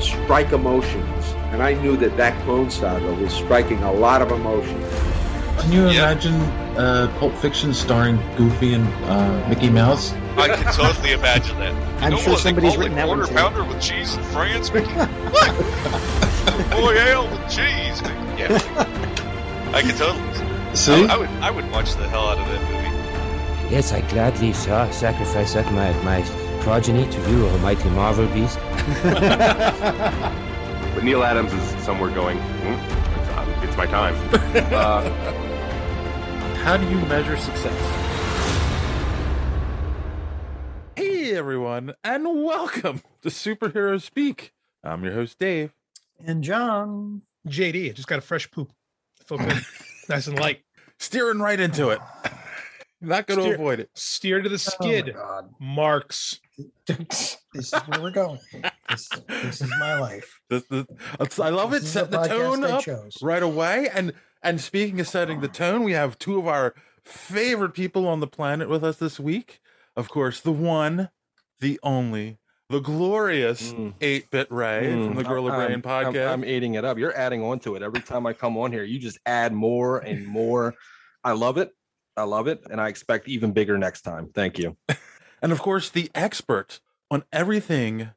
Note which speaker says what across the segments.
Speaker 1: strike emotions, and I knew that that clone saga was striking a lot of emotions.
Speaker 2: Can you imagine uh, Pulp Fiction starring Goofy and uh, Mickey Mouse?
Speaker 3: I can totally imagine that.
Speaker 4: I'm
Speaker 3: no
Speaker 4: sure
Speaker 3: what,
Speaker 4: somebody's
Speaker 3: they call
Speaker 4: written
Speaker 3: it
Speaker 4: that one
Speaker 3: quarter
Speaker 4: too.
Speaker 3: pounder with cheese in France. Mickey? what? Boy, ale with cheese. Mickey. Yeah, I can totally.
Speaker 4: Oh,
Speaker 2: See?
Speaker 3: I, I would. I would watch the hell out of that movie.
Speaker 5: Yes, I gladly sa- sacrifice up my, my progeny to you, a mighty Marvel beast.
Speaker 6: But Neil Adams is somewhere going, hmm, it's, uh, it's my time. Uh,
Speaker 7: How do you measure success? Hey, everyone, and welcome to Superhero Speak. I'm your host, Dave.
Speaker 4: and John.
Speaker 8: JD. It just got a fresh poop. Felt good. nice and light.
Speaker 7: Steering right into it. Not going to
Speaker 8: Steer-
Speaker 7: avoid it.
Speaker 8: Steer to the skid.
Speaker 4: Oh
Speaker 8: Marks.
Speaker 4: my God. this is where we're going. This, this is my life.
Speaker 7: This- this- it's- I love it.
Speaker 4: This is
Speaker 7: Set the
Speaker 4: podcast
Speaker 7: tone
Speaker 4: I
Speaker 7: up
Speaker 4: chose.
Speaker 7: right away. And and speaking of setting the tone, we have two of our favorite people on the planet with us this week. Of course, the one, the only, the glorious
Speaker 6: Mm.
Speaker 7: 8-bit Ray
Speaker 8: Hmm.
Speaker 7: from the
Speaker 8: Um,
Speaker 7: Gorilla
Speaker 6: I'm-
Speaker 7: Brain
Speaker 6: Mm. I'm,
Speaker 7: podcast.
Speaker 6: I'm eating it up. You're adding on to it every time I come on here. You just add more and more. I love it. I love it. And I expect even bigger next time. Thank you.
Speaker 7: And of course, the expert on everything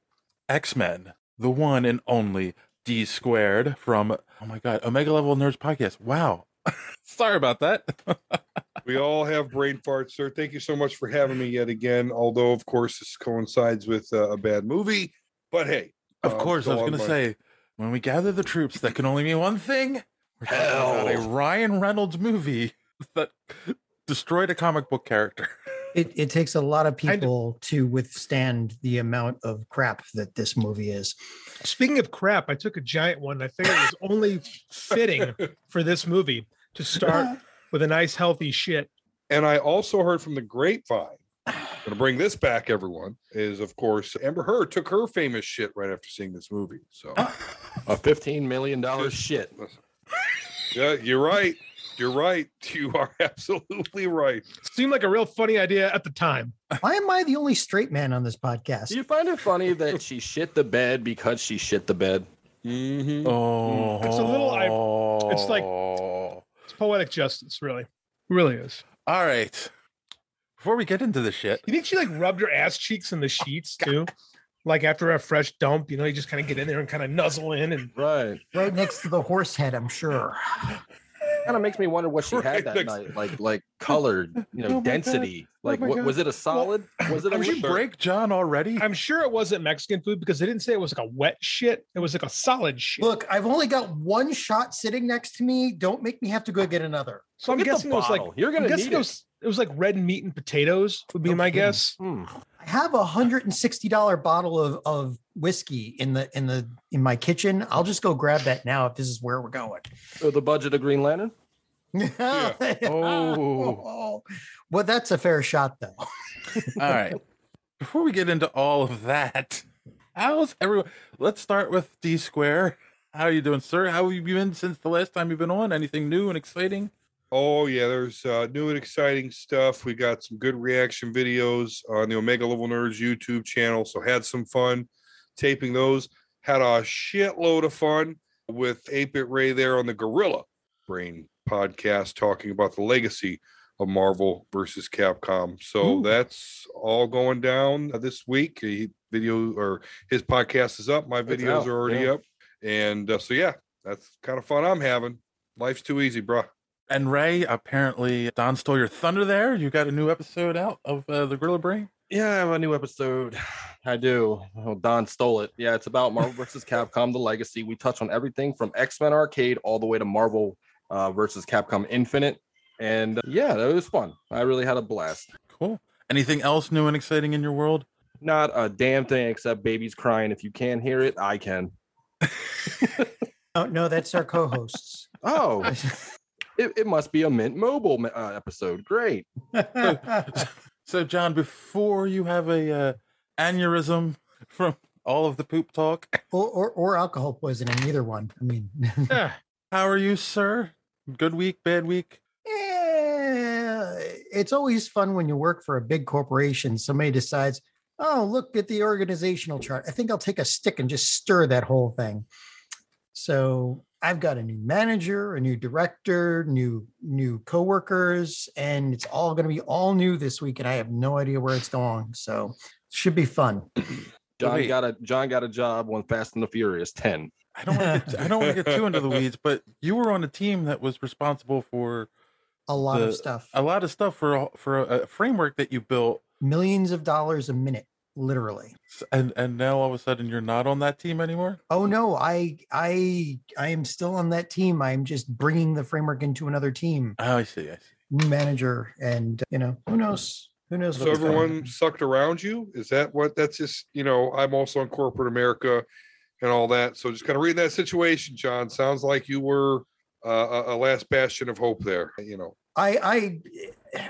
Speaker 7: X Men, the one and only D squared from, oh my God, Omega Level Nerds Podcast. Wow. Sorry about that.
Speaker 9: We all have brain farts, sir. Thank you so much for having me yet again. Although, of course, this coincides with uh, a bad movie, but hey,
Speaker 7: of
Speaker 8: Oh,
Speaker 9: uh,
Speaker 7: course, I
Speaker 9: go
Speaker 7: was
Speaker 9: on,
Speaker 7: going to
Speaker 9: bud.
Speaker 7: say when we gather the troops, that can only mean one thing. We're talking about a
Speaker 6: Hell.
Speaker 7: Ryan Reynolds movie that destroyed a comic book character.
Speaker 4: It, it takes a lot of
Speaker 8: Kind of.
Speaker 4: people to withstand the amount of crap that this movie is.
Speaker 8: Speaking of crap, I took a giant one. I think it was only fitting for this movie to start with a nice healthy shit.
Speaker 9: And I also heard from the grapevine. Going to bring this back, everyone. Is of course Amber Heard took her famous shit right after seeing this movie. So
Speaker 6: A $15 million shit.
Speaker 9: yeah, you're right. You're right. You are absolutely right.
Speaker 8: Seemed like a real funny idea at the time.
Speaker 4: Why am I the only straight man on this podcast?
Speaker 6: Do you find it funny that she shit the bed because she shit the bed?
Speaker 9: Mhm.
Speaker 7: Oh,
Speaker 8: Hmm. It's a little- I- it's like- It's poetic justice, really. It really is.
Speaker 7: all right. Before we get into the shit,
Speaker 8: You think she like rubbed her ass cheeks in the sheets too? Like after a fresh dump, you know, you just kind of get in there and kind of nuzzle in and
Speaker 6: Right.
Speaker 4: Right next to the horse head, I'm sure.
Speaker 6: Kind of makes me wonder what she
Speaker 9: Right
Speaker 6: had that
Speaker 9: next-
Speaker 6: night. Like, like colored, you
Speaker 7: Oh my
Speaker 6: know,
Speaker 7: God.
Speaker 6: density.
Speaker 7: Oh
Speaker 6: Like,
Speaker 7: my
Speaker 6: what,
Speaker 7: God.
Speaker 6: was it a solid? Was it a
Speaker 7: did we
Speaker 6: liquid?
Speaker 7: break John already?
Speaker 8: I'm sure it wasn't Mexican food because they didn't say it was like a wet shit. It was like a solid shit.
Speaker 4: Look, I've only got one shot sitting next to me. Don't make me have to go get another.
Speaker 8: so I'm
Speaker 6: Look at the
Speaker 8: guessing it was like
Speaker 6: bottle. you're
Speaker 8: I'm
Speaker 6: gonna
Speaker 8: guessing
Speaker 6: need
Speaker 8: it
Speaker 6: it.
Speaker 8: was it was like red meat and potatoes would be
Speaker 4: No
Speaker 8: my
Speaker 4: kidding.
Speaker 8: guess.
Speaker 6: Hmm.
Speaker 4: I have a hundred and sixty dollar bottle of of whiskey in the in the in my kitchen. I'll just go grab that now if this is where we're going.
Speaker 6: So the budget of Green Lantern.
Speaker 7: Oh.
Speaker 4: well, that's a fair shot though.
Speaker 7: All right. Before we get into all of that, how's everyone? Let's start with D Square. How are you doing, sir? How have you been since the last time you've been on? Anything new and exciting?
Speaker 9: Oh yeah, there's uh, new and exciting stuff. We got some good reaction videos on the Omega Level Nerds YouTube channel, so had some fun taping those. Had a shitload of fun with 8-Bit Ray there on the Gorilla Brain podcast, talking about the legacy of Marvel versus Capcom. So
Speaker 7: Ooh.
Speaker 9: that's all going down uh, this week. He video or his podcast is up. My
Speaker 6: It's
Speaker 9: videos
Speaker 6: out,
Speaker 9: are already
Speaker 6: yeah.
Speaker 9: up, and uh, so yeah, that's kind of fun I'm having. Life's too easy, bruh.
Speaker 7: And Ray, apparently Don stole your thunder there. You got a new episode out of uh, the Gorilla Brain.
Speaker 6: Yeah, I have a new episode. I do. Oh, Don stole it. Yeah, it's about Marvel versus Capcom: The Legacy. We touch on everything from X Men Arcade all the way to Marvel uh, versus Capcom Infinite. And uh, yeah, that was fun. I really had a blast.
Speaker 7: Cool. Anything else new and exciting in your world?
Speaker 6: Not a damn thing except babies crying. If you can't hear it, I can.
Speaker 4: No, no, that's our co-hosts.
Speaker 6: Oh, it, it must be a Mint Mobile ma- uh, episode. Great.
Speaker 7: So, John, before you have a uh, aneurysm from all of the poop talk,
Speaker 4: or, or or alcohol poisoning, either one. I mean,
Speaker 7: how are you, sir? Good week, bad week.
Speaker 4: Yeah, it's always fun when you work for a big corporation. Somebody decides, oh, look at the organizational chart. I think I'll take a stick and just stir that whole thing. So I've got a new manager, a new director, new new coworkers, and it's all going to be all new this week, and I have no idea where it's going. So should be fun.
Speaker 6: John
Speaker 7: Wait.
Speaker 6: got a John got a job on Fast and the Furious ten.
Speaker 7: I don't want to. I don't want to get too into the weeds, but you were on a team that was responsible for
Speaker 4: A lot
Speaker 7: the-
Speaker 4: of stuff.
Speaker 7: A lot of stuff for a- for a, a framework that you built,
Speaker 4: Millions of dollars a minute, literally.
Speaker 7: and and now all of a sudden you're not on that team anymore.
Speaker 4: Oh no, I I I am still on that team. I'm just bringing the framework into another team,
Speaker 7: Oh, I see. I see.
Speaker 4: new manager, and you know who knows who knows.
Speaker 9: So
Speaker 4: what's going
Speaker 9: everyone
Speaker 4: on.
Speaker 9: sucked around you? Is that what that's just, you know, I'm also in corporate America and all that. So just kind of reading that situation, John, sounds like you were uh, a, a last bastion of hope there, you know.
Speaker 4: I I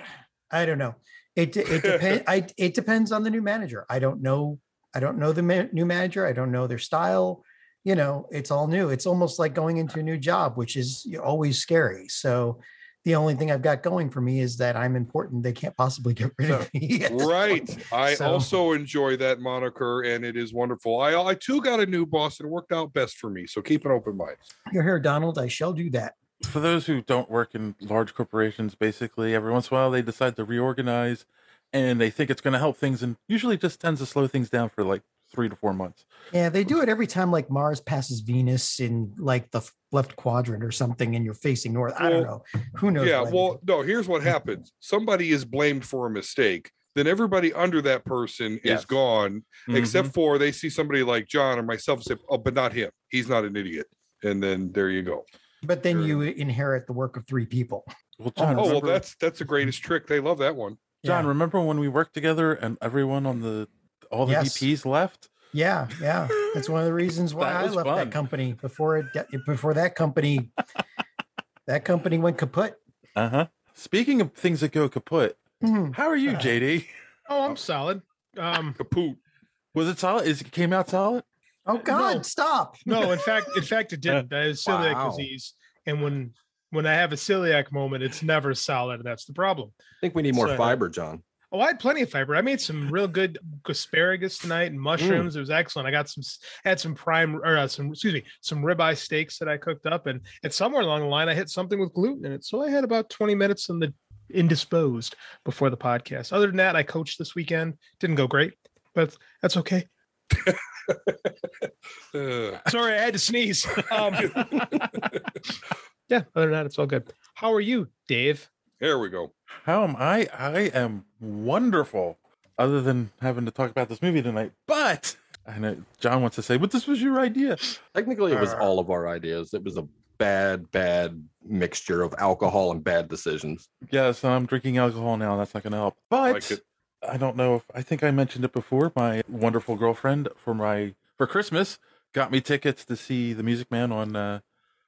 Speaker 4: I don't know. It de- it depends. I it depends on the new manager. I don't know. I don't know the ma- new manager. I don't know their style. You know, it's all new. It's almost like going into a new job, which is always scary. So. The only thing I've got going for me is that I'm important. They can't possibly get rid of me. at this
Speaker 9: Right.
Speaker 4: point.
Speaker 9: I
Speaker 4: So-
Speaker 9: also enjoy that moniker and it is wonderful. I I too got a new boss and it worked out best for me. So keep an open mind.
Speaker 4: You're here, Donald. I shall do that.
Speaker 7: for those who don't work in large corporations, basically, every once in a while they decide to reorganize and they think it's going to help things and usually just tends to slow things down for like three to four months.
Speaker 4: Yeah, they do it every time like Mars passes Venus in like the f- left quadrant or something, and you're facing north. I don't know.
Speaker 9: Well,
Speaker 4: Who knows?
Speaker 9: Yeah,
Speaker 4: why they
Speaker 9: well,
Speaker 4: do-
Speaker 9: no, here's what happens. Somebody is blamed for a mistake. Then everybody under that person
Speaker 6: Yes.
Speaker 9: is gone,
Speaker 7: Mhm.
Speaker 8: Mm-hmm.
Speaker 9: except for they see somebody like John or myself and say, Oh, but not him. He's not an idiot. And then there you go.
Speaker 4: but then you inherit the work of three people.
Speaker 7: Well,
Speaker 9: Oh,
Speaker 7: John,
Speaker 9: well,
Speaker 7: remember,
Speaker 9: that's that's the greatest trick. They love that one.
Speaker 7: John,
Speaker 4: yeah.
Speaker 7: remember when we worked together and everyone on the all the
Speaker 4: Yes.
Speaker 7: VPs left?
Speaker 4: Yeah, yeah. That's one of the reasons why
Speaker 7: That
Speaker 4: I
Speaker 7: was
Speaker 4: left
Speaker 7: fun.
Speaker 4: that company before it de- before that company that company went kaput.
Speaker 7: Uh huh. Speaking of things that go kaput,
Speaker 4: Mhm.
Speaker 7: how are you,
Speaker 8: Uh.
Speaker 7: JD?
Speaker 8: Oh, I'm solid. Um,
Speaker 9: Kaput.
Speaker 7: Was it solid? Is it came out solid?
Speaker 4: Oh God,
Speaker 8: No.
Speaker 4: stop.
Speaker 8: no, in fact, in fact, it didn't.
Speaker 7: Uh.
Speaker 8: I have celiac
Speaker 6: Wow.
Speaker 8: disease, and when when I have a celiac moment, it's never solid, and that's the problem.
Speaker 6: I think we need more
Speaker 8: So-
Speaker 6: fiber, John.
Speaker 8: Oh, I had plenty of fiber. I made some real good asparagus tonight
Speaker 7: Mm.
Speaker 8: and mushrooms. It was excellent. I got some, I had some prime or uh, some, excuse me, some ribeye steaks that I cooked up, and and somewhere along the line I hit something with gluten in it. So I had about twenty minutes in the indisposed before the podcast. Other than that, I coached this weekend. Didn't go great, but that's okay.
Speaker 9: Ugh.
Speaker 8: Sorry, I had to sneeze. Um, yeah, other than that, it's all good. How are you, Dave?
Speaker 9: there we go.
Speaker 7: How am I? I am wonderful. Other than having to talk about this movie tonight, but I know John wants to say, "But this was your idea."
Speaker 6: Technically, it was
Speaker 7: Uh.
Speaker 6: all of our ideas. It was a bad, bad mixture of alcohol and bad decisions.
Speaker 7: Yes, I'm drinking alcohol now. That's not going to help. But
Speaker 9: Like it.
Speaker 7: I don't know if I think I mentioned it before. My wonderful girlfriend for my for Christmas got me tickets to see The Music Man on uh,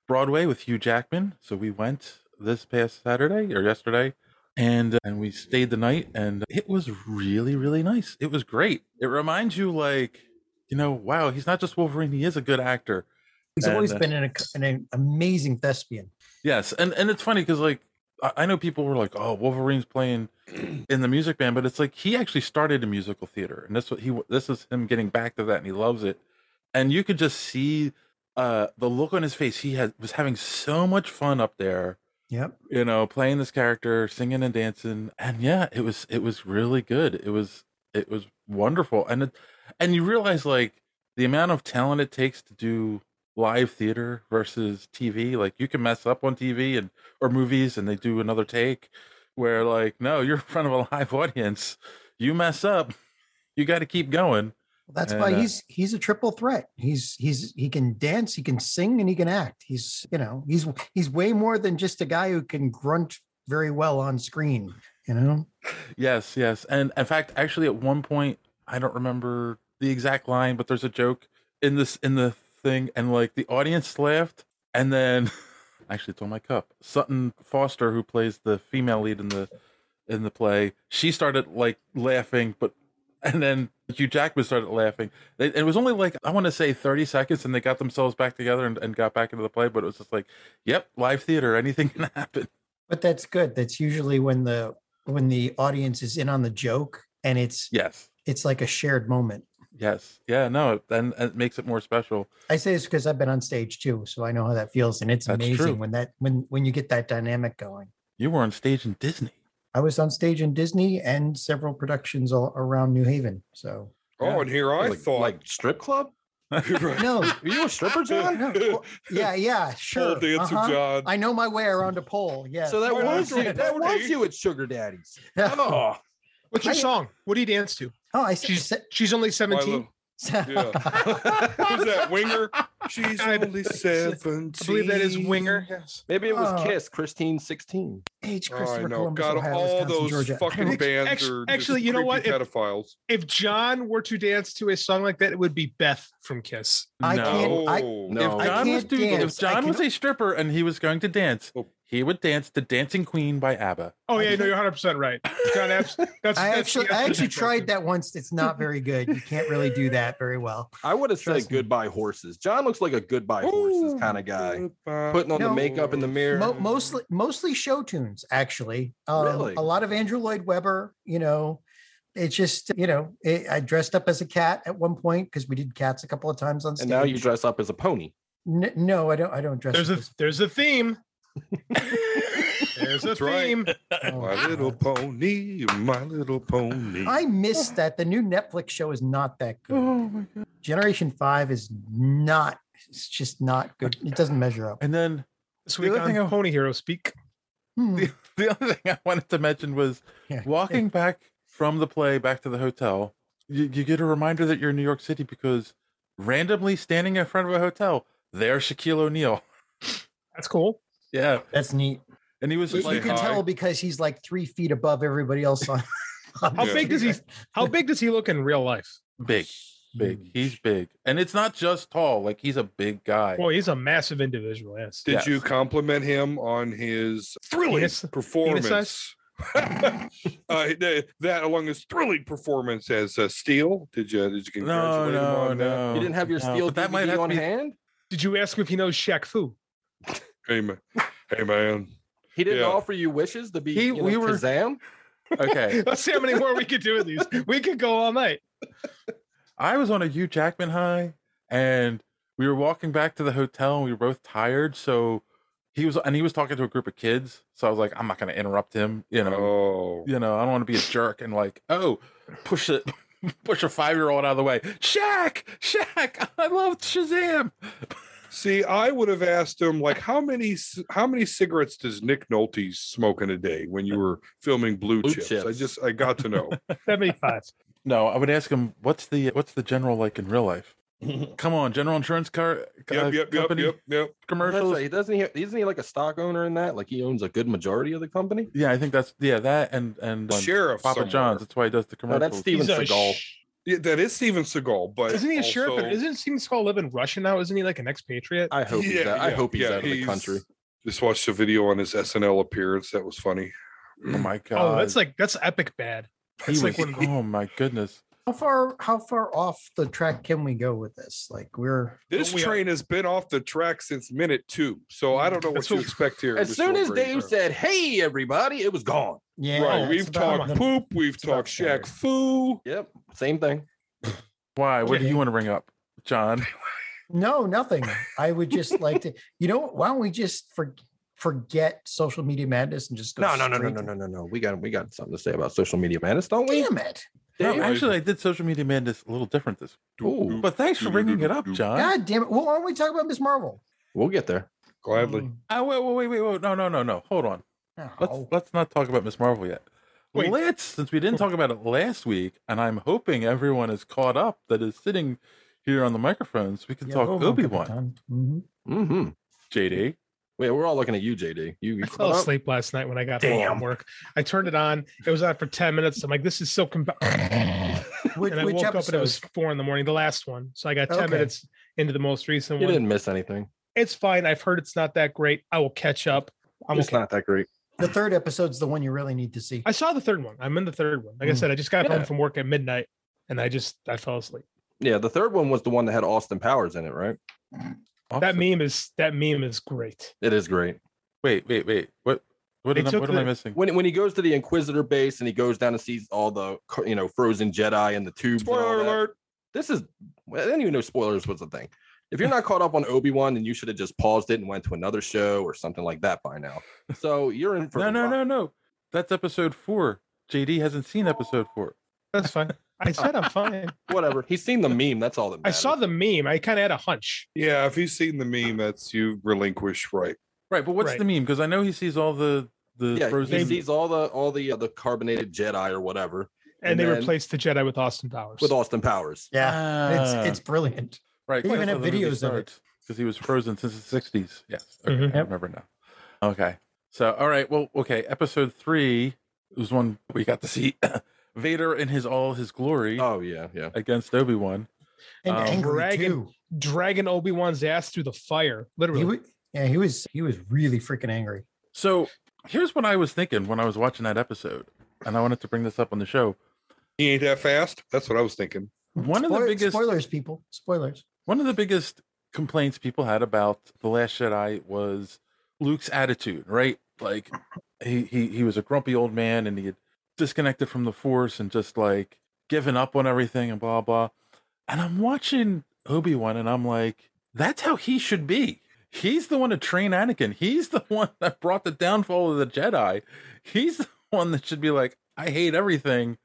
Speaker 7: Broadway with Hugh Jackman. So we went this past Saturday or yesterday, and uh, and we stayed the night, and it was really really nice. It was great. It reminds you like you know, wow, he's not just Wolverine. He is a good actor.
Speaker 4: He's
Speaker 7: And,
Speaker 4: always
Speaker 7: uh,
Speaker 4: been an, an amazing thespian.
Speaker 7: Yes, and and it's funny because like I, I know people were like, "Oh, Wolverine's playing in the music band," but it's like he actually started in musical theater, and that's what he this is him getting back to that, and he loves it. And you could just see uh the look on his face. He had was having so much fun up there,
Speaker 4: Yep.
Speaker 7: you know, playing this character, singing and dancing, and yeah, it was it was really good. It was it was wonderful, and it, and you realize like the amount of talent it takes to do live theater versus TV. Like you can mess up on TV and or movies and they do another take where like no, you're in front of a live audience. You mess up, you got to keep going.
Speaker 4: Well, that's
Speaker 7: And,
Speaker 4: why
Speaker 7: uh,
Speaker 4: he's he's a triple threat. He's he's he can dance, he can sing, and he can act. He's you know he's he's way more than just a guy who can grunt very well on screen. You know,
Speaker 7: Yes, yes. And in fact, actually at one point I don't remember the exact line, but there's a joke in this in the thing and like the audience laughed And then actually it's on my cup. Sutton Foster, who plays the female lead in the in the play, she started like laughing, but and then Hugh Jackman started laughing. It, it was only like I want to say thirty seconds, and they got themselves back together and, and got back into the play. But it was just like, yep, live theater, anything can happen.
Speaker 8: But that's good. That's usually when the when the audience is in on the joke and it's
Speaker 7: yes,
Speaker 8: it's like a shared moment.
Speaker 7: Yes, yeah, no, and, and it makes it more special.
Speaker 8: I say this because I've been on stage too, so I know how that feels, and it's
Speaker 7: That's
Speaker 8: amazing
Speaker 7: true.
Speaker 8: when that when when you get that dynamic going.
Speaker 7: You were on stage in Disney.
Speaker 8: I was on stage in Disney and several productions all around New Haven. So
Speaker 9: Oh, and here I
Speaker 6: Like-
Speaker 9: thought
Speaker 6: like strip club.
Speaker 8: no,
Speaker 9: Are
Speaker 6: you a stripper, John?
Speaker 8: yeah, yeah, sure.
Speaker 9: dancer,
Speaker 8: uh-huh.
Speaker 9: John.
Speaker 8: I know my way around a pole. Yeah.
Speaker 6: So that
Speaker 9: Why
Speaker 6: was
Speaker 9: not?
Speaker 6: you. That was you at Sugar Daddy's.
Speaker 8: oh,
Speaker 6: Oh,
Speaker 4: What's your
Speaker 8: I-
Speaker 4: song? What do you dance to?
Speaker 8: I
Speaker 4: She's
Speaker 8: said.
Speaker 4: she's only seventeen.
Speaker 9: Milo. Yeah. Who's that? Winger? She's
Speaker 4: I-
Speaker 9: only seventeen.
Speaker 4: I believe that is Winger. Yes.
Speaker 6: maybe it was
Speaker 8: Oh.
Speaker 6: Kiss. Christine sixteen.
Speaker 8: H.
Speaker 9: Oh, I
Speaker 8: Christopher
Speaker 9: know.
Speaker 8: Columbus,
Speaker 9: God,
Speaker 8: Ohio,
Speaker 9: all
Speaker 8: Wisconsin,
Speaker 9: those
Speaker 8: Georgia.
Speaker 9: fucking bands
Speaker 4: Actu-
Speaker 9: are
Speaker 4: actually, you know what? If-
Speaker 9: Pedophiles.
Speaker 4: If John were to dance to a song like that, it would be Beth from Kiss.
Speaker 8: I can't. I,
Speaker 9: No.
Speaker 6: No.
Speaker 7: If
Speaker 6: I
Speaker 7: John was
Speaker 8: can't
Speaker 7: doing, if
Speaker 8: dance. I
Speaker 7: John
Speaker 8: can-
Speaker 7: was a stripper and he was going to dance,
Speaker 9: Oh.
Speaker 7: he would dance to "Dancing Queen" by ABBA.
Speaker 4: Oh yeah, no, you're 100 percent right. John, abs- that's, that's
Speaker 8: I actually,
Speaker 4: that's-
Speaker 8: I actually tried that once. It's not very good. You can't really do that very well.
Speaker 6: I would have said
Speaker 8: Trust me.
Speaker 6: goodbye horses. John looks like a goodbye horses kind of guy.
Speaker 9: Goodbye.
Speaker 6: Putting on
Speaker 8: No.
Speaker 6: the makeup in the mirror.
Speaker 8: Mo- mostly, mostly show tunes. Actually, um,
Speaker 6: Really?
Speaker 8: a lot of Andrew Lloyd Webber. You know, it's just you know, it, I dressed up as a cat at one point because we did cats a couple of times on stage.
Speaker 6: and now you dress up as a pony.
Speaker 8: N- no, I don't. I don't dress.
Speaker 4: There's
Speaker 8: up
Speaker 4: a there's a theme. There's a
Speaker 9: That's right.
Speaker 4: theme.
Speaker 8: as- oh,
Speaker 9: My little
Speaker 8: God.
Speaker 9: pony, my little pony.
Speaker 8: I missed that. The new Netflix show is not that good.
Speaker 7: my god!
Speaker 8: Generation Five is not. It's just not good. It doesn't measure up.
Speaker 7: And then
Speaker 4: This
Speaker 7: The
Speaker 4: week
Speaker 7: other
Speaker 4: on
Speaker 7: thing I-
Speaker 4: Pony Hero Speak.
Speaker 8: Hmm.
Speaker 7: the other thing I wanted to mention was
Speaker 8: Yeah.
Speaker 7: walking back from the play back to the hotel. You, you get a reminder that you're in New York City because randomly standing in front of a hotel, there's Shaquille O'Neal.
Speaker 4: That's cool.
Speaker 7: Yeah,
Speaker 8: That's neat.
Speaker 7: and he was
Speaker 9: It's
Speaker 8: You
Speaker 7: like,
Speaker 8: can
Speaker 9: high.
Speaker 8: tell because he's like three feet above everybody else on. on
Speaker 4: How
Speaker 9: Yeah.
Speaker 4: big does he how big does he look in real life?
Speaker 7: big, big. He's big, and it's not just tall. Like he's a big guy.
Speaker 4: Boy, he's a massive individual. Yes.
Speaker 9: Did you
Speaker 7: Yes.
Speaker 9: compliment him on his thrilling
Speaker 4: Penis-
Speaker 9: performance? uh, th- that along his thrilling performance as uh, Steel. Did you did you
Speaker 7: no,
Speaker 9: congratulate him
Speaker 7: no,
Speaker 9: on that?
Speaker 7: no.
Speaker 6: You didn't have your
Speaker 7: uh, no,
Speaker 6: steel
Speaker 7: but that
Speaker 6: DVD
Speaker 7: might have to
Speaker 6: on
Speaker 7: be-
Speaker 6: hand.
Speaker 4: Did you ask him if he knows Shaq Fu?
Speaker 9: Hey man, hey man.
Speaker 6: He didn't
Speaker 9: Yeah.
Speaker 6: offer you wishes to be
Speaker 7: He-
Speaker 6: you know,
Speaker 7: we were-
Speaker 6: Kazam?
Speaker 7: Okay,
Speaker 4: Let's see how many more we could do with these. We could go all night.
Speaker 7: I was on a Hugh Jackman high, and we were walking back to the hotel, and we were both tired. So he was, and he was talking to a group of kids. So I was like, I'm not going to interrupt him. You know,
Speaker 9: Oh,
Speaker 7: you know, I don't want to be a jerk and like, oh, push it. Push a five year old out of the way. Shaq, Shaq, I love Shazam.
Speaker 9: see, I would have asked him like, how many c- how many cigarettes does Nick Nolte smoke in a day when you were filming Blue,
Speaker 6: Blue
Speaker 9: Chips? I
Speaker 6: Chips.
Speaker 9: just I got to know.
Speaker 4: 75.
Speaker 7: No, I would ask him what's the what's the general like in real life. Come on, General Insurance Car uh,
Speaker 9: yep, yep, yep,
Speaker 7: Company
Speaker 9: yep, yep.
Speaker 6: Well, that's
Speaker 7: commercials.
Speaker 6: right. He doesn't he isn't he like a stock owner in that? Like he owns a good majority of the company.
Speaker 7: Yeah, I think that's yeah that and and um,
Speaker 9: Sheriff
Speaker 7: Papa
Speaker 9: somewhere.
Speaker 7: John's. That's why he does the
Speaker 6: No,
Speaker 7: commercials.
Speaker 6: that's Steven
Speaker 4: He's a
Speaker 6: Seagal.
Speaker 4: sh-
Speaker 9: Yeah, that is Steven Seagal, but
Speaker 4: Isn't he a sheriff?
Speaker 9: also-
Speaker 4: Isn't Steven Seagal live in Russia now? Isn't he like an expatriate?
Speaker 6: I hope he's
Speaker 9: Yeah,
Speaker 6: out, I
Speaker 9: yeah,
Speaker 6: hope he's
Speaker 9: yeah,
Speaker 6: out of the
Speaker 9: he's-
Speaker 6: country.
Speaker 9: Just watched a video on his SNL appearance. That was funny.
Speaker 7: Oh my god!
Speaker 4: Oh, that's like that's epic bad.
Speaker 7: he
Speaker 4: That's like
Speaker 7: was-
Speaker 4: when
Speaker 7: oh my goodness!
Speaker 8: How far? How far off the track can we go with this? Like we're
Speaker 9: This
Speaker 4: we are-
Speaker 9: train has been off the track since minute two, so I don't know what
Speaker 4: That's
Speaker 9: to
Speaker 4: what-
Speaker 9: expect here. in
Speaker 6: As
Speaker 9: this
Speaker 6: soon as
Speaker 9: little
Speaker 6: Dave
Speaker 9: brain fart.
Speaker 6: said, "Hey, everybody," it was gone.
Speaker 8: yeah.
Speaker 9: right,
Speaker 8: it's
Speaker 9: we've
Speaker 8: about
Speaker 9: talked
Speaker 8: the-
Speaker 9: poop, we've
Speaker 8: about
Speaker 9: talked
Speaker 8: better.
Speaker 9: Shaq Fu.
Speaker 6: Yep, same thing.
Speaker 7: Why? What do
Speaker 8: Okay.
Speaker 7: you want to bring up, John?
Speaker 8: No, nothing. I would just like to. You know, what? why don't we just for, forget social media madness and just go?
Speaker 6: No, no, no, no,
Speaker 8: straight
Speaker 6: no,
Speaker 8: to-
Speaker 6: no, no, no. We got we got something to say about social media madness, don't we?
Speaker 8: Damn it!
Speaker 7: No,
Speaker 6: Dave?
Speaker 7: actually, I did social media madness a little different this.
Speaker 6: Ooh,
Speaker 7: But thanks for bringing it up, John.
Speaker 8: God damn it! Well, why don't we talk about Miss Marvel?
Speaker 6: we'll get there.
Speaker 9: Gladly.
Speaker 8: Mm,
Speaker 7: Oh, wait, wait, wait, wait, wait! No, no, no, no! Hold on. Let's
Speaker 8: no. Oh,
Speaker 7: let's not talk about Miss Marvel yet.
Speaker 4: Oh. Wait.
Speaker 7: Let's since we didn't talk about it last week, and I'm hoping everyone is caught up that is sitting here on the microphones. We can
Speaker 8: Yeah, oh
Speaker 7: talk
Speaker 4: oh
Speaker 8: hold on,
Speaker 7: Obi Wan,
Speaker 8: Capitan. Mhm.
Speaker 6: Mm-hmm.
Speaker 7: JD.
Speaker 6: Wait, we're all looking at you, JD. You, you
Speaker 4: I fell
Speaker 6: caught up?
Speaker 4: asleep last night when I got home
Speaker 6: Damn.
Speaker 4: from work. I turned it on. It was on for 10 minutes. I'm like, this is so compelling.
Speaker 8: Which,
Speaker 4: and I
Speaker 8: which
Speaker 4: woke up and
Speaker 8: episode?
Speaker 4: it was four in the morning, the last one. So I got ten
Speaker 8: Okay.
Speaker 4: minutes into the most recent
Speaker 6: You
Speaker 4: one.
Speaker 6: didn't miss anything.
Speaker 4: It's fine. I've heard it's not that great. I will catch up. I'm
Speaker 6: it's
Speaker 4: okay.
Speaker 6: not that great.
Speaker 8: The third episode's the one you really need to see.
Speaker 4: I saw the third one. I'm in the third one. Like I
Speaker 8: Mm.
Speaker 4: said, I just got
Speaker 6: Yeah.
Speaker 4: home from work at midnight and I just I fell asleep.
Speaker 6: Yeah, the third one was the one that had Austin Powers in it, right?
Speaker 4: That meme is that meme is great.
Speaker 6: It is great.
Speaker 7: Wait, wait, wait. What? What,
Speaker 4: They
Speaker 7: am I-
Speaker 4: took
Speaker 7: what am I
Speaker 4: the-
Speaker 7: missing?
Speaker 6: When when he goes to the Inquisitor base and he goes down and sees all the you know frozen Jedi and the tubes. and all
Speaker 9: Spoiler
Speaker 6: that,
Speaker 9: alert.
Speaker 6: This is I didn't even know spoilers was a thing. If you're not caught up on Obi Wan, then you should have just paused it and went to another show or something like that by now. So you're in for
Speaker 7: No,
Speaker 6: a
Speaker 7: no,
Speaker 6: lot.
Speaker 7: no, no. That's episode four. JD hasn't seen episode four.
Speaker 4: That's fine. I said I'm fine.
Speaker 6: whatever. He's seen the meme. That's all that
Speaker 4: I
Speaker 6: matters.
Speaker 4: saw the meme. I kind of had a hunch.
Speaker 9: Yeah, if you've seen the meme, that's you relinquish right.
Speaker 7: Right, but what's
Speaker 4: Right.
Speaker 7: the meme? Because I know he sees all the the
Speaker 6: yeah,
Speaker 7: frozen.
Speaker 6: he sees all the all the uh, the carbonated Jedi or whatever
Speaker 4: And,
Speaker 6: And
Speaker 4: they
Speaker 6: then-
Speaker 4: replaced the Jedi with Austin Powers.
Speaker 6: with Austin Powers.
Speaker 8: Yeah.
Speaker 7: Ah,
Speaker 8: it's it's brilliant.
Speaker 7: right.
Speaker 8: they even have videos of it. Mm-hmm,
Speaker 7: because he was frozen since the sixties. Yes, okay,
Speaker 4: Mhm.
Speaker 7: I
Speaker 8: Yep.
Speaker 7: remember now. Okay, so all right, well, okay, episode three was one we got to see Vader in his all his glory
Speaker 6: Oh yeah, yeah.
Speaker 7: against Obi Wan.
Speaker 8: And
Speaker 7: Um,
Speaker 8: angry
Speaker 4: Dragon-
Speaker 8: too.
Speaker 4: dragging Obi Wan's ass through the fire,
Speaker 8: He
Speaker 4: literally.
Speaker 8: was, yeah, he was he was really freaking angry.
Speaker 7: So here's what I was thinking when I was watching that episode, and I wanted to bring this up on the show.
Speaker 9: He ain't that fast. That's what I was thinking.
Speaker 7: One of the
Speaker 8: Spoil-
Speaker 7: biggest-
Speaker 8: spoilers, people. Spoilers.
Speaker 7: One of the biggest complaints people had about The Last Jedi was Luke's attitude, right? Like he he he was a grumpy old man and he had disconnected from the force and just like given up on everything and blah blah. And I'm watching Obi-Wan and I'm like, that's how he should be. He's the one to train Anakin. He's the one that brought the downfall of the Jedi. He's the one that should be like, I hate everything.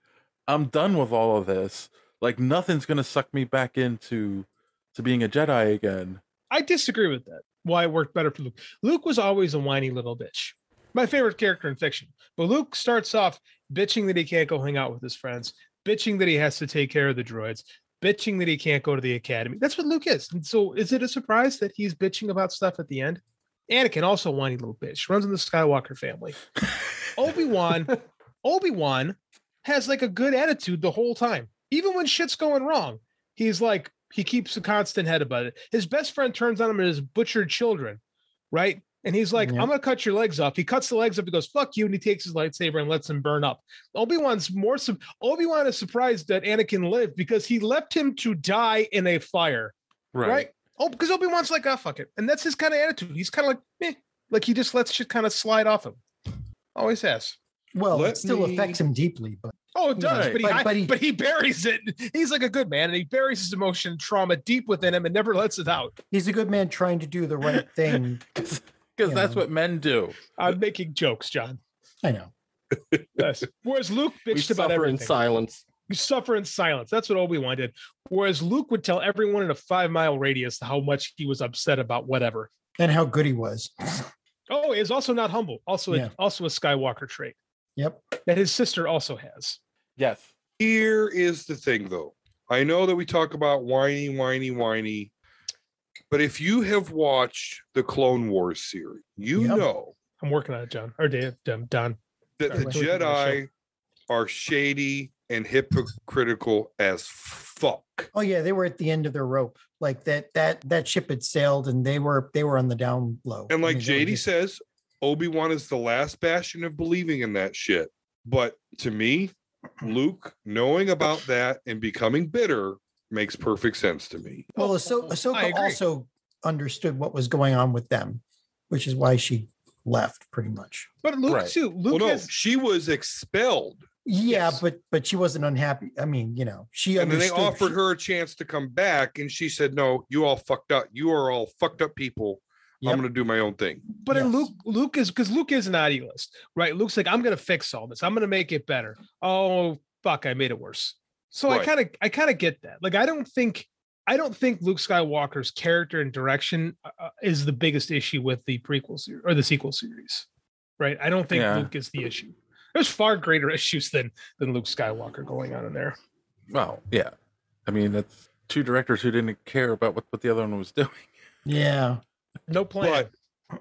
Speaker 7: I'm done with all of this. Like nothing's gonna suck me back into to being a Jedi again.
Speaker 4: I disagree with that. Why it worked better for Luke. Luke was always a whiny little bitch. My favorite character in fiction. But Luke starts off bitching that he can't go hang out with his friends, bitching that he has to take care of the droids, bitching that he can't go to the academy. That's what Luke is. And so is it a surprise that he's bitching about stuff at the end? Anakin also whiny little bitch, runs in the Skywalker family. Obi-Wan, Obi-Wan has like a good attitude the whole time. Even when shit's going wrong, he's like he keeps a constant head about it. His best friend turns on him and his butchered children, right? And he's like,
Speaker 8: Yeah.
Speaker 4: I'm gonna cut your legs off. He cuts the legs up, he goes, fuck you, and he takes his lightsaber and lets him burn up. Obi-Wan's more su- Obi-Wan is surprised that Anakin lived because he left him to die in a fire. Right. Oh, because Obi-Wan's like, ah, fuck it. And that's his kind of attitude. He's kind of like, meh. Like he just lets shit kind of slide off him. Always has.
Speaker 8: Well,
Speaker 9: Let
Speaker 8: it still
Speaker 9: me-
Speaker 8: affects him deeply, but
Speaker 4: Oh, it does,
Speaker 7: Right.
Speaker 4: but, he,
Speaker 8: But-
Speaker 4: hi-
Speaker 8: but
Speaker 4: but,
Speaker 8: he-
Speaker 4: he, buries it. He's like a good man, and he buries his emotion, and trauma deep within him, and never lets it out.
Speaker 8: he's a good man trying to do the right thing.
Speaker 7: Because that's
Speaker 8: Yeah.
Speaker 7: what men do.
Speaker 4: I'm making jokes, John.
Speaker 8: I know.
Speaker 4: Yes. Whereas Luke
Speaker 6: We
Speaker 4: bitched about
Speaker 6: suffer in
Speaker 4: everything.
Speaker 6: silence.
Speaker 4: you suffer in silence. That's what Obi Wan did. Whereas Luke would tell everyone in a five mile radius how much he was upset about whatever.
Speaker 8: And how good he was.
Speaker 4: Oh, is also not humble. Also,
Speaker 8: Yeah.
Speaker 4: a, also a Skywalker trait
Speaker 8: Yep.
Speaker 4: that his sister also has.
Speaker 7: Yes.
Speaker 9: Here is the thing, though. I know that we talk about whiny, whiny, whiny, but if you have watched the Clone Wars series, you
Speaker 8: Yep.
Speaker 9: know
Speaker 4: I'm working on it, John or Dave, Dom- Don.
Speaker 9: that the
Speaker 4: Sorry,
Speaker 8: Wes.
Speaker 9: Jedi are shady and hypocritical as fuck.
Speaker 8: Oh yeah, they were at the end of their rope. Like that that that ship had sailed and they were they were on the down low.
Speaker 9: And like
Speaker 8: I mean, they were
Speaker 9: JD
Speaker 8: just-
Speaker 9: says, Obi Wan is the last bastion of believing in that shit. But to me, Luke knowing about that and becoming bitter makes perfect sense to me.
Speaker 8: well, Ahso-
Speaker 4: I
Speaker 8: Ahsoka
Speaker 4: agree.
Speaker 8: also understood what was going on with them, which is why she left pretty much.
Speaker 4: But Luke
Speaker 7: Right.
Speaker 4: too. Luke
Speaker 9: well, no,
Speaker 4: has
Speaker 9: she was expelled,
Speaker 8: Yeah,
Speaker 4: Yes.
Speaker 8: but but she wasn't unhappy. I mean, you know, she
Speaker 9: and then they
Speaker 8: understood
Speaker 9: offered
Speaker 8: she-
Speaker 9: her a chance to come back, and she said, "No, you all fucked up. You are all fucked up people.
Speaker 8: Yep.
Speaker 9: I'm going to do my own thing."
Speaker 4: But in
Speaker 8: Yes.
Speaker 4: Luke, Luke is because Luke is an idealist, right? Luke's like, I'm gonna fix all this. I'm gonna make it better. Oh fuck, I made it worse. So I
Speaker 9: Right.
Speaker 4: kind of, I kind of get that. Like, I don't think, I don't think Luke Skywalker's character and direction uh, is the biggest issue with the prequel series or the sequel series, right? I don't think
Speaker 7: Yeah.
Speaker 4: Luke is the issue. There's far greater issues than than Luke Skywalker going on in there.
Speaker 7: Well, yeah. I mean, that's two directors who didn't care about what, what the other one was doing.
Speaker 8: Yeah.
Speaker 4: No plan.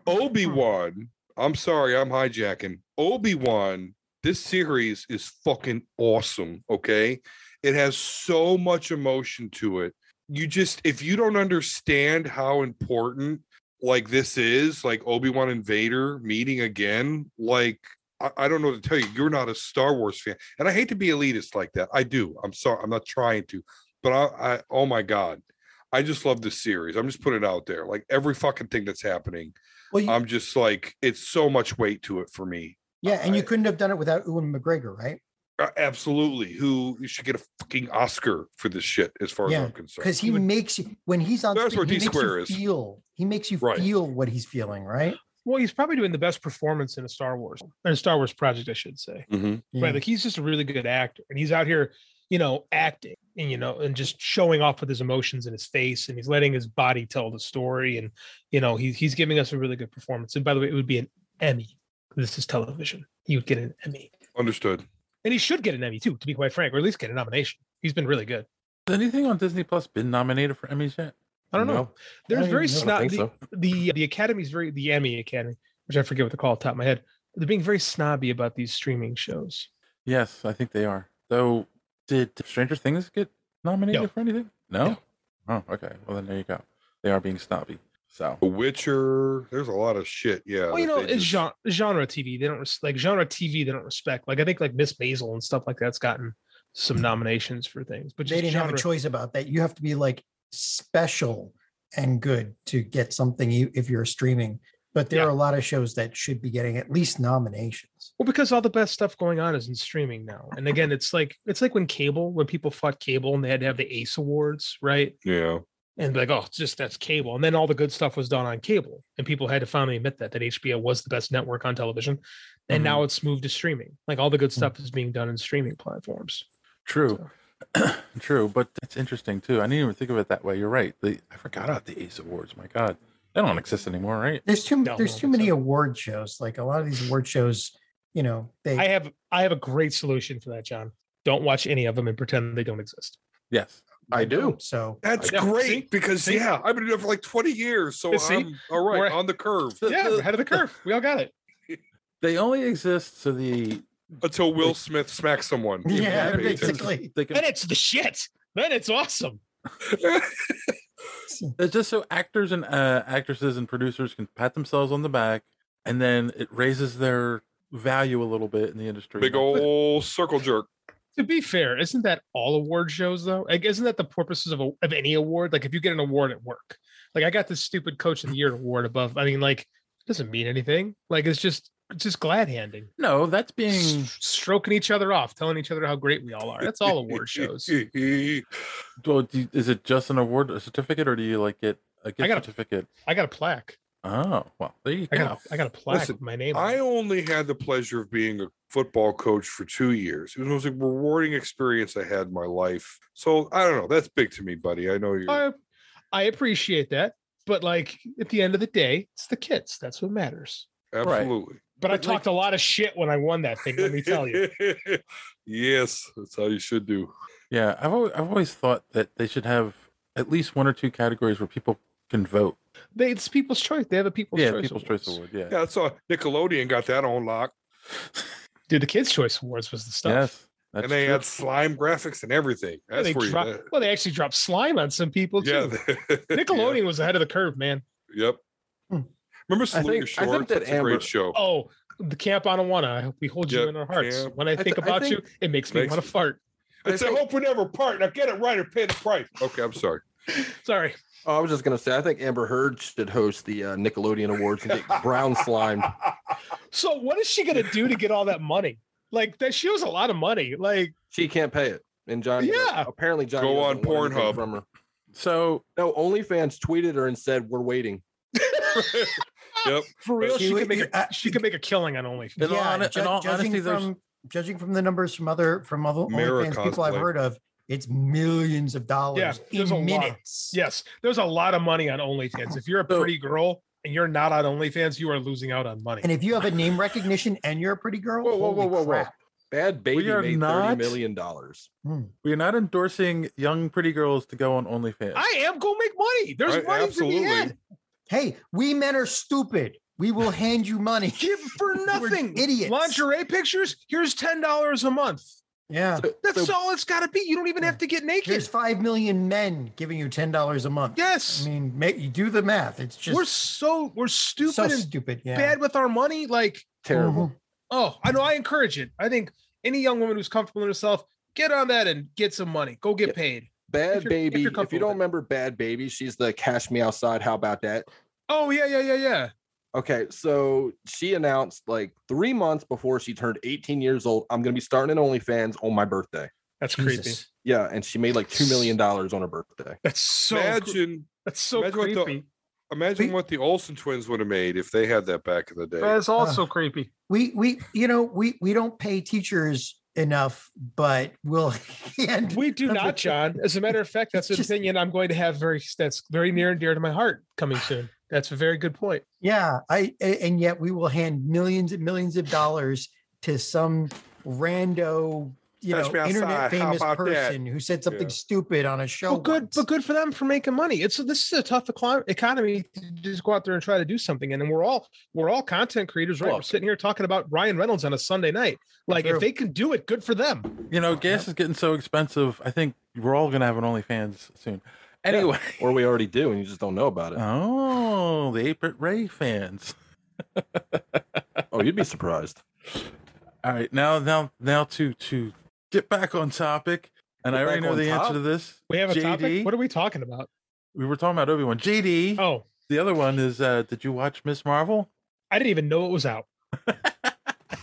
Speaker 9: Obi Wan, I'm sorry, I'm hijacking. Obi Wan, this series is fucking awesome. Okay. It has so much emotion to it. You just, if you don't understand how important like this is like Obi-Wan and Vader meeting again, like I, I don't know what to tell you, you're not a Star Wars fan. And I hate to be elitist like that. I do. I'm sorry. I'm not trying to, but I, I oh my God. I just love this series. I'm just putting it out there. Like every fucking thing that's happening.
Speaker 4: Well, you-
Speaker 9: I'm just like, it's so much weight to it for me.
Speaker 4: Yeah, and you couldn't have done it without Ewan McGregor, right?
Speaker 9: Uh, Absolutely. Who you should get a fucking Oscar for this shit, as far as
Speaker 4: yeah,
Speaker 9: I'm concerned.
Speaker 4: because he makes you when he's on.
Speaker 9: That's
Speaker 4: screen,
Speaker 9: what
Speaker 4: he
Speaker 9: D
Speaker 4: makes you
Speaker 9: square is.
Speaker 4: Feel he makes you
Speaker 9: Right.
Speaker 4: feel what he's feeling, right?
Speaker 8: Well, he's probably doing the best performance in a Star Wars or a Star Wars project, I should say. Right, like he's just a really good actor, and he's out here, you know, acting and you know, and just showing off with his emotions in his face, and he's letting his body tell the story, and you know, he's he's giving us a really good performance. And by the way, it would be an Emmy. This is television. He would get an Emmy,
Speaker 9: Understood.
Speaker 8: and he should get an Emmy too, to be quite frank, or at least get a nomination. He's been really good.
Speaker 7: Has anything on Disney Plus been nominated for Emmys yet?
Speaker 8: I don't know. There's very snobby.
Speaker 7: snobby.
Speaker 8: The, the the academy's very the Emmy Academy, which I forget what they're called, top of my head. They're being very snobby about these streaming shows.
Speaker 7: Yes, I think they are. Though, did Stranger Things get nominated for anything? No. Oh, okay. Well, then there you go. They are being snobby. So
Speaker 9: The Witcher. There's a lot of shit. Yeah.
Speaker 8: well, you
Speaker 9: that
Speaker 8: know,
Speaker 9: they
Speaker 8: it's
Speaker 9: just-
Speaker 8: genre, genre TV. They don't res- like genre TV. They don't respect. Like I think like Miss Maisel and stuff like that's gotten some nominations for things, but
Speaker 4: But they
Speaker 8: just
Speaker 4: didn't have
Speaker 8: genre-
Speaker 4: a choice about that. You have to be like special and good to get something you, if you're streaming. But there are a lot of shows that should be getting at least nominations.
Speaker 8: Well, because all the best stuff going on is in streaming now. And again, it's like it's like when cable, when people fought cable and they had to have the Ace Awards, right?
Speaker 9: Yeah.
Speaker 8: And be like, oh, it's just that's cable. And then all the good stuff was done on cable, and people had to finally admit that that HBO was the best network on television. And
Speaker 7: Mhm.
Speaker 8: now it's moved to streaming. Like all the good stuff is being done in streaming platforms.
Speaker 7: True. True, but that's interesting too. I didn't even think of it that way. You're right. The, I forgot about the Ace Awards. My God, they don't exist anymore, right?
Speaker 4: There's too
Speaker 8: No,
Speaker 4: there's
Speaker 8: no,
Speaker 4: too many award shows. Like a lot of these award shows, you know, they
Speaker 8: I have I have a great solution for that, John. Don't watch any of them and pretend they don't exist.
Speaker 7: Yes,
Speaker 6: I do.
Speaker 4: so
Speaker 9: That's
Speaker 8: Yeah,
Speaker 9: great
Speaker 8: see?
Speaker 9: because
Speaker 8: See?
Speaker 9: yeah, I've been doing it for like 20 years, so
Speaker 8: See?
Speaker 9: I'm all right,
Speaker 8: We're-
Speaker 9: on the curve
Speaker 8: Yeah, we're ahead of the curve. We all got it.
Speaker 7: They only exist so the
Speaker 9: until Will Smith smacks someone.
Speaker 4: yeah,
Speaker 9: Pay attention.
Speaker 4: basically.
Speaker 7: they
Speaker 8: Then
Speaker 7: can,
Speaker 8: it's the shit. Then it's awesome.
Speaker 7: it's just so actors and uh, actresses and producers can pat themselves on the back, and then it raises their value a little bit in the industry.
Speaker 9: Big old circle jerk.
Speaker 8: To be fair, isn't that all award shows though? Like, isn't that the purposes of a, of any award? Like, if you get an award at work, like I got this stupid Coach of the Year award above. I mean, like, it doesn't mean anything. Like, it's just it's just glad handing,
Speaker 7: No, that's being
Speaker 8: S- stroking each other off, telling each other how great we all are. That's all award shows.
Speaker 7: well. Do you- is it just an award, a certificate, or do you like get a gift
Speaker 8: got a-
Speaker 7: certificate?
Speaker 8: I got a plaque.
Speaker 7: Oh, well, there you
Speaker 8: I
Speaker 7: go.
Speaker 8: got a, I got a plaque
Speaker 9: Listen,
Speaker 8: with my name. on it.
Speaker 9: I only had the pleasure of being a football coach for two years. It was the most rewarding experience I had in my life. So I don't know. That's big to me, buddy. I know you're.
Speaker 8: I, I appreciate that, but like at the end of the day, it's the kids. That's what matters.
Speaker 9: Absolutely.
Speaker 8: But I
Speaker 7: But, like-
Speaker 8: talked a lot of shit when I won that thing. Let me tell you.
Speaker 9: yes, that's how you should do.
Speaker 7: Yeah, I've always, I've always thought that they should have at least one or two categories where people can vote.
Speaker 8: They, it's people's choice. They have a people's
Speaker 7: yeah,
Speaker 8: choice.
Speaker 7: People's
Speaker 8: Awards.
Speaker 7: Choice Award. Yeah.
Speaker 9: Yeah, that's all. Nickelodeon got that on lock,
Speaker 8: Dude, the kids' choice awards was the stuff.
Speaker 7: Yes. That's
Speaker 9: and they uh,
Speaker 7: true.
Speaker 9: had slime graphics and everything.
Speaker 8: Yeah,
Speaker 9: That's
Speaker 8: they
Speaker 9: where you.
Speaker 8: drop-
Speaker 9: that-
Speaker 8: well, they actually dropped slime on some people too.
Speaker 9: yeah. yeah,
Speaker 8: Nickelodeon was ahead of the curve, man.
Speaker 9: Yep.
Speaker 4: Hmm.
Speaker 9: Remember Salute
Speaker 6: think-
Speaker 9: Your
Speaker 6: I think
Speaker 9: Shorts?
Speaker 6: that
Speaker 9: That's
Speaker 6: Amber-
Speaker 9: a great show.
Speaker 8: Oh, the Camp Anawana. I hope we hold you
Speaker 9: Yeah,
Speaker 8: in our hearts.
Speaker 9: Camp.
Speaker 8: When I
Speaker 6: th-
Speaker 8: think
Speaker 6: I
Speaker 8: about
Speaker 6: think-
Speaker 8: you, it makes me
Speaker 9: Makes-
Speaker 8: want to fart.
Speaker 9: it's
Speaker 6: I
Speaker 9: a
Speaker 6: think-
Speaker 9: hope we never part. Now get it right or pay the price. Okay, I'm sorry.
Speaker 8: Sorry.
Speaker 6: Oh, I was just gonna say, I think Amber Heard should host the uh, Nickelodeon Awards and get brown slime.
Speaker 8: So what is she gonna do to get all that money? Like that she owes a lot of money. Like
Speaker 6: She can't pay it, and Johnny.
Speaker 8: Yeah.
Speaker 6: apparently Johnny.
Speaker 9: Go on
Speaker 6: doesn't want anything
Speaker 9: Pornhub.
Speaker 6: from her.
Speaker 7: So
Speaker 6: No, OnlyFans tweeted her and said, "We're waiting."
Speaker 9: Yep.
Speaker 8: for real,
Speaker 4: She
Speaker 8: she,
Speaker 4: would- e uh,
Speaker 8: could make
Speaker 4: you-
Speaker 8: a
Speaker 4: I-
Speaker 8: she could make a killing on OnlyFans.
Speaker 7: In all hone- in
Speaker 4: ju-
Speaker 7: all honesty, there's-
Speaker 4: from judging from the numbers from other from other
Speaker 9: Mirror
Speaker 4: OnlyFans people I've
Speaker 9: cosplay.
Speaker 4: heard of, it's millions of dollars
Speaker 8: there's a lot.
Speaker 4: in minutes.
Speaker 8: Yes, there's a lot of money on OnlyFans. If you're a
Speaker 7: So-
Speaker 8: pretty girl and you're not on OnlyFans, you are losing out on money.
Speaker 4: And if you have a name recognition and you're a pretty girl,
Speaker 6: Whoa, whoa, whoa,
Speaker 4: holy
Speaker 6: whoa, whoa.
Speaker 4: crap.
Speaker 6: Bad baby
Speaker 7: are
Speaker 6: made
Speaker 7: not-
Speaker 6: thirty million dollars.
Speaker 4: Hmm.
Speaker 7: we're not endorsing young pretty girls to go on OnlyFans.
Speaker 8: I am gonna make money. There's
Speaker 9: Right,
Speaker 8: money to
Speaker 9: absolutely.
Speaker 8: be had.
Speaker 4: Hey, we men are stupid. We will hand you money.
Speaker 8: Give for
Speaker 4: We're
Speaker 8: nothing.
Speaker 4: idiots.
Speaker 8: Lingerie pictures. Here's ten dollars a month. Yeah.
Speaker 4: That's all it's got to be. You don't even have to get naked.
Speaker 8: There's five million men giving you ten dollars a month.
Speaker 4: Yes.
Speaker 8: I mean, make you do the math. It's just
Speaker 4: we're so we're stupid
Speaker 8: so
Speaker 4: and
Speaker 8: stupid. Yeah.
Speaker 4: bad with our money. Like
Speaker 6: Terrible.
Speaker 4: Oh, I know. I encourage it. I think any young woman who's comfortable in herself, get on that and get some money. Go get paid.
Speaker 6: Bad
Speaker 4: If you're- if
Speaker 6: Baby.
Speaker 4: you're
Speaker 6: If, you
Speaker 4: comfortable
Speaker 6: don't
Speaker 4: with
Speaker 6: remember Bad Baby, she's the Cash Me Outside. How about that?
Speaker 4: Oh yeah, yeah, yeah, yeah.
Speaker 6: Okay, so she announced like three months before she turned 18 years old, I'm gonna be starting an OnlyFans on my birthday.
Speaker 4: That's creepy.
Speaker 6: Yeah, and she made like two million dollars on her birthday.
Speaker 4: That's so
Speaker 9: imagine
Speaker 4: that's so
Speaker 9: imagine What the,
Speaker 4: creepy.
Speaker 9: imagine what the Olsen twins would have made if they had that back in the day.
Speaker 4: That's also creepy.
Speaker 8: we we you know we we don't pay teachers enough, but we'll hand
Speaker 4: We do not, John. As a matter of fact, that's an opinion I'm going to have very that's very near and dear to my heart coming soon. That's a very good point.
Speaker 8: Yeah, I a- and yet we will hand millions and millions of dollars to some rando, you
Speaker 4: Catch
Speaker 8: know,
Speaker 4: me outside. How
Speaker 8: internet famous
Speaker 4: about that?
Speaker 8: person who said something
Speaker 4: Yeah.
Speaker 8: stupid on a show.
Speaker 4: Well, good, but good for them for making money. It's this is a tough eco- economy to just go out there and try to do something. And, and we're all we're all content creators, right? we're
Speaker 7: Look.
Speaker 4: sitting here talking about Ryan Reynolds on a Sunday night. Like
Speaker 7: True.
Speaker 4: if they can do it, good for them.
Speaker 7: You know, gas is getting so expensive. I think we're all gonna have an OnlyFans soon. Anyway,
Speaker 6: or we already do, and you just don't know about it.
Speaker 7: Uh. Oh, the April Ray fans.
Speaker 6: oh, you'd be surprised.
Speaker 7: All right, now, now, now to to get back on topic, and
Speaker 4: Get
Speaker 7: I already
Speaker 4: back
Speaker 7: know
Speaker 4: on
Speaker 7: the
Speaker 4: top?
Speaker 7: answer to this.
Speaker 4: We have a
Speaker 7: JD,
Speaker 4: topic. What are we talking about?
Speaker 7: we were talking about Obi Wan. JD.
Speaker 4: Oh,
Speaker 7: the other one is. uh Did you watch Miss Marvel?
Speaker 4: I didn't even know it was out.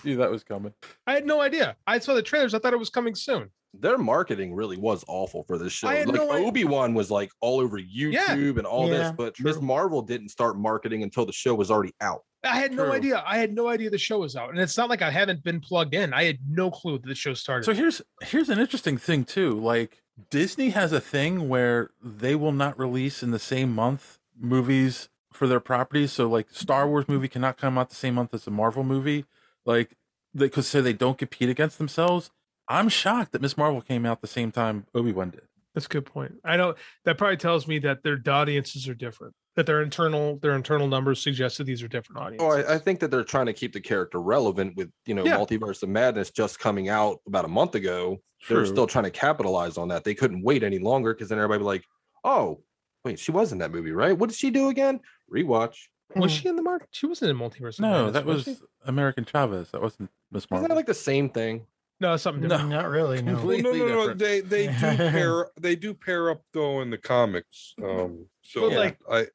Speaker 7: Knew that was coming.
Speaker 4: I had no idea. I saw the trailers. I thought it was coming soon.
Speaker 6: Their marketing really was awful for this show.
Speaker 4: I
Speaker 6: Like
Speaker 4: had no idea.
Speaker 6: Obi Wan was like all over YouTube and all this,
Speaker 4: Yeah,
Speaker 6: but Miss Marvel didn't start marketing until the show was already out.
Speaker 4: I had no
Speaker 6: True.
Speaker 4: idea. I had no idea the show was out, and it's not like I haven't been plugged in. I had no clue that the show started.
Speaker 7: So here's here's an interesting thing too. Like Disney has a thing where they will not release in the same month movies for their properties. So like Star Wars movie cannot come out the same month as a Marvel movie. Like they could say they don't compete against themselves. I'm shocked that Miss Marvel came out the same time Obi Wan did.
Speaker 4: That's a good point. I know that probably tells me that their audiences are different. That their internal their internal numbers suggest that these are different audiences.
Speaker 6: Oh, I, I think that they're trying to keep the character relevant with you know
Speaker 4: Yeah.
Speaker 6: Multiverse of Madness just coming out about a month ago. They're
Speaker 7: True.
Speaker 6: still trying to capitalize on that. They couldn't wait any longer because then everybody would be like, "Oh, wait, she was in that movie, right? What did she do again? Rewatch."
Speaker 4: Was
Speaker 7: Hmm.
Speaker 4: she in the market? She wasn't in Multiverse. of
Speaker 7: No,
Speaker 4: Madness,
Speaker 7: that was
Speaker 4: she?
Speaker 7: American Chavez. That wasn't Miss
Speaker 6: Isn't
Speaker 7: Marvel.
Speaker 6: that like the same thing?
Speaker 4: no something
Speaker 7: No.
Speaker 4: different.
Speaker 8: Not really. No.
Speaker 9: Well, no,
Speaker 7: completely
Speaker 9: no, no.
Speaker 7: different.
Speaker 9: They they do pair they do pair up though in the comics. Um, so
Speaker 4: But, like-
Speaker 9: I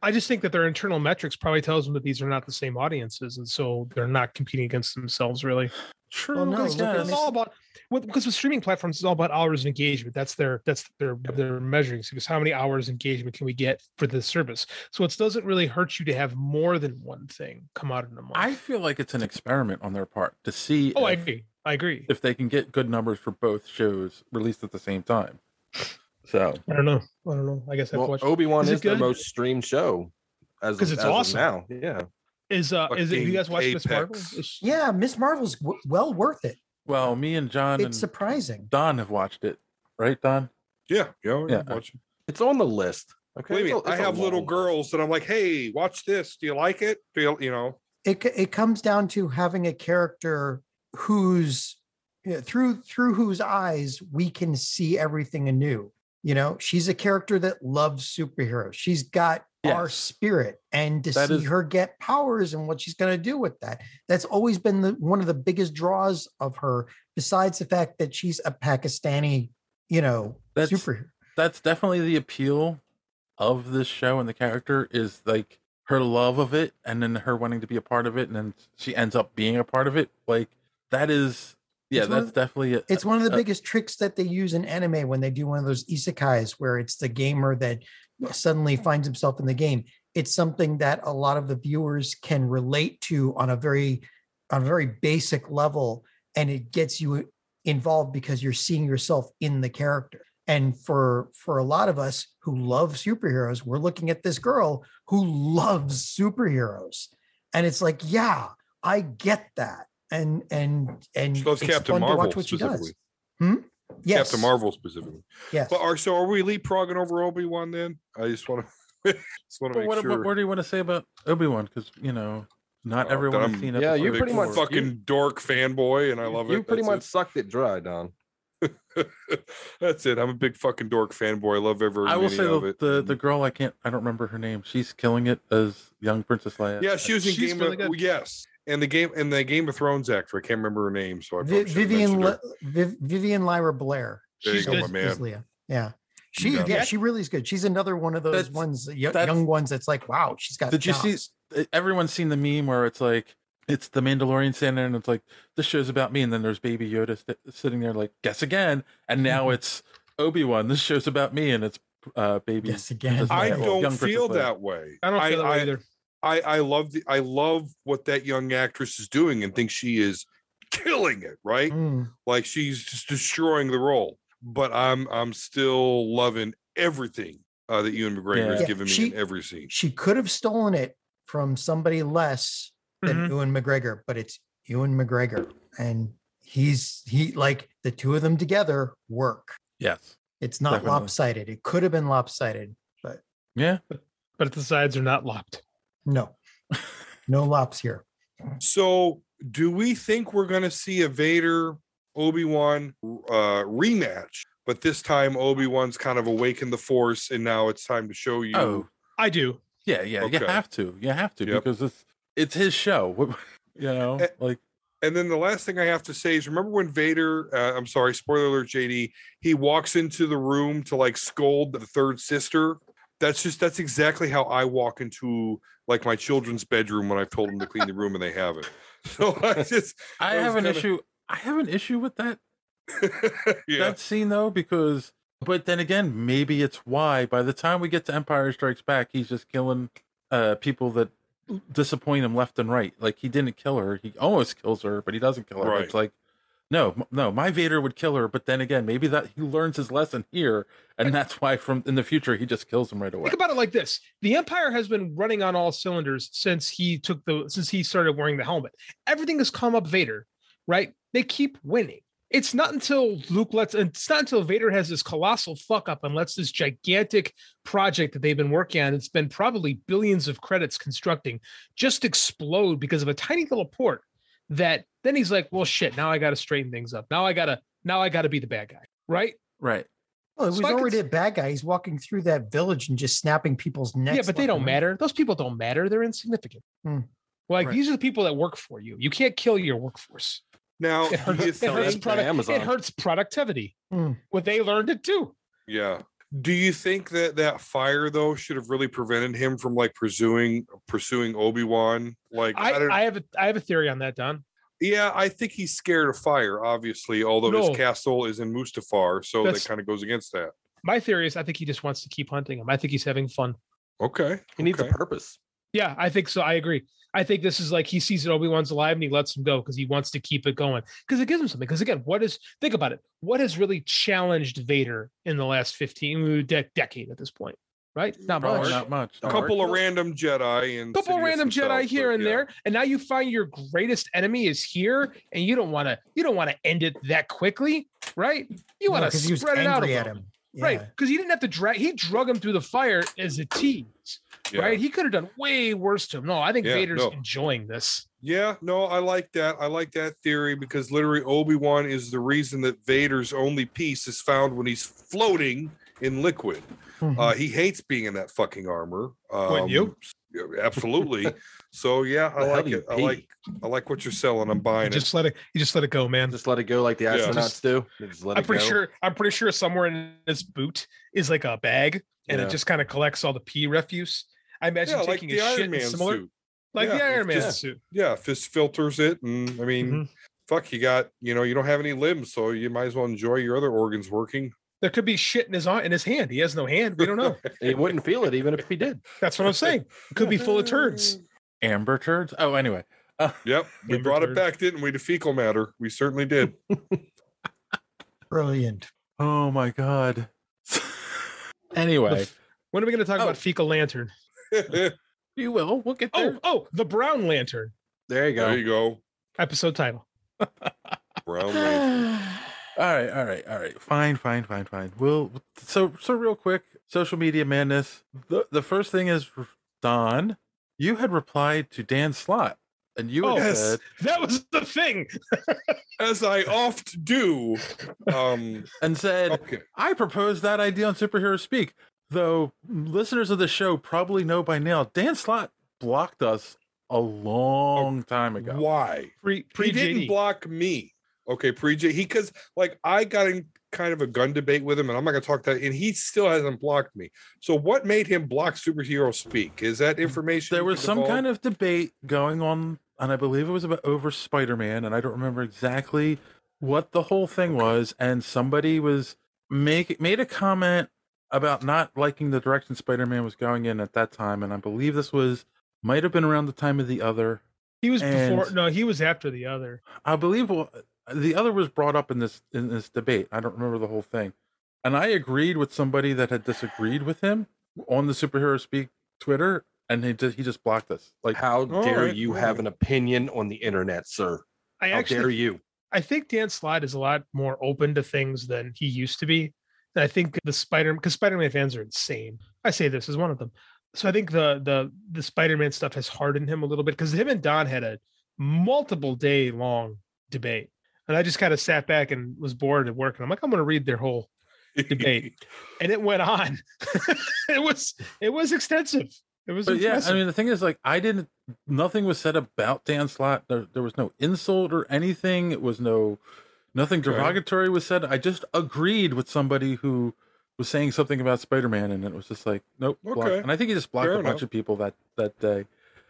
Speaker 4: I just think that their internal metrics probably tells them that these are not the same audiences, and so they're not competing against themselves really.
Speaker 7: True,
Speaker 8: Well, no,
Speaker 7: I
Speaker 8: look at
Speaker 7: guess.
Speaker 4: It's all about with, because with streaming platforms, it's all about hours of engagement. That's their that's their their measuring. So it's how many hours engagement can we get for this service? So it doesn't really hurt you to have more than one thing come out in a month.
Speaker 7: I feel like it's an experiment on their part to see
Speaker 4: oh, I
Speaker 7: if-
Speaker 4: agree. I agree.
Speaker 7: if they can get good numbers for both shows released at the same time. So
Speaker 4: I don't know. I don't know. I guess I've
Speaker 6: Well,
Speaker 4: watched
Speaker 6: Obi Wan
Speaker 4: Is it
Speaker 6: is their
Speaker 4: good?
Speaker 6: most streamed show as of-
Speaker 4: 'Cause it's
Speaker 6: as of
Speaker 4: awesome.
Speaker 6: now. Yeah,
Speaker 4: Is uh is it? Have you
Speaker 9: Fucking
Speaker 4: guys watched Miss Marvel?
Speaker 9: Apex.
Speaker 4: Is she-
Speaker 8: Yeah, Miss Marvel's w- well worth it.
Speaker 7: well, me and John
Speaker 8: It's
Speaker 7: and
Speaker 8: surprising.
Speaker 7: Don have watched it, right, Don?
Speaker 9: yeah yeah
Speaker 7: Yeah.
Speaker 9: yeah. Watch it.
Speaker 6: it's on the list. Okay,
Speaker 9: Believe me,
Speaker 6: It's a-
Speaker 9: I
Speaker 6: it's a
Speaker 9: have little
Speaker 6: long-
Speaker 9: girls that I'm like, hey, watch this. Do you like it? Do you you know?
Speaker 8: It c- it comes down to having a character whose you know, through through whose eyes we can see everything anew. You know, she's a character that loves superheroes. She's got our
Speaker 7: Yes.
Speaker 8: spirit, and to
Speaker 7: That
Speaker 8: see
Speaker 7: is-
Speaker 8: her get powers and what she's going to do with that—that's always been the, one of the biggest draws of her. Besides the fact that she's a Pakistani, you know,
Speaker 7: That's-
Speaker 8: superhero.
Speaker 7: That's definitely the appeal of this show and the character is like her love of it and then her wanting to be a part of it and then she ends up being a part of it. Like that is yeah,
Speaker 8: It's one
Speaker 7: that's
Speaker 8: of
Speaker 7: definitely a,
Speaker 8: It's one of the
Speaker 7: uh,
Speaker 8: biggest tricks that they use in anime when they do one of those isekais where it's the gamer that suddenly finds himself in the game. It's something that a lot of the viewers can relate to on a very on a very basic level and it gets you involved because you're seeing yourself in the character. And for for a lot of us who love superheroes, we're looking at this girl who loves superheroes. And it's like, yeah, I get that. And and and
Speaker 9: She loves
Speaker 8: it's
Speaker 9: Captain
Speaker 8: fun to
Speaker 9: Marvel
Speaker 8: watch what she
Speaker 9: specifically.
Speaker 8: does. Hmm? Yes.
Speaker 9: Captain Marvel specifically.
Speaker 8: Yes.
Speaker 9: But are so are we leapfrogging over Obi Wan then? I just want to just want
Speaker 7: but
Speaker 9: to make
Speaker 7: what,
Speaker 9: sure.
Speaker 7: what, what do you want to say about Obi Wan? Because you know, not
Speaker 9: Oh,
Speaker 7: everyone
Speaker 9: I'm-
Speaker 7: has seen it.
Speaker 6: Yeah, you
Speaker 9: Big
Speaker 6: pretty much-
Speaker 9: fucking dork fanboy, and I love it.
Speaker 6: You pretty
Speaker 9: That's
Speaker 6: much
Speaker 9: it.
Speaker 6: sucked it dry, Don.
Speaker 9: That's it. I'm a big fucking dork fanboy. I love every
Speaker 7: I will
Speaker 9: minute
Speaker 7: say
Speaker 9: of
Speaker 7: the,
Speaker 9: it.
Speaker 7: the the girl I can't I don't remember her name. She's killing it as young Princess Leia.
Speaker 9: yeah, she was in Game of yes, and the game and the Game of Thrones actor. I can't remember her name, so I
Speaker 4: Vi-
Speaker 9: probably should've
Speaker 4: Vivian
Speaker 9: mentioned her.
Speaker 4: Li- Viv- Vivian Lyra Blair.
Speaker 9: There you
Speaker 4: She's
Speaker 9: go,
Speaker 4: good
Speaker 9: my man.
Speaker 4: as Leia. Yeah. She
Speaker 9: Yeah.
Speaker 4: yeah. she really is good. She's another one of those ones y- young ones that's like, wow, she's got
Speaker 7: Did you
Speaker 4: chops.
Speaker 7: see? e, Everyone's seen the meme where it's like it's the Mandalorian standing there and it's like this show's about me, and then there's Baby Yoda st- sitting there like guess again, and now it's Obi Wan. This show's about me, and it's uh Baby. Guess
Speaker 4: again.
Speaker 9: I don't feel that way.
Speaker 8: I don't feel that way
Speaker 9: I,
Speaker 8: either.
Speaker 9: I, I love the I love what that young actress is doing and think she is killing it, right?
Speaker 8: Hmm.
Speaker 9: Like she's just destroying the role. But I'm I'm still loving everything uh, that Ewan McGregor
Speaker 4: Yeah.
Speaker 9: has
Speaker 4: Yeah,
Speaker 9: given me
Speaker 4: she-
Speaker 9: in every scene.
Speaker 4: She could have stolen it from somebody less than Ewan McGregor, but it's Ewan McGregor. And he's he like the two of them together work.
Speaker 7: Yes.
Speaker 4: It's not
Speaker 8: Definitely.
Speaker 4: lopsided. It could have been lopsided, but
Speaker 7: Yeah.
Speaker 8: But the sides are not lopped.
Speaker 4: no. no lops here.
Speaker 9: So do we think we're gonna see a Vader Obi-Wan uh rematch, but this time Obi-Wan's kind of awakened the force and now it's time to show you
Speaker 7: Oh.
Speaker 8: I do.
Speaker 7: Yeah, yeah, you
Speaker 9: Okay.
Speaker 7: have to, you have to
Speaker 9: Yep.
Speaker 7: because it's it's his show. What- you know, like
Speaker 9: And then the last thing I have to say is remember when Vader, uh, I'm sorry, spoiler alert, JD, he walks into the room to like scold the third sister. That's just, that's exactly how I walk into like my children's bedroom when I've told them to clean the room and they haven't. So I just,
Speaker 7: I
Speaker 9: was
Speaker 7: have an
Speaker 9: gonna-
Speaker 7: issue. I have an issue with that
Speaker 9: Yeah.
Speaker 7: that scene though because but then again maybe it's why by the time we get to empire strikes back he's just killing uh people that disappoint him left and right like he didn't kill her he almost kills her but he doesn't kill her
Speaker 9: Right.
Speaker 7: it's like no m- no my vader would kill her but then again maybe that he learns his lesson here and that's why from in the future he just kills him right away
Speaker 8: Think about it like this: the Empire has been running on all cylinders since he took the since he started wearing the helmet. Everything has come up Vader, right? They keep winning. It's not until Luke lets it's not until Vader has this colossal fuck up and lets this gigantic project that they've been working on, it's been probably billions of credits constructing, just explode because of a tiny little port that then he's like, well shit, now I gotta straighten things up. Now I gotta now I gotta be the bad guy, right?
Speaker 7: right
Speaker 4: Well, it
Speaker 8: So
Speaker 4: was
Speaker 8: I could
Speaker 4: already a bad guy. He's walking through that village and just snapping people's necks.
Speaker 8: yeah, but they
Speaker 4: left
Speaker 8: don't
Speaker 4: and right.
Speaker 8: matter. Those people don't matter. They're insignificant.
Speaker 4: Hmm.
Speaker 8: Like
Speaker 4: Right.
Speaker 8: these are the people that work for you. You can't kill your workforce.
Speaker 9: Now
Speaker 8: it hurts,
Speaker 9: do you
Speaker 8: it hurts
Speaker 9: think-
Speaker 8: product- it hurts productivity. What they learned it too.
Speaker 9: Yeah. Do you think that that fire though should have really prevented him from like pursuing, pursuing Obi-Wan? Like,
Speaker 8: I,
Speaker 9: don't
Speaker 8: I, have a I have a theory on that, Don.
Speaker 9: Yeah, I think he's scared of fire, obviously, although
Speaker 8: No.
Speaker 9: his castle is in Mustafar, so
Speaker 8: That's-
Speaker 9: that kind of goes against that.
Speaker 8: My theory is I think he just wants to keep hunting him. I think he's having fun.
Speaker 9: Okay.
Speaker 8: He needs a
Speaker 6: purpose.
Speaker 8: Yeah, I think so. I agree. I think this is like he sees that Obi Wan's alive and he lets him go because he wants to keep it going because it gives him something. Because again, what is think about it? What has really challenged Vader in the last fifteen de- decade at this point? Right? Not
Speaker 7: Probably
Speaker 8: much.
Speaker 7: not much.
Speaker 9: A couple of random Jedi and
Speaker 8: couple
Speaker 9: Sidious
Speaker 8: random Jedi
Speaker 9: themselves,
Speaker 8: here
Speaker 9: but
Speaker 8: and
Speaker 9: yeah.
Speaker 8: there, and now you find your greatest enemy is here, and you don't want to you don't want to end it that quickly, right? You
Speaker 4: No,
Speaker 8: want to
Speaker 4: 'cause he was
Speaker 8: spread it out a
Speaker 4: angry at
Speaker 8: little
Speaker 4: him.
Speaker 8: bit, right?
Speaker 4: Yeah.
Speaker 8: Because he didn't have to drag he drug him through the fire as a tease,
Speaker 9: Yeah.
Speaker 8: right? He could have done way worse to him. No, I think
Speaker 9: Yeah,
Speaker 8: Vader's
Speaker 9: no.
Speaker 8: enjoying this.
Speaker 9: Yeah, no, I like that. I like that theory because literally Obi-Wan is the reason that Vader's only peace is found when he's floating in liquid. Uh, he hates being in that fucking armor. Um,
Speaker 8: Wouldn't Mm-hmm. you?
Speaker 9: yeah, Absolutely. so yeah, I
Speaker 6: Well, how
Speaker 9: like
Speaker 6: do you
Speaker 9: it. I
Speaker 6: pee?
Speaker 9: like I like what you're selling. I'm buying it.
Speaker 8: Just let it you just let it go, man.
Speaker 6: Just let it go like the
Speaker 9: Yeah.
Speaker 6: astronauts
Speaker 9: Just-
Speaker 6: do. They just let
Speaker 8: I'm
Speaker 6: it
Speaker 8: pretty
Speaker 6: go.
Speaker 8: sure I'm pretty sure somewhere in his boot is like a bag, and
Speaker 6: Yeah.
Speaker 8: it just kind of collects all the pee refuse. I imagine
Speaker 9: Yeah, like
Speaker 8: taking
Speaker 9: the
Speaker 8: a
Speaker 9: Iron
Speaker 8: shit in a
Speaker 9: Man
Speaker 8: similar,
Speaker 9: suit.
Speaker 8: like the
Speaker 9: Yeah,
Speaker 8: Iron
Speaker 9: it's
Speaker 8: Man
Speaker 9: just-
Speaker 8: suit. Mm-hmm.
Speaker 9: yeah just filters it and i mean fuck you got you know you don't have any limbs so you might as well enjoy your other organs working
Speaker 8: There could be shit in his ar- in his hand. He has no hand. We don't know.
Speaker 6: He wouldn't feel it even if he did.
Speaker 8: That's what I'm saying. It could be full of turds.
Speaker 7: amber turds oh anyway
Speaker 9: yep we
Speaker 8: Amber
Speaker 9: brought it
Speaker 8: Turd.
Speaker 9: back didn't we to fecal matter we certainly did
Speaker 4: Brilliant.
Speaker 7: oh my god anyway
Speaker 8: When are we going to talk about fecal lantern?
Speaker 7: you will we'll get
Speaker 8: Oh, oh, the brown lantern
Speaker 6: There you go.
Speaker 9: there you go
Speaker 8: episode title.
Speaker 9: brown lantern.
Speaker 7: All right, all right, all right. Fine, fine, fine, fine. We'll so so real quick. Social media madness. The the first thing is Don. You had replied to Dan Slot and you
Speaker 8: Oh,
Speaker 7: said
Speaker 8: that was the thing.
Speaker 9: As I oft do. Um,
Speaker 7: and said,
Speaker 8: Oh.
Speaker 7: I proposed that idea on Superhero Speak. Though listeners of the show probably know by now, Dan Slott blocked us a long time ago.
Speaker 9: Why?
Speaker 8: Pre, E.
Speaker 9: he didn't
Speaker 7: JD.
Speaker 9: block me. Okay, pre J. He because like I got in kind of a gun debate with him, and I'm not gonna talk that. And he still hasn't blocked me. So what made him block superhero speak? Is that information?
Speaker 7: There was some kind of debate going on, and I believe it was about over Spider Man, and I don't remember exactly what the whole thing was. And somebody was make made a comment about not liking the direction Spider Man was going in at that time, and I believe this was might have been around the time of the other.
Speaker 8: He was
Speaker 7: And-
Speaker 8: before. No, he was after the other.
Speaker 7: I believe wha- the other was brought up in this in this debate. I don't remember the whole thing, and I agreed with somebody that had disagreed with him on the superhero speak Twitter, and he just he just blocked us. Like,
Speaker 6: how dare
Speaker 7: right,
Speaker 6: you
Speaker 7: all
Speaker 6: have
Speaker 7: right.
Speaker 6: an opinion on the internet, sir?
Speaker 8: I
Speaker 6: how
Speaker 8: actually-
Speaker 6: dare you?
Speaker 8: I think Dan Slott is a lot more open to things than he used to be. And I think the Spider because Spider-Man fans are insane. I say this as one of them. So I think the the the Spider-Man stuff has hardened him a little bit because him and Don had a multiple day long debate. And I just kind of sat back and was bored at work. And I'm like, "Oh, I'm gonna read their whole debate. and it went on. it was it was extensive. It was
Speaker 7: But yeah, I
Speaker 8: impressive.
Speaker 7: mean, the thing is, like, I didn't. Nothing was said about Dan Slott. There, there was no insult or anything. It was no, nothing
Speaker 9: Okay.
Speaker 7: derogatory was said. I just agreed with somebody who was saying something about Spider Man, and it was just like, nope. block.
Speaker 8: Okay.
Speaker 7: And I think he just blocked
Speaker 8: Fair
Speaker 7: a bunch
Speaker 8: enough.
Speaker 7: of people that that day.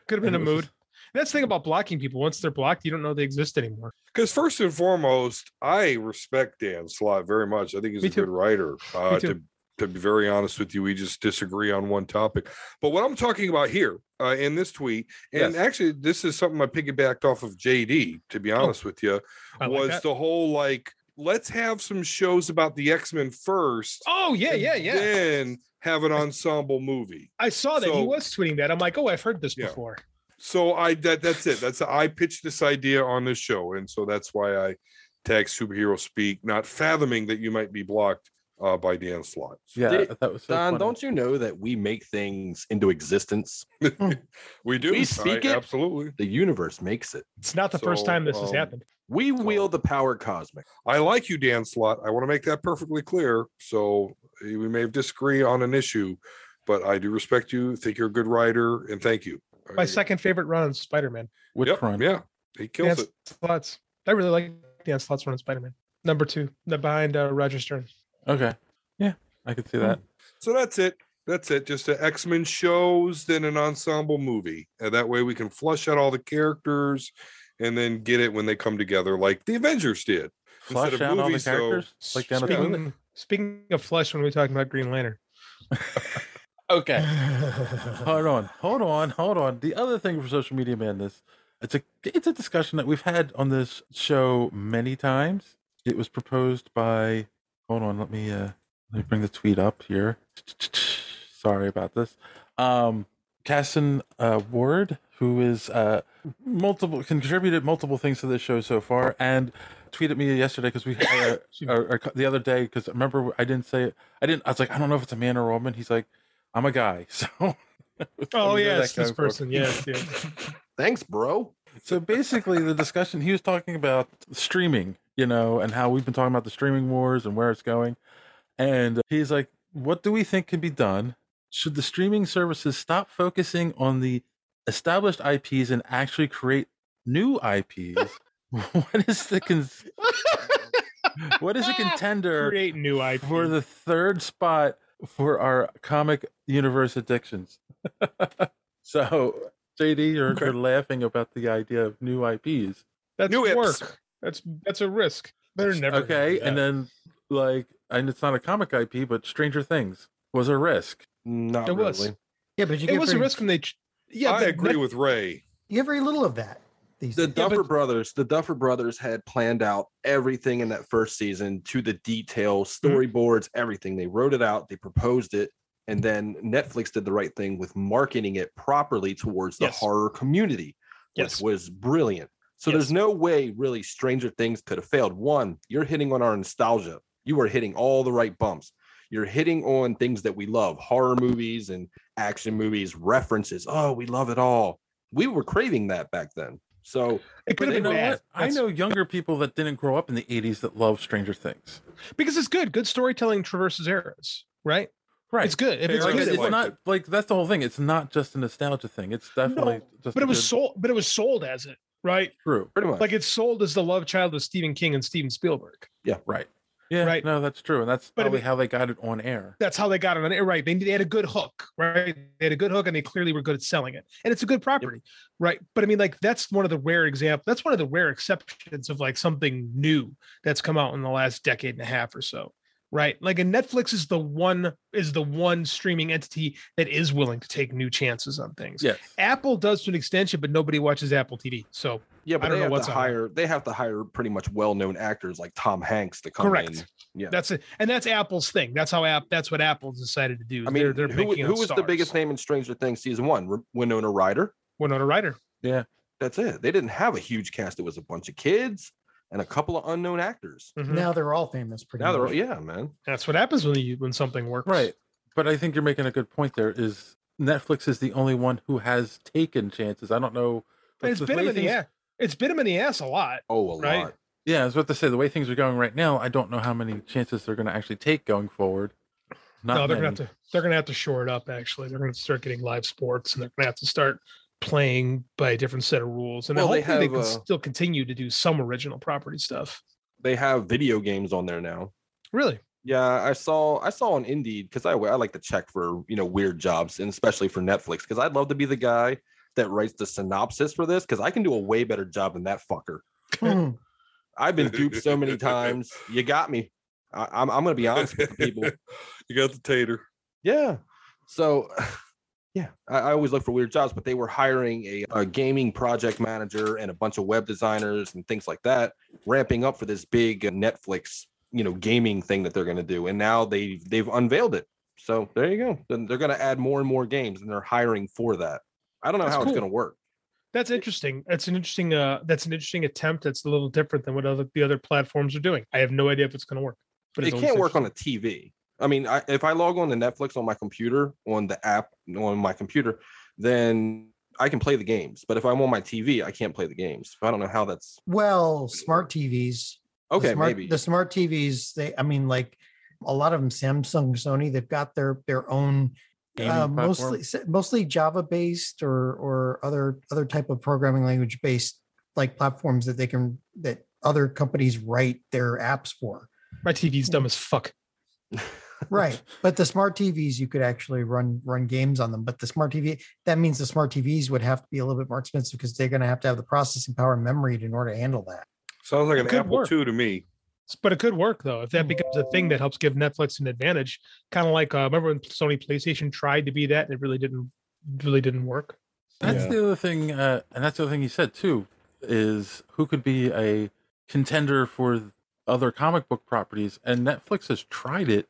Speaker 8: could have
Speaker 7: and
Speaker 8: been a
Speaker 7: it was
Speaker 8: mood. And that's the thing about blocking people. Once they're blocked, you don't know they exist anymore.
Speaker 9: Because first and foremost, I respect Dan Slott very much. I think he's a good writer. Uh,
Speaker 8: too.
Speaker 9: to to be very honest with you, we just disagree on one topic. But what I'm talking about here uh, in this tweet,
Speaker 7: Yes.
Speaker 9: and actually, this is something I piggybacked off of JD. To
Speaker 8: Oh.
Speaker 9: be honest with you,
Speaker 8: I like
Speaker 9: was
Speaker 8: that.
Speaker 9: the whole like let's have some shows about the X Men first.
Speaker 8: Oh yeah,
Speaker 9: and
Speaker 8: yeah, yeah.
Speaker 9: Then have an ensemble movie.
Speaker 8: I saw that he
Speaker 9: So-
Speaker 8: was tweeting that. I'm like, oh, I've heard this before.
Speaker 9: so I that that's it. That's I pitched this idea on this show, and so that's why I tagged superhero speak, not fathoming that you might be blocked uh, by Dan Slott.
Speaker 6: Did- Don, don't you know that we make things into existence?
Speaker 9: we do.
Speaker 6: We speak
Speaker 9: I-
Speaker 6: it.
Speaker 9: Absolutely.
Speaker 6: The universe makes it.
Speaker 8: It's not the first time this has happened.
Speaker 6: We wield the power cosmic.
Speaker 9: I like you, Dan Slott. I want to make that perfectly clear. So eh, we may have disagree on an issue, but I do respect you. Think you're a good writer, and thank you.
Speaker 8: My second favorite run on Spider-Man.
Speaker 7: Which
Speaker 9: Yep,
Speaker 7: run?
Speaker 9: Yeah, he kills
Speaker 8: Dan
Speaker 9: it.
Speaker 8: Slott's. I really like Dan Slott's run on Spider-Man. Number two, the behind uh, Roger Stern.
Speaker 7: Okay. Yeah, I could see that.
Speaker 9: So that's it. That's it. Just the X Men shows, then an ensemble movie. And that way we can flush out all the characters and then get it when they come together, like the Avengers did.
Speaker 7: Flush
Speaker 9: Instead
Speaker 7: out
Speaker 9: of
Speaker 7: all the
Speaker 9: movies, so-
Speaker 7: characters like Dan
Speaker 8: Speaking,
Speaker 7: Slott?
Speaker 8: speaking of flush, when we were talking about Green Lantern,
Speaker 7: Okay. hold on, hold on, hold on. The other thing for social media madness, it's a it's a discussion that we've had on this show many times. It was proposed by hold on, let me uh let me bring the tweet up here. Sorry about this. Um Casson uh, Ward, who is uh multiple contributed multiple things to this show so far, and tweeted me yesterday because we uh, or, or the other day because remember I didn't say I didn't I was like I don't know if it's a man or a woman. He's like I'm a guy, so
Speaker 8: Oh
Speaker 7: Where did
Speaker 8: yes, this
Speaker 7: that come from?
Speaker 8: person. Yes, yes.
Speaker 6: Thanks, bro.
Speaker 7: So basically, the discussion he was talking about streaming, you know, and how we've been talking about the streaming wars and where it's going. And he's like, "What do we think can be done? Should the streaming services stop focusing on the established IPs and actually create new IPs? what is the con- what is a contender
Speaker 8: create new IP
Speaker 7: for the third spot for our comic universe addictions? so, JD, you're, you're laughing about the idea of new IPs.
Speaker 8: That's
Speaker 7: New
Speaker 8: work. That's that's uh, a risk. They're never gonna
Speaker 7: okay,
Speaker 8: do
Speaker 7: and
Speaker 8: that.
Speaker 7: then like, and it's not a comic IP, but Stranger Things was a risk.
Speaker 6: Not
Speaker 8: It was. really.
Speaker 4: Yeah, but you
Speaker 8: it
Speaker 4: get
Speaker 8: was a
Speaker 4: very-
Speaker 8: risk when they. ch- Yeah,
Speaker 9: I
Speaker 8: but
Speaker 9: agree
Speaker 8: that-
Speaker 9: with Ray.
Speaker 4: You have very little of that.
Speaker 6: The Duffer Brothers, the Duffer Brothers had planned out everything in that first season to the detail,
Speaker 8: Mm-hmm.
Speaker 6: storyboards, everything. They wrote it out, they proposed it, and then Netflix did the right thing with marketing it properly towards the
Speaker 8: Yes.
Speaker 6: horror community,
Speaker 8: Yes.
Speaker 6: which was brilliant. So there's no way really Stranger Things could have failed. One, you're hitting on our nostalgia. You are hitting all the right bumps. You're hitting on things that we love, horror movies and action movies, references. Oh, we love it all. We were craving that back then. So
Speaker 7: it
Speaker 8: But you know what? I know younger people that didn't grow up in the 80s that love Stranger Things.
Speaker 7: because it's good. Good storytelling traverses eras, right?
Speaker 8: Right.
Speaker 7: It's good. If it's
Speaker 8: Like,
Speaker 7: good,
Speaker 8: it's
Speaker 7: it works.
Speaker 8: not like that's the whole thing. It's not just a nostalgia thing. It's definitely just
Speaker 7: but
Speaker 8: a
Speaker 7: it was
Speaker 8: good-
Speaker 7: sold. But it was sold as it, right?
Speaker 8: true. Pretty
Speaker 7: Like it's sold as the love child of Stephen King and Steven Spielberg.
Speaker 6: yeah,
Speaker 8: right. Yeah, right. No, that's true, and that's
Speaker 7: But if
Speaker 8: probably
Speaker 7: it-
Speaker 8: how they got it on air.
Speaker 7: That's how they got it on it, right? They, they had a good hook, right? They had a good hook, and they clearly were good at selling it, and it's a good property, right? But I mean, like that's one of the rare example. That's one of the rare exceptions of like something new that's come out in the last decade and a half or so, right? Like, and Netflix is the one is the one streaming entity that is willing to take new chances on things.
Speaker 8: Yes.
Speaker 7: Apple does to an extension, but nobody watches Apple TV, so
Speaker 6: Yeah, but
Speaker 7: I don't
Speaker 6: they
Speaker 7: know
Speaker 6: have
Speaker 7: what's
Speaker 6: to
Speaker 7: on there.
Speaker 6: hire. They have to hire pretty much well-known actors like Tom Hanks to come
Speaker 7: Correct.
Speaker 6: in. Yeah,
Speaker 7: That's it, and that's Apple's thing. That's how app. That's what Apple decided to do.
Speaker 6: I mean,
Speaker 7: they're, they're
Speaker 6: who,
Speaker 7: picking
Speaker 6: who
Speaker 7: on
Speaker 6: was the
Speaker 7: stars.
Speaker 6: biggest name in Stranger Things season one? R- Winona Ryder.
Speaker 7: Winona Ryder.
Speaker 8: Yeah,
Speaker 6: that's it. They didn't have a huge cast. It was a bunch of kids and a couple of unknown actors.
Speaker 4: mm-hmm.
Speaker 1: Now they're all famous. Pretty
Speaker 6: Now they're
Speaker 1: much.
Speaker 6: all- yeah, man.
Speaker 7: That's what happens when you when something works.
Speaker 8: Right. But I think you're making a good point there is Netflix is the only one who has taken chances. I don't know.
Speaker 7: And it's
Speaker 8: with
Speaker 7: bit him
Speaker 8: way
Speaker 7: in the
Speaker 8: things-
Speaker 7: ass. It's bit him in the ass a lot.
Speaker 6: Oh, a
Speaker 7: right?
Speaker 6: lot.
Speaker 8: Yeah, I was about to say the way things are going right now, I don't know how many chances they're going to actually take going forward. Not
Speaker 7: no,
Speaker 8: many.
Speaker 7: they're gonna have to they're gonna have to shore it up. Actually, they're gonna start getting live sports, and they're gonna have to start playing by a different set of rules. And
Speaker 6: Well,
Speaker 7: hopefully
Speaker 6: they
Speaker 7: they,
Speaker 6: have,
Speaker 7: can
Speaker 6: uh,
Speaker 7: still continue to do some original property stuff.
Speaker 6: They have video games on there now.
Speaker 7: Really?
Speaker 6: Yeah, I saw I saw on Indeed because I I like to check for you know weird jobs and especially for Netflix because I'd love to be the guy that writes the synopsis for this because I can do a way better job than that fucker. I've been duped so many times. You got me. I, I'm I'm gonna be honest with the people.
Speaker 9: You got the tater.
Speaker 6: Yeah. So, yeah, I, I always look for weird jobs, but they were hiring a, a gaming project manager and a bunch of web designers and things like that, ramping up for this big Netflix, you know, gaming thing that they're going to do. And now they they've unveiled it. So there you go. Then they're going to add more and more games, and they're hiring for that. I don't know
Speaker 7: That's
Speaker 6: how it's
Speaker 7: cool.
Speaker 6: going to work.
Speaker 7: That's interesting. That's an interesting. Uh, that's an interesting attempt. That's a little different than what other the other platforms are doing. I have no idea if it's gonna work.
Speaker 6: But
Speaker 7: it's
Speaker 6: it
Speaker 7: always
Speaker 6: can't work on a TV. I mean, I, if I log on to Netflix on my computer, on the app on my computer, then I can play the games. But if I'm on my TV, I can't play the games. I don't know how that's
Speaker 1: Well, smart TVs. The
Speaker 6: Okay,
Speaker 1: smart-
Speaker 6: maybe.
Speaker 1: the smart TVs. They, I mean, like a lot of them, Samsung, Sony, they've got their their own.
Speaker 8: Gaming
Speaker 1: Uh,
Speaker 8: platform?
Speaker 1: mostly s- mostly java based or or other other type of programming language based like platforms that they can that other companies write their apps for
Speaker 7: My TV's dumb as fuck.
Speaker 1: right but the smart tvs you could actually run run games on them but the smart tv that means the smart tvs would have to be a little bit more expensive because they're going to have to have the processing power and memory in order to handle that
Speaker 9: Sounds like
Speaker 7: It
Speaker 9: an
Speaker 7: could
Speaker 9: Apple
Speaker 7: work.
Speaker 9: II to me.
Speaker 7: But it could work though if that becomes a thing that helps give Netflix an advantage. Kind of like uh, remember when Sony PlayStation tried to be that and it really didn't really didn't work.
Speaker 8: That's
Speaker 7: Yeah.
Speaker 8: the other thing, uh, and that's the other thing he said too, is who could be a contender for other comic book properties, and Netflix has tried it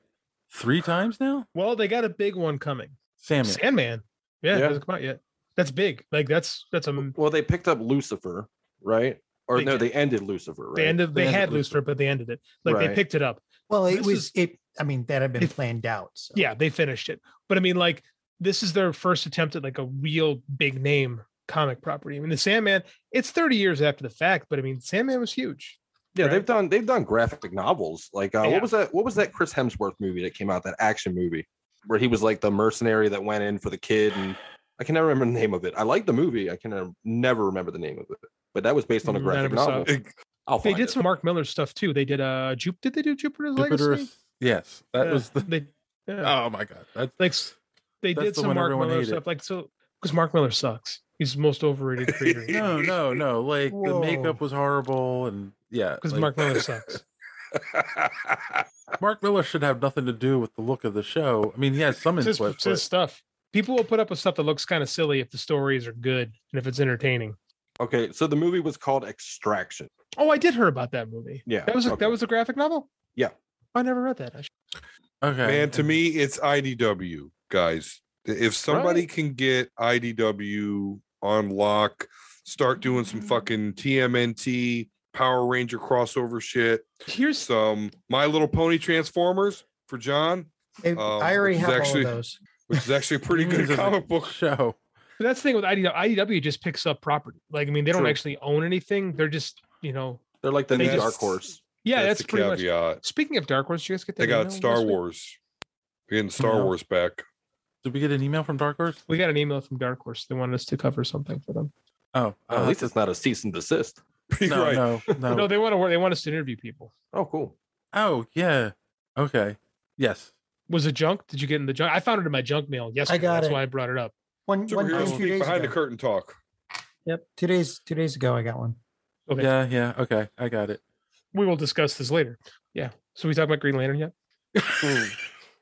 Speaker 8: three times now.
Speaker 7: Well, they got a big one coming.
Speaker 8: Sandman.
Speaker 7: Sandman. Yeah, it
Speaker 6: Yeah.
Speaker 7: hasn't come out yet. That's big. Like that's that's a
Speaker 6: Well, they picked up Lucifer, right? Or
Speaker 7: They
Speaker 6: no,
Speaker 7: did.
Speaker 6: they ended Lucifer. Right?
Speaker 7: they ended they, had
Speaker 6: Lucifer.
Speaker 7: Lucifer, but they ended it. Like they
Speaker 6: Right.
Speaker 7: picked it up.
Speaker 1: well it
Speaker 7: This
Speaker 1: was
Speaker 7: is-
Speaker 1: it i mean that had been planned out so.
Speaker 7: Yeah, they finished it. But I mean, like this is their first attempt at like a real big name comic property. I mean, the Sandman. It's thirty years after the fact, but I mean, Sandman was huge.
Speaker 6: Yeah, they've done they've done graphic novels. Like uh,
Speaker 7: Yeah.
Speaker 6: what was that? What was that Chris Hemsworth movie that came out? That action movie where he was like the mercenary that went in for the kid, and I can never remember the name of it. I like the movie. I can never- never remember the name of it. But that was based on a
Speaker 7: Mm, I
Speaker 6: graphic
Speaker 7: never saw
Speaker 6: novel.
Speaker 7: it.
Speaker 6: I'll
Speaker 7: they
Speaker 6: find
Speaker 7: did
Speaker 6: it.
Speaker 7: some Mark Miller stuff too. They did uh Jup did they do Jupiter's
Speaker 8: Jupiter
Speaker 7: Legacy?
Speaker 8: is- Yes, that
Speaker 7: Yeah,
Speaker 8: was the.
Speaker 7: they, yeah.
Speaker 8: Oh my god, that's
Speaker 7: like they
Speaker 8: that's
Speaker 7: did
Speaker 8: the
Speaker 7: some
Speaker 8: one
Speaker 7: Mark
Speaker 8: everyone
Speaker 7: Miller
Speaker 8: hated.
Speaker 7: stuff. Like so because Mark Miller sucks. He's the most overrated creator.
Speaker 8: no, no, no. Like the
Speaker 7: Whoa.
Speaker 8: makeup was horrible, and yeah,
Speaker 7: Because
Speaker 8: like,
Speaker 7: Mark Miller sucks.
Speaker 8: Mark Miller should have nothing to do with the look of the show. I mean, he has some
Speaker 7: It's his,
Speaker 8: input.
Speaker 7: it's his
Speaker 8: but-
Speaker 7: stuff. People will put up with stuff that looks kind of silly if the stories are good and if it's entertaining.
Speaker 6: Okay, so the movie was called Extraction.
Speaker 7: Oh, I did hear about that movie.
Speaker 6: Yeah,
Speaker 7: That was a,
Speaker 6: okay.
Speaker 7: that was a graphic novel.
Speaker 6: Yeah.
Speaker 7: I never read that. I should-
Speaker 8: Okay.
Speaker 9: Man, to me, it's IDW, guys. If somebody can get IDW on lock, start doing some fucking TMNT Power Ranger crossover shit.
Speaker 7: Here's
Speaker 9: some My Little Pony Transformers for John.
Speaker 1: They-
Speaker 9: um,
Speaker 1: i already
Speaker 9: which is
Speaker 1: have all
Speaker 9: actually-
Speaker 1: of those
Speaker 9: Which is actually a pretty good
Speaker 8: Demons of the
Speaker 9: comic book.
Speaker 8: show. But that's the thing with IDW. IDW just picks up property. Like I mean, they don't
Speaker 6: True.
Speaker 8: actually own anything. They're just you know.
Speaker 6: They're like the
Speaker 8: they
Speaker 6: new
Speaker 8: just-
Speaker 6: Dark Horse.
Speaker 8: Yeah,
Speaker 9: That's
Speaker 8: that's,
Speaker 9: the
Speaker 8: pretty
Speaker 9: caveat.
Speaker 8: much. Speaking of Dark Horse, you guys get that
Speaker 9: They
Speaker 8: email
Speaker 9: got Star
Speaker 8: this week?
Speaker 9: Wars. We're getting Star
Speaker 8: No.
Speaker 9: Wars back.
Speaker 7: Did we get an email from Dark Horse?
Speaker 8: We got an email from Dark Horse. They wanted us to cover something for them.
Speaker 7: Oh, uh,
Speaker 6: Oh, at least it's not a cease and desist.
Speaker 7: no,
Speaker 9: Uh, Right.
Speaker 7: no, no,
Speaker 8: No, they want to. They want us to interview people.
Speaker 6: Oh, cool.
Speaker 7: Oh, yeah. Okay. Yes.
Speaker 8: Was it junk? Did you get in the junk? I found it in my junk mail yesterday.
Speaker 4: got
Speaker 8: That's
Speaker 4: it.
Speaker 8: why I brought it up.
Speaker 4: One, one
Speaker 9: Superheroes
Speaker 4: a few
Speaker 9: speak
Speaker 4: days
Speaker 9: behind the
Speaker 4: ago.
Speaker 9: curtain talk.
Speaker 4: Yep, two days, two days ago, I got one.
Speaker 8: Okay.
Speaker 7: Yeah, yeah. Okay. I got it.
Speaker 8: We will discuss this later. Yeah. So we talk about Green Lantern yet?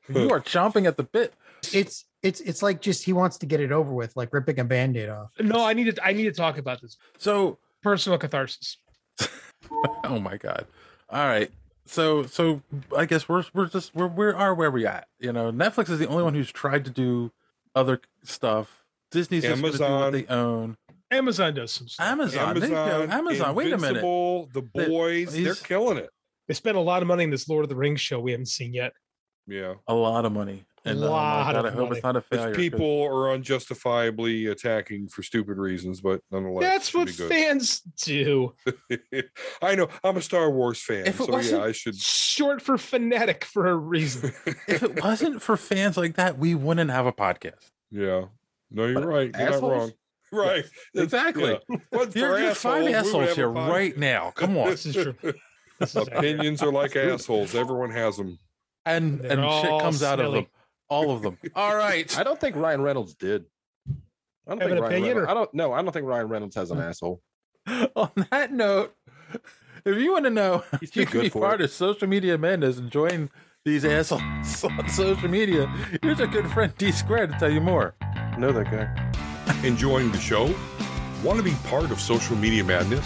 Speaker 7: You are chomping at the bit.
Speaker 4: It's it's it's like just he wants to get it over with, like ripping a band-aid off.
Speaker 8: No, I need to. I need to talk about this
Speaker 7: So,
Speaker 8: personal catharsis.
Speaker 7: oh my God. All right. So, so I guess we're, we're just, we're, we are where we at. You know, Netflix is the only one who's tried to do other stuff. Disney's just gonna do
Speaker 9: Amazon.
Speaker 7: what they own.
Speaker 8: Amazon does some stuff.
Speaker 7: Amazon. there you go. Amazon. Wait a minute.
Speaker 9: Invincible, The
Speaker 7: They-
Speaker 9: boys, they're
Speaker 7: he's-
Speaker 9: killing it.
Speaker 8: They spent a lot of money in this Lord of the Rings show we haven't seen yet.
Speaker 9: Yeah.
Speaker 7: A lot of money. And oh my
Speaker 8: Lot of
Speaker 7: God, I hope
Speaker 8: money.
Speaker 7: it's not a failure.
Speaker 9: Which
Speaker 7: 'cause-
Speaker 9: people are unjustifiably attacking for stupid reasons, but nonetheless,
Speaker 8: That's
Speaker 9: should
Speaker 8: what
Speaker 9: be
Speaker 8: fans do.
Speaker 9: good. I know. I'm a Star Wars fan,
Speaker 7: If it
Speaker 9: so yeah,
Speaker 7: wasn't-
Speaker 9: I should.
Speaker 8: Short for fanatic for a reason.
Speaker 7: if it wasn't for fans like that, we wouldn't have a podcast.
Speaker 9: Yeah. No, you're
Speaker 6: But
Speaker 9: right. You're not
Speaker 6: assholes?
Speaker 9: wrong. Right. That's-
Speaker 7: Exactly.
Speaker 9: yeah. But for
Speaker 7: You're, you're five
Speaker 9: assholes, we would
Speaker 7: assholes
Speaker 9: have a
Speaker 7: here
Speaker 9: podcast.
Speaker 7: right now. Come on.
Speaker 8: this is true. This is accurate.
Speaker 9: Opinions are like assholes. Everyone has them.
Speaker 7: And
Speaker 8: They're
Speaker 7: and shit
Speaker 8: all
Speaker 7: comes out of
Speaker 8: smelly.
Speaker 7: them. All of them. All right.
Speaker 6: I don't think Ryan Reynolds did. I
Speaker 8: Have
Speaker 6: don't think
Speaker 8: an
Speaker 6: Ryan
Speaker 8: opinion,
Speaker 6: Reynolds,
Speaker 8: or-
Speaker 6: I don't no, I don't think Ryan Reynolds has
Speaker 7: Hmm.
Speaker 6: an asshole.
Speaker 7: on that note, if you want to know how
Speaker 6: He's too
Speaker 7: you can
Speaker 6: good
Speaker 7: be
Speaker 6: for
Speaker 7: part
Speaker 6: it.
Speaker 7: of social media madness and join these assholes on social media, here's our good friend D Square to tell you more.
Speaker 6: Know that guy.
Speaker 9: Enjoying the show? Want to be part of social media madness?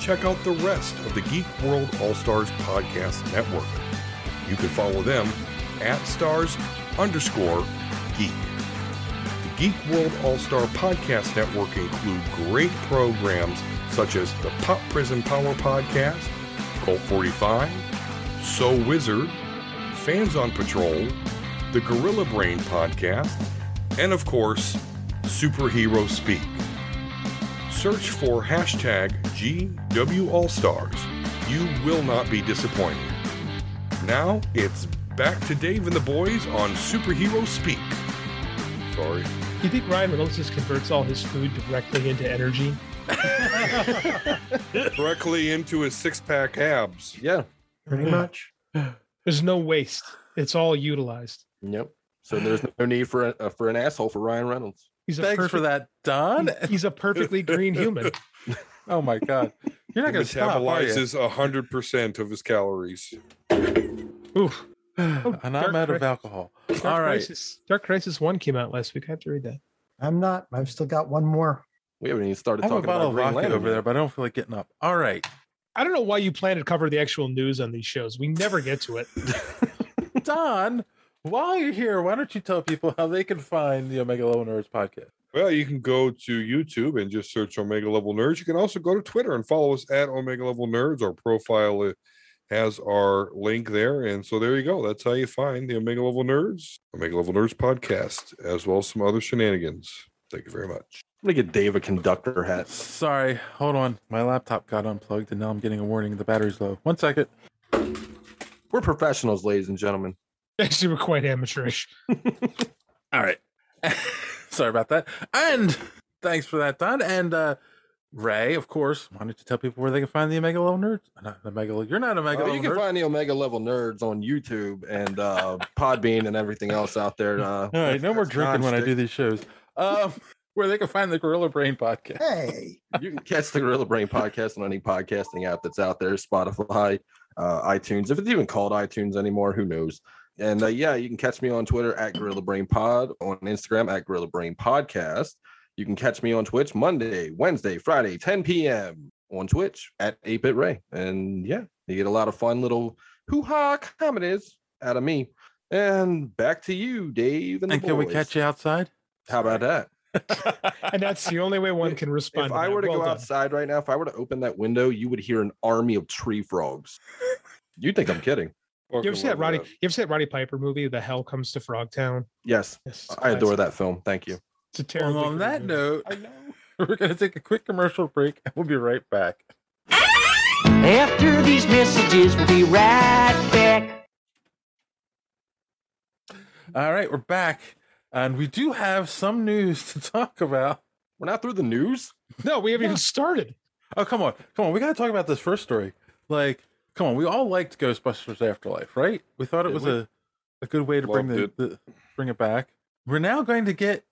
Speaker 9: check out the rest of the Geek World All Stars Podcast Network. You can follow them at stars underscore geek. The Geek World All Star Podcast Network include great programs such as the Pop Prison Power Podcast, Cult 45, So Wizard, Fans on Patrol, the Gorilla Brain Podcast, and of course, Superhero Speak. Search for hashtag GWAllStars. You will not be disappointed. Now it's back to Dave and the boys on Superhero Speak. Sorry.
Speaker 8: You think Ryan Reynolds just converts all his food directly into energy?
Speaker 9: Directly into his six pack abs.
Speaker 6: Yeah.
Speaker 4: Pretty much.
Speaker 8: There's no waste. It's all utilized.
Speaker 6: Yep. So there's no need for a, for an asshole for Ryan Reynolds.
Speaker 8: He's a
Speaker 7: Thanks
Speaker 8: perfect,
Speaker 7: for that, Don.
Speaker 8: he's- He's a perfectly green human.
Speaker 7: Oh my God. You're
Speaker 9: He
Speaker 7: not going to stop. Are you?
Speaker 9: metabolizes 100% of his calories.
Speaker 8: Oof.
Speaker 7: And
Speaker 8: Oh, Dark
Speaker 7: I'm out
Speaker 8: Crisis.
Speaker 7: of alcohol.
Speaker 8: Dark
Speaker 7: All right.
Speaker 8: Crisis, Dark Crisis One came out last week. I have to read that.
Speaker 4: I'm not. I've still got one more.
Speaker 6: We haven't even started
Speaker 7: I have a
Speaker 6: talking
Speaker 7: bottle
Speaker 6: about
Speaker 7: of
Speaker 6: Green
Speaker 7: vodka
Speaker 6: Lantern
Speaker 7: over
Speaker 6: yet.
Speaker 7: there, but I don't feel like getting up. All right.
Speaker 8: I don't know why you plan to cover the actual news on these shows. We never get to it.
Speaker 7: Don, while you're here, why don't you tell people how they can find the Omega Level Nerds podcast?
Speaker 9: Well, you can go to YouTube and just search Omega Level Nerds. You can also go to Twitter and follow us at Omega Level Nerds. Our profile uh, has our link there. And so there you go. That's how you find the Omega Level Nerds, Omega Level Nerds podcast, as well as some other shenanigans. Thank you very much.
Speaker 6: I'm gonna get Dave a conductor hat.
Speaker 7: Sorry, hold on. My laptop got unplugged and now I'm getting a warning the battery's low. One second.
Speaker 6: We're professionals, ladies and gentlemen.
Speaker 8: Actually, we're quite amateurish.
Speaker 7: All right. Sorry about that. And thanks for that, Don. And uh Ray, of course, why don't you tell people where they can find the Omega Level Nerds? Uh, Not Omega Level. You're not Omega
Speaker 6: Uh,
Speaker 7: Level
Speaker 6: you can
Speaker 7: Nerds.
Speaker 6: find the Omega Level Nerds on YouTube and uh, Podbean and everything else out there. Uh,
Speaker 7: All right, no more
Speaker 6: that's
Speaker 7: drinking when I do
Speaker 6: nonstick.
Speaker 7: these shows. Um, where they can find the Gorilla Brain podcast.
Speaker 4: Hey,
Speaker 6: You can catch the Gorilla Brain podcast on any podcasting app that's out there, Spotify, uh, iTunes. If it's even called iTunes anymore, who knows? And uh, yeah, you can catch me on Twitter at Gorilla Brain Pod, on Instagram at Gorilla Brain Podcast. You can catch me on Twitch Monday, Wednesday, Friday, 10 p.m. on Twitch at 8-Bit Ray. And yeah, you get a lot of fun little hoo-ha comedies out of me. And back to you, Dave. And, the
Speaker 7: And can we
Speaker 6: boys.
Speaker 7: catch you outside?
Speaker 6: How about that?
Speaker 8: and that's the only way one can respond.
Speaker 6: If I
Speaker 8: that.
Speaker 6: were to
Speaker 8: Well
Speaker 6: go
Speaker 8: done.
Speaker 6: outside right now, if I were to open that window, you would hear an army of tree frogs. You think I'm kidding?
Speaker 8: you ever see that
Speaker 9: uh,
Speaker 8: Roddy? You ever see that Roddy Piper movie, The Hell Comes to Frogtown?
Speaker 6: Yes,
Speaker 8: Yes,
Speaker 6: I
Speaker 8: classic.
Speaker 6: adore that film. Thank you.
Speaker 8: It's a
Speaker 7: Well,
Speaker 8: terrible.
Speaker 7: on that note, I know. we're going to take a quick commercial break and we'll be right back.
Speaker 10: After these messages, we'll be right back.
Speaker 7: All right, we're back. And we do have some news to talk about.
Speaker 6: We're not through the news?
Speaker 8: No, we haven't even started.
Speaker 7: Oh, come on. Come on. We got to talk about this first story. Like, come on. We all liked Ghostbusters Afterlife, right? We thought it
Speaker 9: Did
Speaker 7: was
Speaker 9: we?
Speaker 7: a, a good way to bring the,
Speaker 9: Loved
Speaker 7: the bring it back. We're now going to get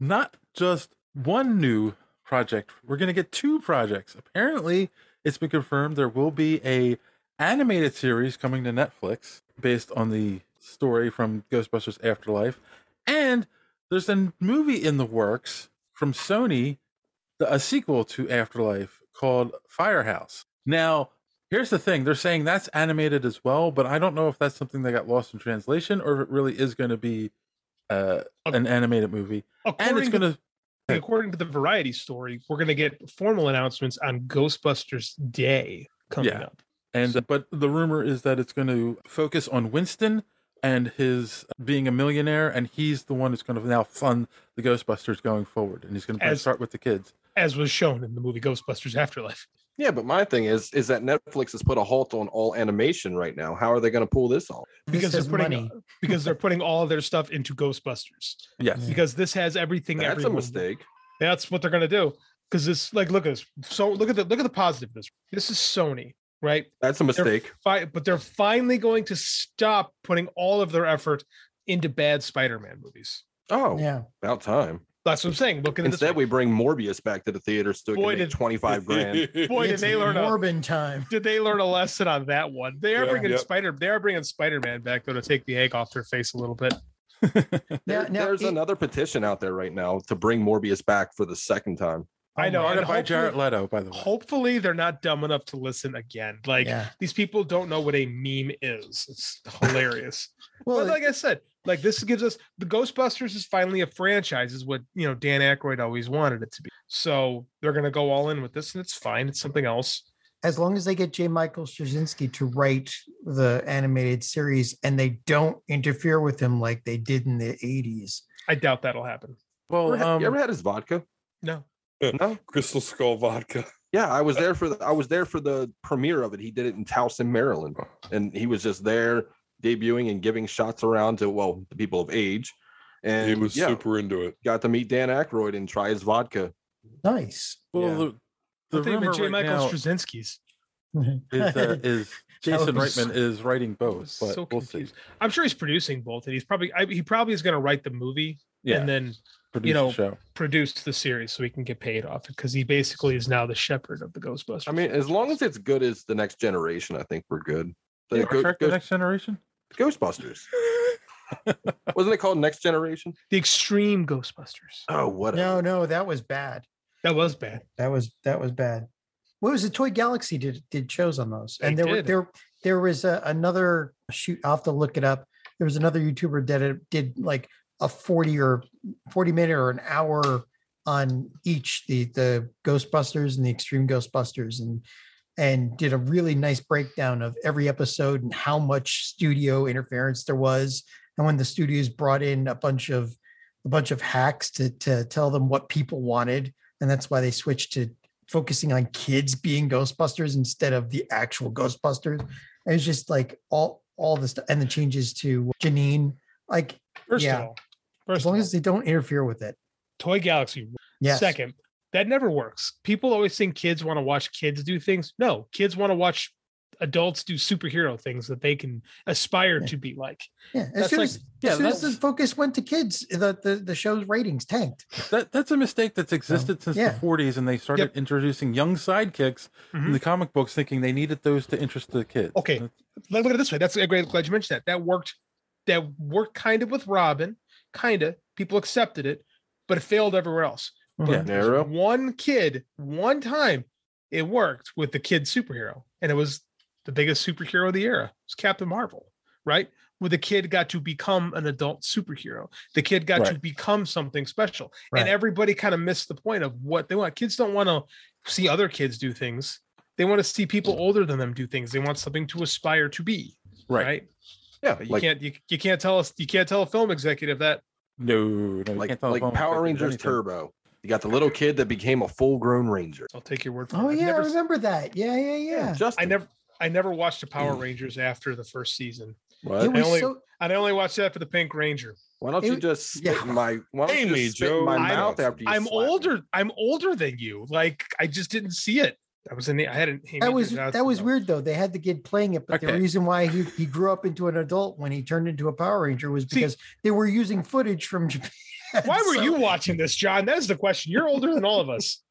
Speaker 7: not just one new project. We're going to get two projects. Apparently, it's been confirmed there will be a animated series coming to Netflix based on the story from Ghostbusters Afterlife, and there's a movie in the works from Sony, the, a sequel to Afterlife called Firehouse. Now, here's the thing: they're saying that's animated as well, but I don't know if that's something that got lost in translation or if it really is going to be uh, an animated movie. and it's
Speaker 8: According to-
Speaker 7: going to
Speaker 8: According to the Variety story, we're going to get formal announcements on Ghostbusters Day coming
Speaker 7: Yeah.
Speaker 8: up.
Speaker 7: And but the rumor is that it's going to focus on Winston and his being a millionaire, and he's the one who's going to now fund the Ghostbusters going forward, and he's going to
Speaker 8: As-
Speaker 7: start with the kids.
Speaker 8: As was shown in the movie Ghostbusters Afterlife.
Speaker 6: Yeah, but my thing is is that Netflix has put a halt on all animation right now. How are they going to pull this off?
Speaker 8: Because they're putting because they're putting all their stuff into Ghostbusters.
Speaker 7: Yes.
Speaker 8: Because this has everything
Speaker 6: That's a
Speaker 8: everyone
Speaker 6: mistake.
Speaker 8: That's what they're gonna do. Because this, like, look at this. So look at the look at the positive. of This this is Sony, right?
Speaker 6: That's a
Speaker 8: They're
Speaker 6: mistake.
Speaker 8: fi- but they're finally going to stop putting all of their effort into bad Spider-Man movies.
Speaker 6: Oh,
Speaker 4: Yeah.
Speaker 6: about time.
Speaker 8: That's what I'm saying. Look at this.
Speaker 6: Instead, we bring Morbius back to the theaters to
Speaker 8: Boy,
Speaker 6: Boy,
Speaker 8: did-
Speaker 6: 25 grand.
Speaker 8: Boy, did
Speaker 4: It's
Speaker 8: they learn a
Speaker 4: Morbin time.
Speaker 8: did they learn a lesson on that one? They are
Speaker 4: Yeah.
Speaker 8: bringing
Speaker 4: Yep.
Speaker 8: Spider. They are bringing Spider-Man back though to take the egg off their face a little bit.
Speaker 4: Now,
Speaker 6: There-
Speaker 4: now,
Speaker 6: There's
Speaker 4: it-
Speaker 6: another petition out there right now to bring Morbius back for the second time.
Speaker 4: Oh,
Speaker 8: I know. and
Speaker 7: Started by
Speaker 8: hopefully-
Speaker 7: Jared Leto, by the way.
Speaker 8: hopefully they're not dumb enough to listen again. Like
Speaker 4: Yeah.
Speaker 8: these people don't know what a meme is. It's hilarious.
Speaker 4: Well,
Speaker 8: but like I said, like this gives us the Ghostbusters is finally a franchise, is what you know Dan Aykroyd always wanted it to be. So they're gonna go all in with this, and it's fine. It's something else.
Speaker 4: as long as they get J. Michael Straczynski to write the animated series and they don't interfere with him like they did in the 80s.
Speaker 8: I doubt that'll happen.
Speaker 4: Oh,
Speaker 7: Well,
Speaker 6: Ever ha-
Speaker 7: um,
Speaker 6: you ever had his vodka?
Speaker 8: No.
Speaker 6: No.
Speaker 9: Crystal Skull vodka.
Speaker 6: Yeah, I was there for the I was there for the premiere of it. He did it in Towson, Maryland, and he was just there debuting and giving shots around to well the people of age. And
Speaker 9: He was
Speaker 6: yeah,
Speaker 9: super into it.
Speaker 6: got to meet Dan Aykroyd and try his vodka.
Speaker 4: Nice.
Speaker 7: well,
Speaker 6: yeah.
Speaker 7: the,
Speaker 8: The
Speaker 7: the
Speaker 8: thing
Speaker 7: rumor
Speaker 8: with J.
Speaker 7: right
Speaker 8: Michael
Speaker 7: now is,
Speaker 8: Straczynski's.
Speaker 7: uh, is Jason
Speaker 4: was-
Speaker 7: Reitman is writing both,
Speaker 8: was
Speaker 7: but
Speaker 8: so
Speaker 7: we'll see.
Speaker 8: I'm sure he's producing both, and he's probably I, he probably is gonna write the movie
Speaker 7: Yeah,
Speaker 8: and then
Speaker 7: produce
Speaker 8: know,
Speaker 7: the show.
Speaker 8: produce the series so he can get paid off it because he basically is now the shepherd of the Ghostbusters.
Speaker 6: I mean, as long as it's good as the next generation, I think we're good. The
Speaker 7: Yeah,
Speaker 6: Go-
Speaker 7: Trek the
Speaker 6: Ghost-
Speaker 7: Next Generation.
Speaker 6: Ghostbusters. Wasn't it called Next Generation?
Speaker 8: the extreme Ghostbusters.
Speaker 6: Oh, whatever.
Speaker 4: No, no, that was bad.
Speaker 8: That was bad.
Speaker 4: That was that was bad. What was it? Toy Galaxy did did shows on those, and
Speaker 8: They
Speaker 4: there were
Speaker 8: did.
Speaker 4: there there was a, another shoot. I'll have to look it up. There was another YouTuber that it did like a forty or forty minute or an hour on each the the Ghostbusters and the Extreme Ghostbusters, and and did a really nice breakdown of every episode and how much studio interference there was, and when the studios brought in a bunch of a bunch of hacks to to tell them what people wanted and that's why they switched to focusing on kids being ghostbusters instead of the actual ghostbusters and it's just like all all the stuff and the changes to janine like
Speaker 8: First
Speaker 4: Yeah.
Speaker 8: of all, first
Speaker 4: as long
Speaker 8: of
Speaker 4: as they don't interfere with it
Speaker 8: all, Toy Galaxy.
Speaker 4: yes
Speaker 8: Second, that never works. People always think kids want to watch kids do things. No, kids want to watch adults do superhero things that they can aspire
Speaker 4: Yeah.
Speaker 8: to be like.
Speaker 4: yeah as
Speaker 8: That's
Speaker 4: soon
Speaker 8: like-
Speaker 4: as,
Speaker 7: yeah,
Speaker 4: as, soon as the
Speaker 7: that's-
Speaker 4: focus went to kids the, the the show's ratings tanked
Speaker 7: That that's a mistake that's existed since
Speaker 4: yeah.
Speaker 7: the 40s, and they started
Speaker 8: Yep.
Speaker 7: introducing young sidekicks in
Speaker 8: Mhm.
Speaker 7: the comic books, thinking they needed those to interest the kids.
Speaker 8: Okay. Let- Look at it this way. That's a great. Glad you mentioned that. That worked. That worked kind of with Robin. Kind of. People accepted it, but it failed everywhere else. But
Speaker 7: Yeah.
Speaker 8: there's one kid, one time, it worked with the kid superhero, and it was the biggest superhero of the era. It's Captain Marvel, right? Where the kid got to become an adult superhero. The kid got to
Speaker 7: Right.
Speaker 8: become something special,
Speaker 7: Right.
Speaker 8: and everybody kind of missed the point of what they want. Kids don't want to see other kids do things. They want to see people
Speaker 4: Mm.
Speaker 8: older than them do things. They want something to aspire to be.
Speaker 7: Right.
Speaker 8: Yeah. You
Speaker 7: like-
Speaker 8: can't. You, you can't tell us. You can't tell a film executive that.
Speaker 7: No, no, you
Speaker 6: like
Speaker 7: can't tell
Speaker 6: like
Speaker 7: phone
Speaker 6: Power
Speaker 7: effect is
Speaker 6: Rangers
Speaker 7: anything.
Speaker 6: Turbo. You got the little kid that became a full grown ranger.
Speaker 8: I'll take your word for
Speaker 4: Oh
Speaker 8: it. I've
Speaker 4: yeah,
Speaker 8: never
Speaker 4: I remember that. Yeah, yeah, yeah.
Speaker 8: I never I never watched the Power
Speaker 7: Mm.
Speaker 8: Rangers after the first season.
Speaker 6: What?
Speaker 8: I
Speaker 6: It was
Speaker 8: only
Speaker 6: so-
Speaker 8: I only watched after the Pink Ranger.
Speaker 6: Why don't you just spit in my why don't you
Speaker 8: Amy,
Speaker 6: just spit in my
Speaker 8: I-
Speaker 6: mouth after you
Speaker 8: I'm
Speaker 6: slap
Speaker 8: older. I'm older than you. Like I just didn't see it. I was in the. I hadn't. Amy
Speaker 4: That was
Speaker 8: Winehouse-
Speaker 4: that was weird though. They had the kid playing it, but the
Speaker 8: Okay.
Speaker 4: reason why he, he grew up into an adult when he turned into a Power Ranger was because they were using footage from Japan.
Speaker 8: Why were you watching this, John? That is the question. You're older than all of us.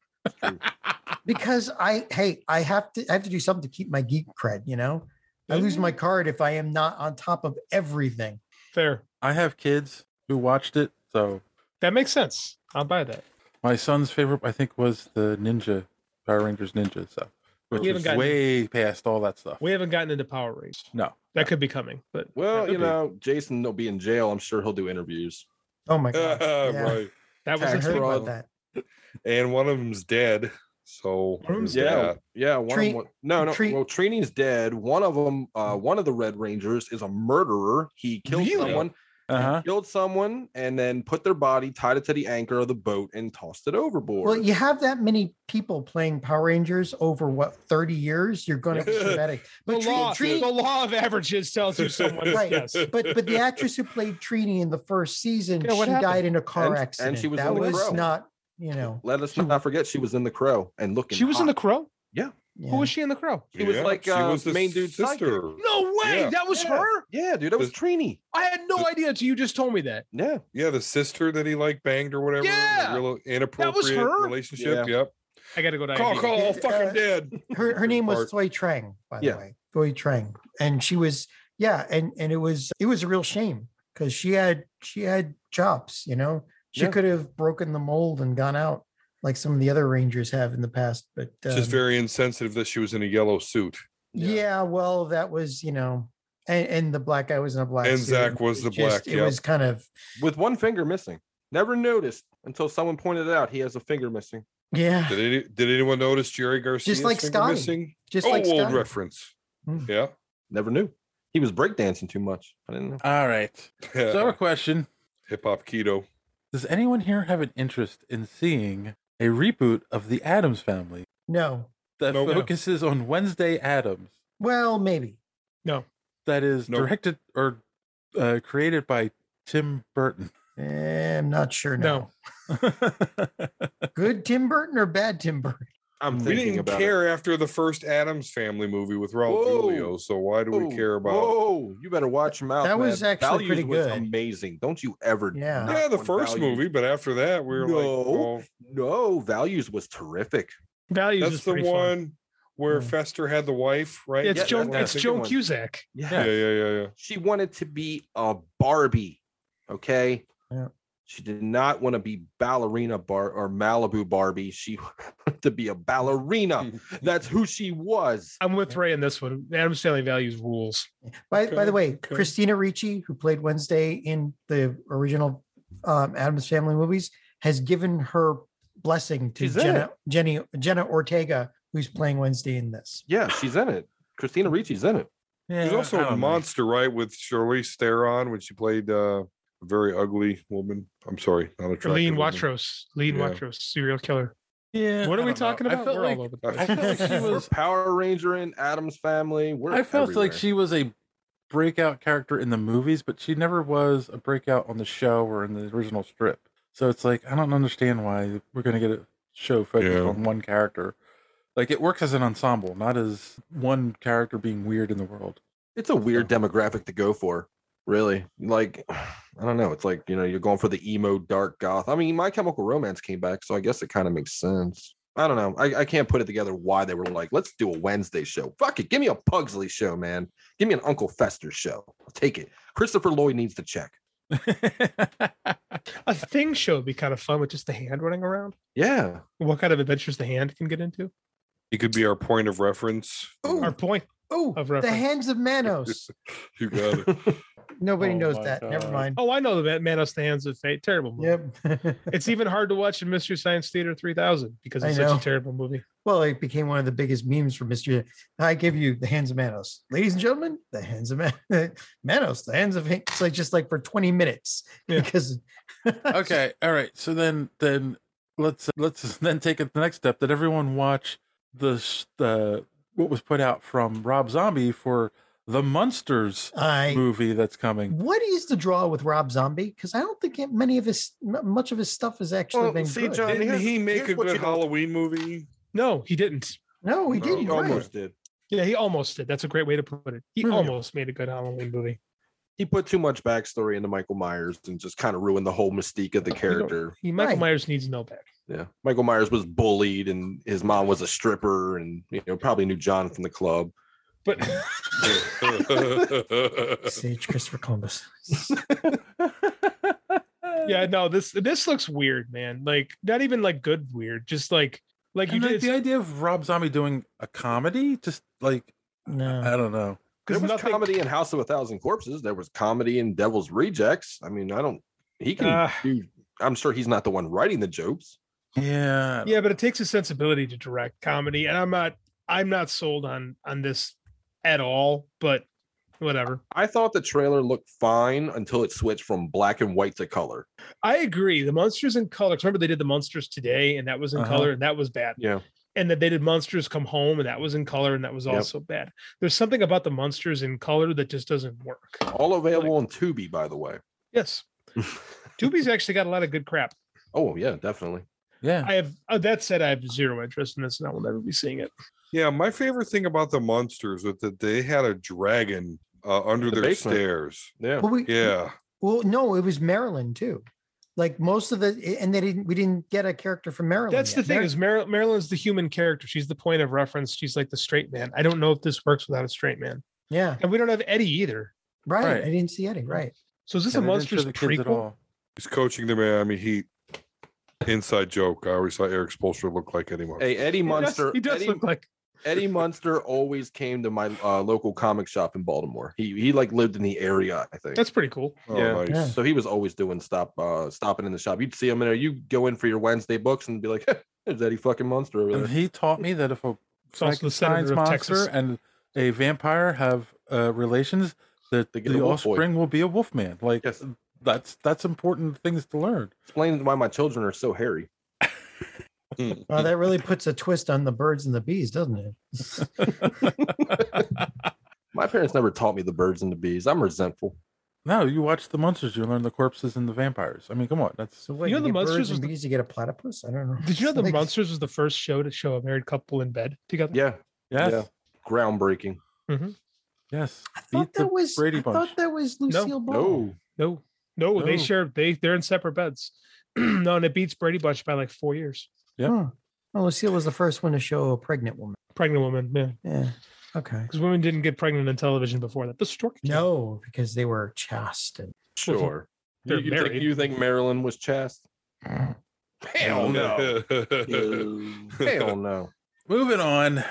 Speaker 4: because I hey, I have to I have to do something to keep my geek cred, you know? I lose my
Speaker 8: Mm-hmm.
Speaker 4: card if I am not on top of everything.
Speaker 8: Fair.
Speaker 7: I have kids who watched it, so
Speaker 8: That makes sense. I'll buy that.
Speaker 7: my son's favorite, I think, was the Ninja Power Rangers Ninja. So, which
Speaker 8: haven't
Speaker 7: is
Speaker 8: gotten-
Speaker 7: way past all that stuff.
Speaker 8: We haven't gotten into Power Rangers.
Speaker 7: No,
Speaker 8: that could be coming. But
Speaker 6: Well,
Speaker 8: Could
Speaker 6: you
Speaker 8: be.
Speaker 6: know, Jason will be in jail. I'm sure he'll do interviews.
Speaker 4: Oh my god. Yeah.
Speaker 9: Right.
Speaker 8: That
Speaker 4: I
Speaker 9: was
Speaker 4: heard about
Speaker 9: fraud.
Speaker 4: that.
Speaker 9: And one of them's dead. So there's
Speaker 6: yeah,
Speaker 9: that.
Speaker 6: yeah. One
Speaker 4: Trini-
Speaker 6: of them, no, no.
Speaker 4: Trini-
Speaker 6: well, Trini's dead. One of them, uh, one of the Red Rangers is a murderer. He killed
Speaker 9: Really?
Speaker 6: someone,
Speaker 7: Uh-huh.
Speaker 6: killed someone, and then put their body, tied it to the anchor of the boat, and tossed it overboard.
Speaker 4: Well, you have that many people playing Power Rangers over what 30 years, you're going to get dramatic.
Speaker 8: the
Speaker 4: But Trini-
Speaker 8: law,
Speaker 4: Trini-
Speaker 8: the law of averages tells you someone.
Speaker 4: right.
Speaker 8: Yes.
Speaker 4: But but the actress who played Trini in the first season,
Speaker 8: Yeah,
Speaker 4: she
Speaker 8: what happened?
Speaker 4: died in a car
Speaker 6: And- and
Speaker 4: accident.
Speaker 6: she was
Speaker 4: that
Speaker 6: in The
Speaker 4: was
Speaker 6: Crow.
Speaker 4: not, you know.
Speaker 6: Let us not forget she was in the Crow and looking.
Speaker 8: She was in
Speaker 6: hot.
Speaker 8: the Crow.
Speaker 6: Yeah.
Speaker 8: Who was she in the Crow?
Speaker 6: She was
Speaker 9: Yeah,
Speaker 6: like
Speaker 9: she
Speaker 6: uh,
Speaker 9: was the
Speaker 6: main dude. sidekick.
Speaker 9: sister.
Speaker 8: No way.
Speaker 9: Yeah.
Speaker 8: That was
Speaker 6: Yeah.
Speaker 8: her.
Speaker 6: Yeah, dude, that was Trini.
Speaker 8: I had no idea until you just told me that.
Speaker 6: Yeah.
Speaker 9: Yeah, the sister that he like banged or whatever.
Speaker 8: Yeah.
Speaker 9: Yeah. Real inappropriate
Speaker 8: her?
Speaker 9: relationship.
Speaker 6: Yeah.
Speaker 9: Yep.
Speaker 8: I got to go to
Speaker 9: Call,
Speaker 8: IMDb.
Speaker 9: call,
Speaker 4: Yeah,
Speaker 9: fucking
Speaker 4: uh,
Speaker 9: dead.
Speaker 4: Her her name was
Speaker 9: Bart.
Speaker 4: Toy Trang, by
Speaker 6: Yeah.
Speaker 4: the way. Toy Trang. And she was yeah, and and it was it was a real shame cuz she had she had chops, you know. She
Speaker 6: Yeah.
Speaker 4: could have broken the mold and gone out like some of the other rangers have in the past, but
Speaker 9: It's Just
Speaker 4: um,
Speaker 9: very insensitive that she was in a yellow suit.
Speaker 4: Yeah. well, that was you know, and, and the black guy was in a black.
Speaker 9: And
Speaker 4: suit.
Speaker 9: Zach was
Speaker 4: It
Speaker 9: the
Speaker 4: just-
Speaker 9: black,
Speaker 4: It
Speaker 9: yep.
Speaker 4: was kind of
Speaker 6: with one finger missing. Never noticed until someone pointed it out. He has a finger missing.
Speaker 4: yeah,
Speaker 9: Did any, did anyone notice Jerry Garcia?
Speaker 4: like Scotty.
Speaker 9: Missing?
Speaker 4: Just
Speaker 9: oh,
Speaker 4: like
Speaker 9: old
Speaker 4: Scotty.
Speaker 9: reference.
Speaker 4: Hmm.
Speaker 9: Yeah.
Speaker 6: Never knew. He was breakdancing too much. I didn't know.
Speaker 7: All right. So, I have a question.
Speaker 9: Hip hop keto.
Speaker 7: Does anyone here have an interest in seeing a reboot of The Adams Family
Speaker 4: no.
Speaker 7: that
Speaker 9: Nope.
Speaker 7: focuses on Wednesday Adams?
Speaker 4: Well, maybe
Speaker 8: No.
Speaker 7: That is
Speaker 9: Nope.
Speaker 7: directed or uh, created by Tim Burton.
Speaker 4: Eh, I'm not sure.
Speaker 8: No.
Speaker 4: now. Good Tim Burton or bad Tim Burton?
Speaker 6: I'm
Speaker 9: We
Speaker 6: thinking
Speaker 9: didn't
Speaker 6: about
Speaker 9: care after the first Adams Family movie with Raul
Speaker 6: Whoa.
Speaker 9: Julio, so why do
Speaker 6: it.
Speaker 9: we care about?
Speaker 6: Whoa, you better watch your mouth.
Speaker 4: That was
Speaker 6: man.
Speaker 4: actually
Speaker 6: Values
Speaker 4: pretty
Speaker 6: was
Speaker 4: good.
Speaker 6: amazing. Don't you ever
Speaker 4: Yeah.
Speaker 6: not
Speaker 9: Yeah, the
Speaker 6: want
Speaker 9: first
Speaker 6: Values.
Speaker 9: movie, but after that, we were like,
Speaker 6: No.
Speaker 9: well,
Speaker 6: No, values was terrific.
Speaker 8: Values
Speaker 9: that's
Speaker 8: is
Speaker 9: the
Speaker 8: pretty fun.
Speaker 9: one where
Speaker 4: Yeah.
Speaker 9: Fester had the wife, right?
Speaker 8: It's
Speaker 6: Yeah,
Speaker 8: Joan.
Speaker 6: that's the
Speaker 8: it's
Speaker 6: second
Speaker 8: Joan
Speaker 6: one.
Speaker 8: Cusack.
Speaker 9: Yeah,
Speaker 7: Yeah.
Speaker 9: yeah, yeah, yeah.
Speaker 6: She wanted to be a Barbie. Okay.
Speaker 4: Yeah.
Speaker 6: She did not want to be ballerina bar or Malibu Barbie. She wanted to be a ballerina. That's who she was.
Speaker 8: I'm with Ray in this one. Adam Stanley values rules.
Speaker 4: By by
Speaker 9: Okay,
Speaker 4: the way,
Speaker 9: okay.
Speaker 4: Christina Ricci, who played Wednesday in the original um, Adams Family movies, has given her blessing to
Speaker 6: She's in
Speaker 4: Jenna Jenny Jenna Ortega, who's playing Wednesday in this.
Speaker 6: Yeah, she's in it. Christina Ricci's in it.
Speaker 7: Yeah,
Speaker 9: There's also
Speaker 7: I
Speaker 9: a
Speaker 7: don't know.
Speaker 9: monster, right, with Charlize Theron when she played uh, a very ugly woman. I'm sorry, not attractive.
Speaker 8: Lean
Speaker 9: woman.
Speaker 8: Watros. Lean
Speaker 9: Yeah.
Speaker 8: Watros, serial killer.
Speaker 7: Yeah,
Speaker 8: What
Speaker 7: I
Speaker 8: are we
Speaker 7: don't know.
Speaker 8: talking
Speaker 7: I
Speaker 8: about?
Speaker 7: felt
Speaker 8: We're
Speaker 7: like,
Speaker 8: all over the
Speaker 9: I
Speaker 8: place.
Speaker 7: I felt like she
Speaker 6: We're
Speaker 7: was.
Speaker 6: Power Ranger and Adam's Family. We're
Speaker 7: I felt like
Speaker 6: everywhere.
Speaker 7: she was a breakout character in the movies, but she never was a breakout on the show or in the original strip. So it's like I don't understand why we're going to get a show focused
Speaker 9: Yeah.
Speaker 7: on one character. Like it works as an ensemble, not as one character being weird in the world.
Speaker 6: It's a weird demographic to go for, really. Like, I don't know. It's like you know, you're going for the emo, dark goth. I mean, My Chemical Romance came back, so I guess it kind of makes sense. I don't know. I, I can't put it together why they were like, let's do a Wednesday show. Fuck it. Give me a Pugsley show, man. Give me an Uncle Fester show. I'll take it. Christopher Lloyd needs to check.
Speaker 8: A thing show would be kind of fun with just the hand running around.
Speaker 6: Yeah.
Speaker 8: What kind of adventures the hand can get into?
Speaker 9: It could be our point of reference.
Speaker 7: Oh.
Speaker 8: Our point
Speaker 4: Ooh,
Speaker 8: of
Speaker 4: the
Speaker 8: reference.
Speaker 4: hands of Manos.
Speaker 9: You got it.
Speaker 4: Nobody
Speaker 8: Oh
Speaker 4: knows
Speaker 8: my
Speaker 4: that. Never
Speaker 8: God.
Speaker 4: mind.
Speaker 8: Oh, I know the Man- Manos the Hands of Fate. Terrible movie.
Speaker 4: Yep.
Speaker 8: it's even hard to watch in Mystery Science Theater 3000 because
Speaker 4: I
Speaker 8: it's such
Speaker 4: know.
Speaker 8: a terrible movie.
Speaker 4: Well, it became one of the biggest memes for Mr. I give you the hands of Manos. Ladies and gentlemen, the hands of Man- Manos, the hands of it's like just like for 20 minutes. Because
Speaker 7: okay all right so then then let's let's then take it the next step that everyone watch the s- the what was put out from rob zombie for the monsters
Speaker 4: I-
Speaker 7: movie that's coming
Speaker 4: what is the draw with Rob Zombie? Because I don't think it- many of his m- much of his stuff has actually
Speaker 9: Well,
Speaker 4: been
Speaker 9: see,
Speaker 4: good.
Speaker 9: John, Didn't here's- he make here's a what good you don't- Halloween movie?
Speaker 8: No, he didn't.
Speaker 4: No, Oh, he
Speaker 9: No,
Speaker 4: didn't.
Speaker 9: he
Speaker 4: right.
Speaker 9: almost did.
Speaker 8: Yeah, he almost did. That's a great way to put it. He almost made a good Halloween movie.
Speaker 6: He put too much backstory into Michael Myers and just kind of ruined the whole mystique of the character.
Speaker 8: He Michael
Speaker 4: Right.
Speaker 8: Myers needs no back.
Speaker 6: Yeah. Michael Myers was bullied and his mom was a stripper and you know probably knew John from the club.
Speaker 8: But
Speaker 4: Sage Christopher Columbus.
Speaker 8: yeah, no, this this looks weird, man. Like not even like good weird, just like like you
Speaker 7: and like
Speaker 8: did
Speaker 7: the idea of rob zombie doing a comedy just like
Speaker 4: no
Speaker 7: i don't know
Speaker 6: There was
Speaker 8: nothing-
Speaker 6: comedy in House of a Thousand Corpses. There was comedy in Devil's Rejects. I mean, I don't. He can.
Speaker 8: Uh.
Speaker 6: do, I'm sure he's not the one writing the jokes.
Speaker 7: yeah
Speaker 8: yeah but it takes a sensibility to direct comedy and i'm not i'm not sold on on this at all but whatever
Speaker 6: I thought the trailer looked fine until it switched from black and white to color.
Speaker 8: i agree the monsters in color 'cause remember they did the monsters today and that was in
Speaker 6: Uh-huh.
Speaker 8: color and that was bad
Speaker 6: Yeah.
Speaker 8: and that they did monsters come home and that was in color and that was
Speaker 6: Yep.
Speaker 8: also bad there's something about the monsters in color that just doesn't work
Speaker 6: All available on Tubi, by the way.
Speaker 8: yes tubi's actually got a lot of good crap
Speaker 6: Oh yeah, definitely.
Speaker 7: yeah
Speaker 8: i have uh, that said i have zero interest in this and i will never be seeing it
Speaker 9: Yeah, my favorite thing about the monsters was that they had a dragon uh, under
Speaker 6: The
Speaker 9: their
Speaker 6: basement.
Speaker 9: stairs.
Speaker 6: Yeah.
Speaker 4: Well, we-
Speaker 9: yeah.
Speaker 4: Well, no, it was Maryland too. Like most of the and they didn't we didn't get a character from Maryland.
Speaker 8: That's the
Speaker 4: yet.
Speaker 8: thing
Speaker 4: Mar-
Speaker 8: is Mar- Marilyn's the human character. She's the point of reference. She's like the straight man. I don't know if this works without a straight man.
Speaker 4: yeah,
Speaker 8: And we don't have Eddie either.
Speaker 4: right.
Speaker 7: Right.
Speaker 4: I didn't see Eddie. Right.
Speaker 8: So is this a
Speaker 7: And it didn't show
Speaker 8: monsters
Speaker 7: the kids at
Speaker 8: prequel?
Speaker 7: all.
Speaker 9: He's coaching the Miami Heat. Inside joke. I always thought Eric Spolster looked like anyone.
Speaker 6: Hey, Eddie
Speaker 8: does-
Speaker 6: Munster.
Speaker 8: he does
Speaker 6: Eddie,
Speaker 8: look like
Speaker 6: Eddie Munster always came to my uh, local comic shop in Baltimore. He he like lived in the area, I think.
Speaker 8: that's pretty cool.
Speaker 9: Oh,
Speaker 6: yeah.
Speaker 9: nice.
Speaker 4: Yeah.
Speaker 6: So he was always doing stop uh stopping in the shop. You'd see him in there. You go in for your Wednesday books and be like, "There's Eddie fucking monster over
Speaker 7: and
Speaker 6: there."
Speaker 7: he taught me that if a
Speaker 8: It's also the
Speaker 7: Frankenstein's
Speaker 8: senator of Texas.
Speaker 7: monster and a vampire have uh, relations that
Speaker 6: They
Speaker 7: the
Speaker 6: get a wolf boy.
Speaker 7: offspring will be a wolf man like
Speaker 6: Yes.
Speaker 7: that's that's important things to learn
Speaker 6: Explains why my children are so hairy.
Speaker 4: Well, that really puts a twist on the birds and the bees, doesn't it?
Speaker 6: My parents never taught me the birds and the bees. I'm resentful.
Speaker 7: No, you watch the monsters, you learn the corpses and the vampires. I mean, come on, that's
Speaker 4: So what
Speaker 8: You
Speaker 4: you,
Speaker 8: know the
Speaker 4: get
Speaker 8: Munsters
Speaker 4: birds and
Speaker 8: was the-
Speaker 4: bees, you get a platypus? I don't know.
Speaker 8: Did you know the
Speaker 4: Like,
Speaker 8: Monsters was the first show to show a married couple in bed together?
Speaker 6: Yeah.
Speaker 7: yes,
Speaker 6: Yeah. Groundbreaking.
Speaker 7: yes.
Speaker 4: I thought that was
Speaker 7: Brady
Speaker 4: I
Speaker 7: Bunch.
Speaker 4: thought that was Lucille Ball.
Speaker 6: No.
Speaker 8: No, no, they
Speaker 7: No.
Speaker 8: share they they're in separate beds. no, and it beats Brady Bunch by like four years.
Speaker 7: Yep.
Speaker 4: Huh. Well, Lucille was the first one to show a pregnant woman.
Speaker 8: Pregnant woman, yeah,
Speaker 4: Yeah. Okay.
Speaker 8: because women didn't get pregnant on television before that. The stork,
Speaker 4: No, because they were chastened.
Speaker 6: Sure. You,
Speaker 8: They're
Speaker 6: you think,
Speaker 8: married.
Speaker 6: you think Marilyn was chaste? Hell oh, no. Hell no.
Speaker 7: Moving on,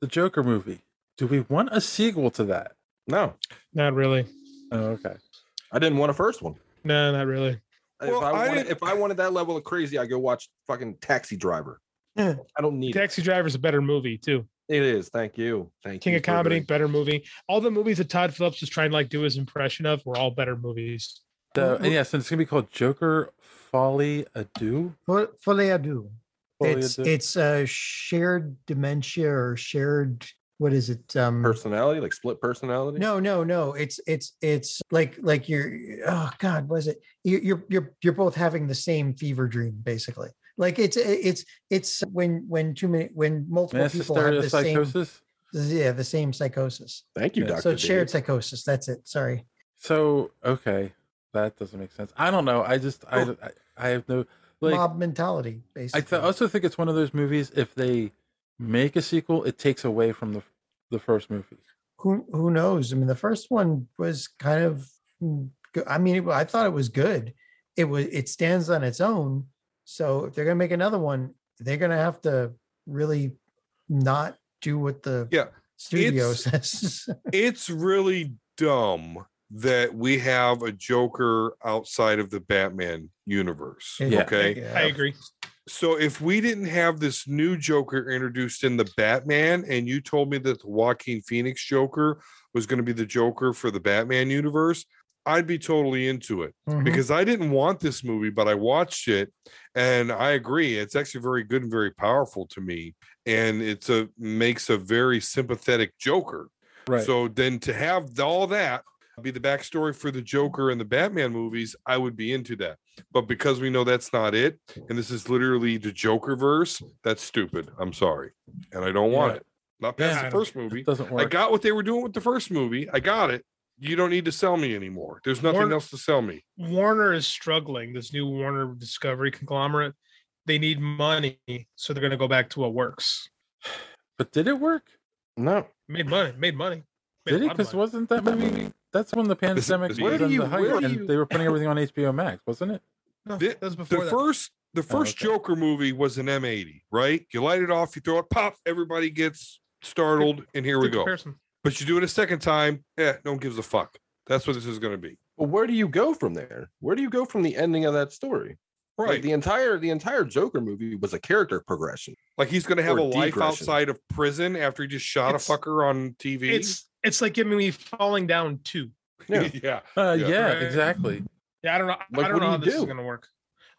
Speaker 7: the Joker movie. Do we want a sequel to that?
Speaker 6: No.
Speaker 8: not really.
Speaker 7: Oh, okay.
Speaker 6: I didn't want a first one.
Speaker 8: No, not really.
Speaker 6: if,
Speaker 9: Well,
Speaker 6: I
Speaker 9: I
Speaker 6: wanted,
Speaker 9: didn't-
Speaker 6: if I wanted that level of crazy, I go watch fucking Taxi Driver.
Speaker 4: Yeah.
Speaker 6: I don't need it.
Speaker 8: Taxi Driver's a better movie too.
Speaker 6: It is. Thank you. Thank
Speaker 8: King
Speaker 6: you.
Speaker 8: of
Speaker 6: for
Speaker 8: Comedy,
Speaker 6: the-
Speaker 8: better movie. All the movies that Todd Phillips was trying to like do his impression of were all better movies.
Speaker 7: So, and yes, and it's gonna be called Joker Folly Ado.
Speaker 4: Fol- Folie à deux.
Speaker 7: Folie
Speaker 4: It's
Speaker 7: à deux?
Speaker 4: it's a shared dementia or shared what is it? Um
Speaker 6: Personality, like split personality.
Speaker 4: no, no, no. It's it's it's like like you're oh god, was it? You- You're you're you're both having the same fever dream basically. Like it's it's it's when when too many when multiple
Speaker 7: Mass
Speaker 4: people have
Speaker 7: hysteria,
Speaker 4: the same
Speaker 7: psychosis.
Speaker 4: yeah the same psychosis.
Speaker 6: Thank you,
Speaker 7: Yeah.
Speaker 6: Doctor.
Speaker 4: so it's shared psychosis. That's it. Sorry.
Speaker 7: So okay, that doesn't make sense. I don't know. I just I I, I have no like.
Speaker 4: Oh. Mob mentality
Speaker 7: I
Speaker 4: basically.
Speaker 7: th- also think it's one of those movies. If they make a sequel, it takes away from the the first movie.
Speaker 4: who who knows? I mean, the first one was kind of mm, go- I mean, I thought it was good. It was it stands on its own. So if they're gonna make another one, they're gonna have to really not do what the
Speaker 9: yeah
Speaker 4: studio
Speaker 9: it's-
Speaker 4: says.
Speaker 9: it's really dumb that we have a Joker outside of the Batman universe.
Speaker 8: Yeah.
Speaker 9: Okay.
Speaker 8: I agree.
Speaker 9: So if we didn't have this new Joker introduced in the Batman, and you told me that the Joaquin Phoenix Joker was going to be the Joker for the Batman universe, I'd be totally into it
Speaker 7: Mm-hmm.
Speaker 11: Mhm.
Speaker 9: because I didn't want this movie, but I watched it, and I agree, it's actually very good and very powerful to me, and it's a makes a very sympathetic Joker.
Speaker 7: Right.
Speaker 9: So then to have all that be the backstory for the Joker and the Batman movies, I would be into that. But because we know that's not it, and this is literally the Joker verse, that's stupid. I'm sorry. And I don't want
Speaker 7: Yeah.
Speaker 9: it. Not past
Speaker 7: Yeah.
Speaker 9: the first movie.
Speaker 7: Doesn't
Speaker 9: I
Speaker 7: work.
Speaker 9: got what they were doing with the first movie. I got it. You don't need to sell me anymore. There's nothing
Speaker 8: Warner-
Speaker 9: else to sell me.
Speaker 8: Warner is struggling. This new Warner Discovery conglomerate, they need money, so they're going to go back to what works.
Speaker 7: But did it work?
Speaker 6: No.
Speaker 8: Made money. Made money. Made a
Speaker 7: Did it?
Speaker 8: lot of
Speaker 7: Because wasn't that movie? That's when the pandemic
Speaker 9: where
Speaker 7: was
Speaker 9: do
Speaker 7: on
Speaker 9: you-
Speaker 7: the height,
Speaker 9: where do you-
Speaker 7: and they were putting everything on HBO Max, wasn't it?
Speaker 8: No,
Speaker 9: The, the first
Speaker 8: Oh,
Speaker 9: the first Joker movie was an M80, right? You light it off, you throw it, pop, everybody gets startled, and here we
Speaker 8: good
Speaker 9: go.
Speaker 8: comparison.
Speaker 9: But you do it a second time, eh, no one gives a fuck. That's what this is going to be.
Speaker 6: But where do you go from there? Where do you go from the ending of that story?
Speaker 9: Right.
Speaker 6: the entire the entire Joker movie was a character progression.
Speaker 9: Like he's going to have
Speaker 6: Or
Speaker 9: a life
Speaker 6: degression.
Speaker 9: outside of prison after he just shot
Speaker 8: It's-
Speaker 9: a fucker on TV.
Speaker 8: It's it's like giving me falling down too.
Speaker 9: yeah.
Speaker 7: Uh,
Speaker 9: Yeah.
Speaker 7: yeah,
Speaker 8: Right.
Speaker 7: exactly.
Speaker 8: Yeah, I don't know. I-
Speaker 7: Like,
Speaker 8: I
Speaker 7: what
Speaker 8: don't
Speaker 7: do
Speaker 8: know how
Speaker 7: you
Speaker 8: this is
Speaker 7: do?
Speaker 8: going to work.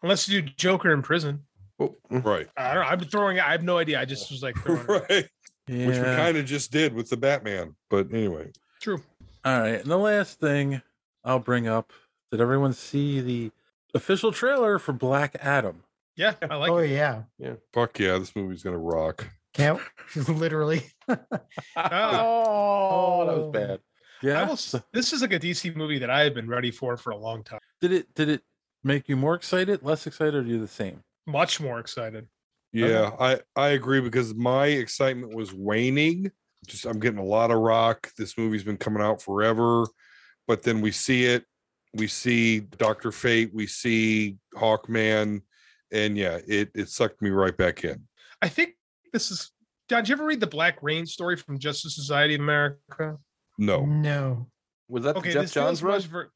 Speaker 8: Unless you do Joker in prison.
Speaker 6: mm,
Speaker 9: Right.
Speaker 8: I don't know. I'm throwing. I have no idea. I just was like, throwing it out.
Speaker 9: right. Which we
Speaker 7: Yeah.
Speaker 9: kind of just did with the Batman. But anyway.
Speaker 8: True.
Speaker 7: All right. And the last thing I'll bring up did everyone see the official trailer for Black Adam?
Speaker 8: Yeah, I like.
Speaker 4: oh yeah.
Speaker 6: Yeah.
Speaker 9: Fuck yeah, this movie's going to rock.
Speaker 4: Can't literally.
Speaker 7: Oh, that was bad. Yeah.
Speaker 8: I will, s- this is like a DC movie that I have been ready for for a long time.
Speaker 7: Did it did it make you more excited, less excited, or do you the same?
Speaker 8: Much more excited.
Speaker 9: Yeah, I I agree because my excitement was waning. Just I'm getting a lot of rock. This movie's been coming out forever, but then we see it, we see Doctor Fate, we see Hawkman, and yeah, it it sucked me right back in.
Speaker 8: I think this is. John, did you ever read the Black Rain story from Justice Society of America?
Speaker 7: Oh.
Speaker 9: No,
Speaker 4: No.
Speaker 6: Was that the
Speaker 8: Okay,
Speaker 6: Jeff
Speaker 8: this
Speaker 6: Johns
Speaker 8: feels
Speaker 6: run?
Speaker 8: much ver-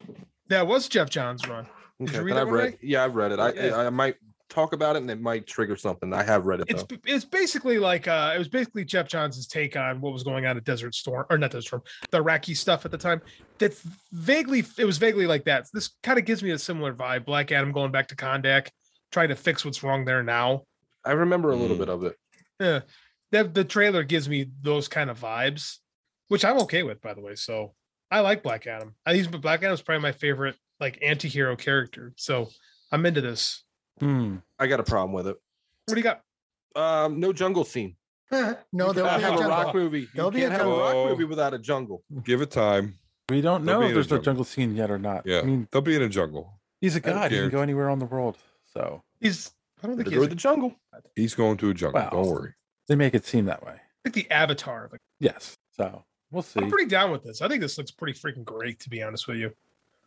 Speaker 8: that was Jeff Johns' run. Did you read
Speaker 6: and
Speaker 8: that
Speaker 6: I've
Speaker 8: one?
Speaker 6: read,
Speaker 8: Ray?
Speaker 6: yeah, I've read it. I,
Speaker 8: Yeah.
Speaker 6: I I might talk about it and it might trigger something. I have read it
Speaker 8: It's
Speaker 6: though.
Speaker 8: it's basically like uh, it was basically Jeff Johns' take on what was going on at Desert Storm or not Desert Storm, the Iraqi stuff at the time. That's vaguely it was vaguely like that. This kind of gives me a similar vibe. Black Adam going back to Kondak, trying to fix what's wrong there now.
Speaker 6: I remember a little bit of it.
Speaker 8: Yeah, that the trailer gives me those kind of vibes, which I'm okay with, by the way. So I like Black Adam. I he's Black Adam's probably my favorite like anti-hero character. So I'm into this.
Speaker 7: Hmm.
Speaker 6: I got a problem with it.
Speaker 8: What do you got?
Speaker 6: Um, no jungle scene.
Speaker 4: no,
Speaker 8: Oh,
Speaker 4: there'll
Speaker 6: You cannot
Speaker 4: be a
Speaker 6: have a
Speaker 4: jungle.
Speaker 6: rock movie. You
Speaker 4: There'll
Speaker 6: can't
Speaker 4: be a
Speaker 6: have a
Speaker 4: jungle.
Speaker 6: rock
Speaker 9: Oh.
Speaker 6: movie without a jungle.
Speaker 8: Mm.
Speaker 9: Give it time.
Speaker 7: We don't
Speaker 9: They'll
Speaker 7: know
Speaker 9: be
Speaker 7: if
Speaker 9: in a
Speaker 7: there's no
Speaker 9: jungle.
Speaker 7: jungle scene yet or not.
Speaker 9: Yeah,
Speaker 7: I mean,
Speaker 9: they'll be in a jungle.
Speaker 7: he's a
Speaker 9: I don't
Speaker 7: god. He
Speaker 9: care.
Speaker 7: can go anywhere in the world. So
Speaker 8: He's I don't think
Speaker 6: Go to
Speaker 8: he's
Speaker 6: the jungle.
Speaker 9: He's going to a jungle.
Speaker 7: Wow.
Speaker 9: Don't worry.
Speaker 7: they make it seem that way.
Speaker 8: like the avatar of
Speaker 7: Yes. So we'll see.
Speaker 8: I'm pretty down with this. I think this looks pretty freaking great, to be honest with you.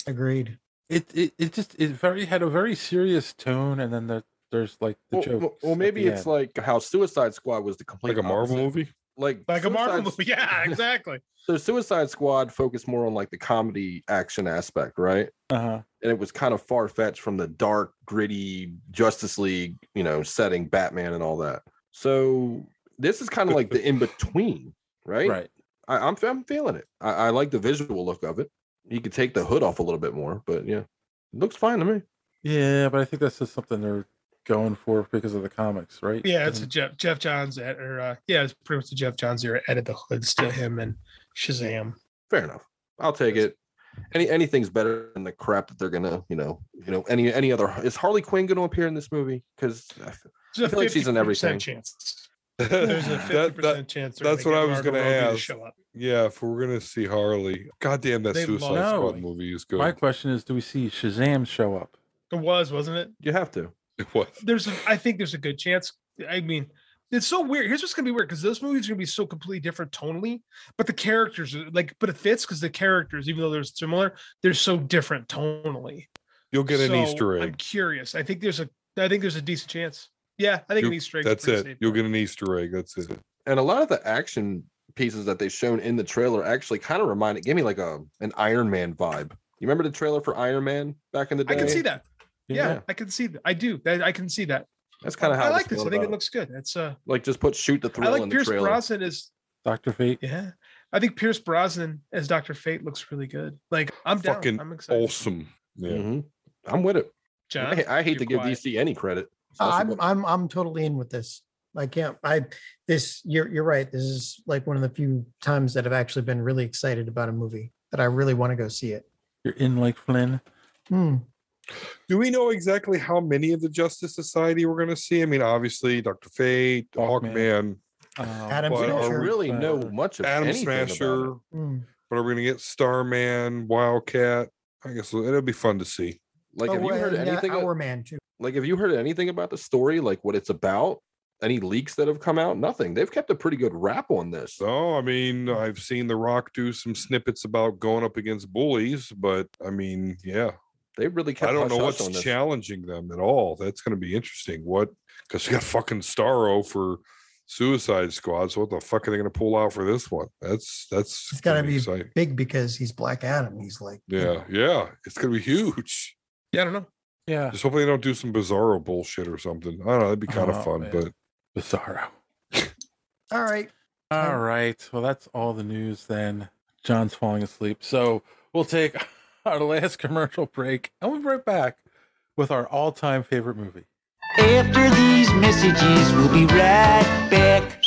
Speaker 4: Agreed.
Speaker 7: It it, it just it very had a very serious tone, and then there, there's like the
Speaker 6: Well,
Speaker 7: joke.
Speaker 6: well- well, maybe it's like how Suicide Squad was the complete
Speaker 9: Like a Marvel
Speaker 6: opposite.
Speaker 9: movie.
Speaker 6: Like
Speaker 8: Like a Marvel
Speaker 6: Suicide-
Speaker 8: movie. Yeah, exactly.
Speaker 6: So Suicide Squad focused more on like the comedy action aspect, right?
Speaker 7: uh-huh.
Speaker 6: And it was kind of far fetched from the dark, gritty Justice League, you know, setting Batman and all that. So this is kind of like the in between, right?
Speaker 7: right.
Speaker 6: I, I'm I'm feeling it. I, I like the visual look of it. You could take the hood off a little bit more, but yeah, it looks fine to me.
Speaker 7: Yeah, but I think that's just something they're going for because of the comics, right?
Speaker 8: Yeah, it's a
Speaker 7: Isn't-
Speaker 8: Jeff Jeff Johns at or uh, yeah, it's pretty much the Jeff Johns era added the hoods to him and Shazam.
Speaker 6: Fair enough. I'll take it. Any anything's better than the crap that they're gonna, you know, you know, any any other. Is Harley Quinn gonna appear in this movie? Because I, f-
Speaker 8: There's
Speaker 6: I feel like she's in
Speaker 8: 50%
Speaker 6: everything.
Speaker 8: Chance. There's a fifty
Speaker 9: That-
Speaker 8: percent
Speaker 9: that-
Speaker 8: chance. they're
Speaker 9: that's
Speaker 8: gonna
Speaker 9: what I
Speaker 8: get
Speaker 9: was
Speaker 8: Margot
Speaker 9: going to
Speaker 8: Robbie to
Speaker 9: ask.
Speaker 8: show up.
Speaker 9: Yeah, if we're going to see Harley, goddamn, that
Speaker 8: They
Speaker 9: Suicide
Speaker 8: love
Speaker 9: Squad
Speaker 7: Harley.
Speaker 9: movie is good.
Speaker 7: My question is, do we see Shazam show up?
Speaker 8: It was, wasn't it?
Speaker 6: You have to.
Speaker 9: It was.
Speaker 8: There's, a, I think there's a good chance. I mean, It's so weird. Here's what's gonna be weird because those movies are gonna be so completely different tonally, but the characters are like, but it fits because the characters, even though they're similar, they're so different tonally.
Speaker 9: You'll get an
Speaker 8: So,
Speaker 9: Easter egg.
Speaker 8: I'm curious. I think there's a. I think there's a decent chance. Yeah, I think an
Speaker 9: You-
Speaker 8: Easter egg.
Speaker 9: That's it. You'll get an Easter egg. That's it.
Speaker 6: and a lot of the action pieces that they've shown in the trailer actually kind of remind it gave me like a an Iron Man vibe. You remember the trailer for Iron Man back in the day?
Speaker 8: I can see that. Yeah,
Speaker 6: Yeah.
Speaker 8: I can see that. I do. I, I can see that.
Speaker 6: That's kinda how
Speaker 8: I
Speaker 6: I
Speaker 8: like
Speaker 6: feel
Speaker 8: this. I think
Speaker 6: about
Speaker 8: it
Speaker 6: it.
Speaker 8: looks good. It's uh,
Speaker 6: Like just put shoot the
Speaker 8: I
Speaker 6: thrill in
Speaker 8: like
Speaker 6: the
Speaker 8: Pierce
Speaker 6: trailer.
Speaker 8: Brosnan is
Speaker 7: Doctor Fate.
Speaker 8: Yeah, I think Pierce Brosnan as Doctor Fate looks really good. Like I'm down.
Speaker 6: Fucking
Speaker 8: I'm excited.
Speaker 9: Awesome. Yeah.
Speaker 6: Mm-hmm. I'm with it.
Speaker 8: John,
Speaker 6: I, I hate
Speaker 8: you're
Speaker 6: to give
Speaker 8: quiet.
Speaker 6: DC any credit.
Speaker 4: I'm I'm I'm totally in with this. I can't. I this you're you're right. This is like one of the few times that I've actually been really excited about a movie that I really want to go see it.
Speaker 7: You're in like Flynn.
Speaker 9: Do we know exactly how many of the Justice Society we're going to see? I mean, obviously, Doctor Fate, Hawkman,
Speaker 7: Oh,
Speaker 6: Adam
Speaker 9: but are
Speaker 6: Smasher.
Speaker 9: we-
Speaker 6: Really know much of
Speaker 9: Adam
Speaker 6: anything about
Speaker 9: Smasher.
Speaker 6: it.
Speaker 4: Mm.
Speaker 9: But are we going to get Starman, Wildcat? I guess it'll it'll be fun to see.
Speaker 6: Like,
Speaker 4: Oh,
Speaker 6: have you
Speaker 4: well,
Speaker 6: heard
Speaker 4: and, uh,
Speaker 6: anything?
Speaker 4: Our man too.
Speaker 6: Like, have you heard anything about the story? Like, what it's about? Any leaks that have come out? Nothing. They've kept a pretty good wrap on this.
Speaker 9: So, I mean,
Speaker 6: Mm.
Speaker 9: I've seen The Rock do some snippets about going up against bullies, but I mean, yeah.
Speaker 6: They really
Speaker 9: I
Speaker 6: kept
Speaker 9: don't know
Speaker 6: hush-hush
Speaker 9: what's
Speaker 6: on this.
Speaker 9: challenging them at all. That's going to be interesting. What? Because we got fucking Starro for Suicide Squad. So what the fuck are they going to pull out for this one? That's that's.
Speaker 4: It's gotta
Speaker 9: gonna
Speaker 4: be
Speaker 9: exciting.
Speaker 4: big because he's Black Adam. He's like
Speaker 9: Yeah, yeah. It's going to be huge.
Speaker 8: Yeah, I don't know.
Speaker 7: Yeah.
Speaker 9: Just hopefully they don't do some bizarro bullshit or something. I don't know. That'd be kind
Speaker 7: Oh,
Speaker 9: of fun,
Speaker 7: man.
Speaker 9: but
Speaker 7: bizarro.
Speaker 4: All right.
Speaker 7: All right. Well, that's all the news then. John's falling asleep. So we'll take our last commercial break and we'll be right back with our all time favorite movie.
Speaker 10: After these messages, we'll be right back.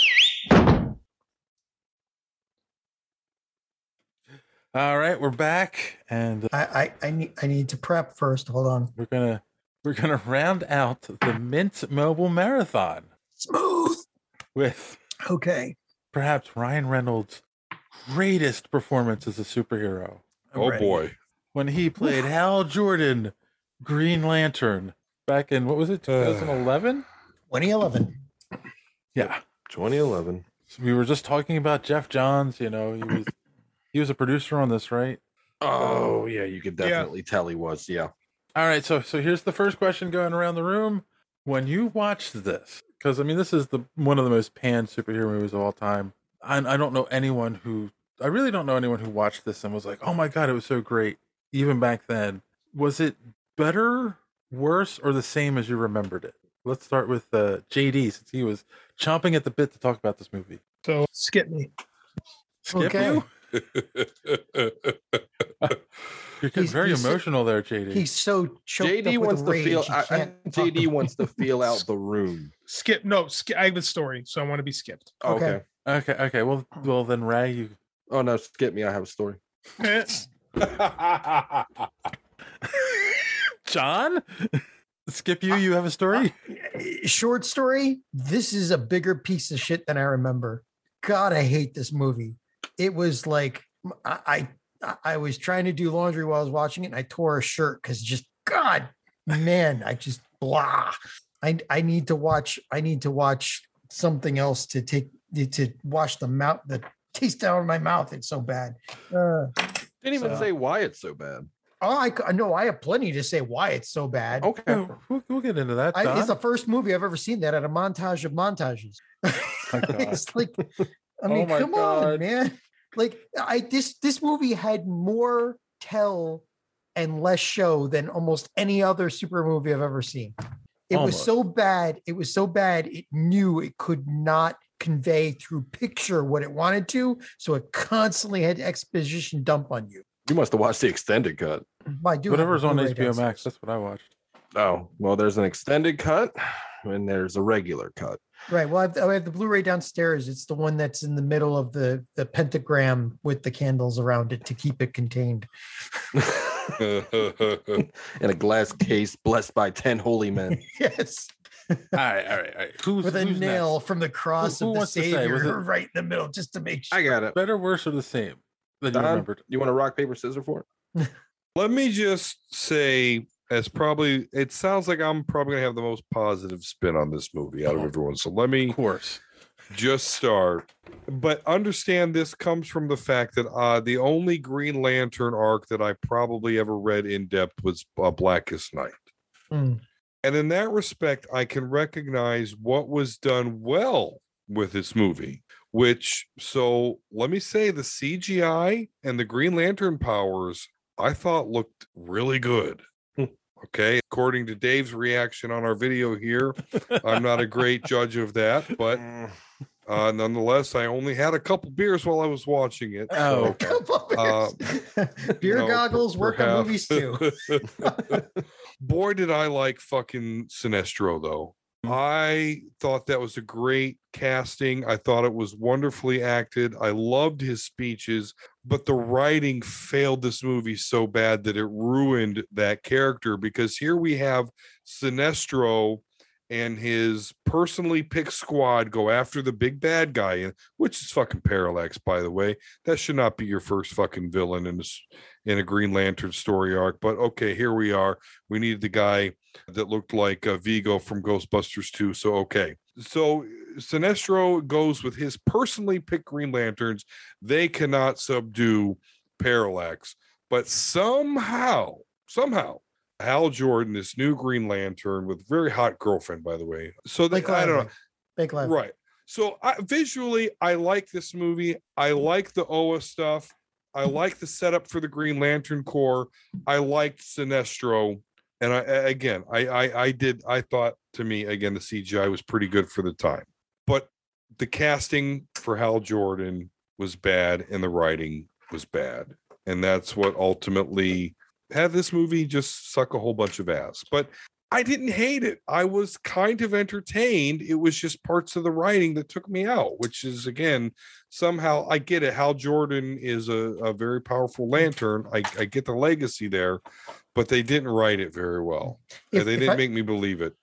Speaker 7: All right. We're back and uh,
Speaker 4: I, I, I need I need to prep first. Hold on.
Speaker 7: We're gonna we're gonna round out the Mint Mobile Marathon.
Speaker 4: Smooth
Speaker 7: with
Speaker 4: Okay.
Speaker 7: perhaps Ryan Reynolds' greatest performance as a superhero.
Speaker 9: I'm Oh, ready. boy.
Speaker 7: When he played Hal Jordan, Green Lantern, back in what was it, 2011?
Speaker 4: 2011.
Speaker 7: Yeah.
Speaker 6: 2011.
Speaker 7: we were just talking about Jeff Johns, you know, he was he was a producer on this, right?
Speaker 6: Oh yeah, you could
Speaker 7: Yeah.
Speaker 6: definitely tell he was. Yeah.
Speaker 7: All right, so so here's the first question going around the room. When you watched this, because I mean, this is the one of the most panned superhero movies of all time. I, I don't know anyone who I really don't know anyone who watched this and was like, "Oh my god, it was so great!" Even back then, was it better, worse, or the same as you remembered it? Let's start with uh, JD since he was chomping at the bit to talk about this movie.
Speaker 8: So skip me.
Speaker 7: Skip you? You're getting
Speaker 6: He's-
Speaker 7: very
Speaker 6: he's-
Speaker 7: emotional there, JD.
Speaker 4: He's so choked up with
Speaker 6: JD wants to
Speaker 4: rage,
Speaker 6: feel.
Speaker 4: he
Speaker 6: I, I,
Speaker 4: can't talk.
Speaker 6: JD wants to feel out the room. Oh,
Speaker 8: Skip. No, skip. I have a story, so I want to be skipped.
Speaker 6: Okay.
Speaker 7: Oh, Okay. Okay. Well. Well. Then Ray, you.
Speaker 6: Oh no! Skip me. I have a story.
Speaker 7: John, skip you. You have a story.
Speaker 4: Uh, Short story. This is a bigger piece of shit than I remember. God, I hate this movie. It was like I I, I was trying to do laundry while I was watching it, and I tore a shirt because just God, man, I just blah. I I need to watch. I need to watch something else to take to wash the mouth the taste out of my mouth. It's so bad. Uh,
Speaker 6: Didn't even
Speaker 4: So-
Speaker 6: say why it's so bad.
Speaker 4: Oh, I c- no, I have plenty to say why it's so bad.
Speaker 6: Okay,
Speaker 7: we'll, we'll get into that.
Speaker 4: I,
Speaker 7: Don.
Speaker 4: it's the first movie I've ever seen that had a montage of montages. it's like, I
Speaker 7: Oh
Speaker 4: mean,
Speaker 7: my
Speaker 4: come on, man. Like, I this this movie had more tell and less show than almost any other super movie I've ever seen. It was
Speaker 7: Almost.
Speaker 4: so bad. It was so bad. It knew it could not convey through picture what it wanted to, so it constantly had exposition dump on you.
Speaker 6: You must have watched the extended cut.
Speaker 4: But Mm-hmm. I do have a
Speaker 7: Whatever's on
Speaker 4: Blu-ray
Speaker 7: HBO
Speaker 4: downstairs.
Speaker 7: Max, that's what I watched.
Speaker 6: Oh well, there's an extended cut and there's a regular cut.
Speaker 4: Right. Well, I've, I have the Blu-ray downstairs. It's the one that's in the middle of the the pentagram with the candles around it to keep it contained.
Speaker 6: in a glass case blessed by 10 holy men.
Speaker 4: Yes.
Speaker 7: All right, all right, all right. Who's
Speaker 4: with a
Speaker 7: who's
Speaker 4: nail
Speaker 7: next?
Speaker 4: from the cross
Speaker 7: Who- who
Speaker 4: of the
Speaker 7: wants to say? Was
Speaker 4: Savior
Speaker 7: it-
Speaker 4: right in the middle, just to make sure.
Speaker 6: I got it.
Speaker 7: Better, worse, or the same than you
Speaker 6: Don,
Speaker 7: remembered?
Speaker 6: you want to rock, paper, scissors for it?
Speaker 9: Let me just say, It's probably. It sounds like I'm probably gonna have the most positive spin on this movie out of everyone. So let me, of
Speaker 7: course,
Speaker 9: just start. But understand this comes from the fact that uh, the only Green Lantern arc that I probably ever read in depth was uh, Blackest Night. And in that respect, I can recognize what was done well with this movie, which, so let me say, the CGI and the Green Lantern powers I thought looked really good. okay. According to Dave's reaction on our video here, I'm not a great judge of that, but. Uh, nonetheless, I only had a couple beers whiple I was watching it.
Speaker 4: Oh,
Speaker 9: so, uh,
Speaker 4: Beer
Speaker 9: you know,
Speaker 4: goggles work on movies
Speaker 9: perhaps.
Speaker 4: too.
Speaker 9: Boy, did I like fucking Sinestro though. I thought that was a great casting. I thought it was wonderfully acted. I loved his speeches, but the writing failed this movie so bad that it ruined that character because here we have Sinestro and his personally picked squad go after the big bad guy, and which is fucking Parallax, by the way. That should not be your first fucking villain in this in a Green Lantern story arc. But okay, here we are. We needed the guy that looked like uh, Vigo from Ghostbusters 2. So okay, so Sinestro goes with his personally picked Green Lanterns. They cannot subdue Parallax, but somehow, somehow. Hal Jordan, this new Green Lantern with very hot girlfriend, by the way. So that,
Speaker 4: Blake
Speaker 9: I don't know.
Speaker 4: Lively. Blake Lively.
Speaker 9: Right. So I, visually, I like this movie. I like the Oa stuff. I like the setup for the Green Lantern Corps. I liked Sinestro, and I a- again, I, I I did. I thought to me again, the CGI was pretty good for the time, but the casting for Hal Jordan was bad, and the writing was bad, and that's what ultimately had this movie just suck a whole bunch of ass. But I didn't hate it. I was kind of entertained. It was just parts of the writing that took me out, which is again somehow I get it. Hal Jordan is a, a very powerful lantern. I, I get the legacy there, but they didn't write it very well.
Speaker 4: If-
Speaker 9: And they
Speaker 4: if
Speaker 9: didn't
Speaker 4: I-
Speaker 9: make me believe it.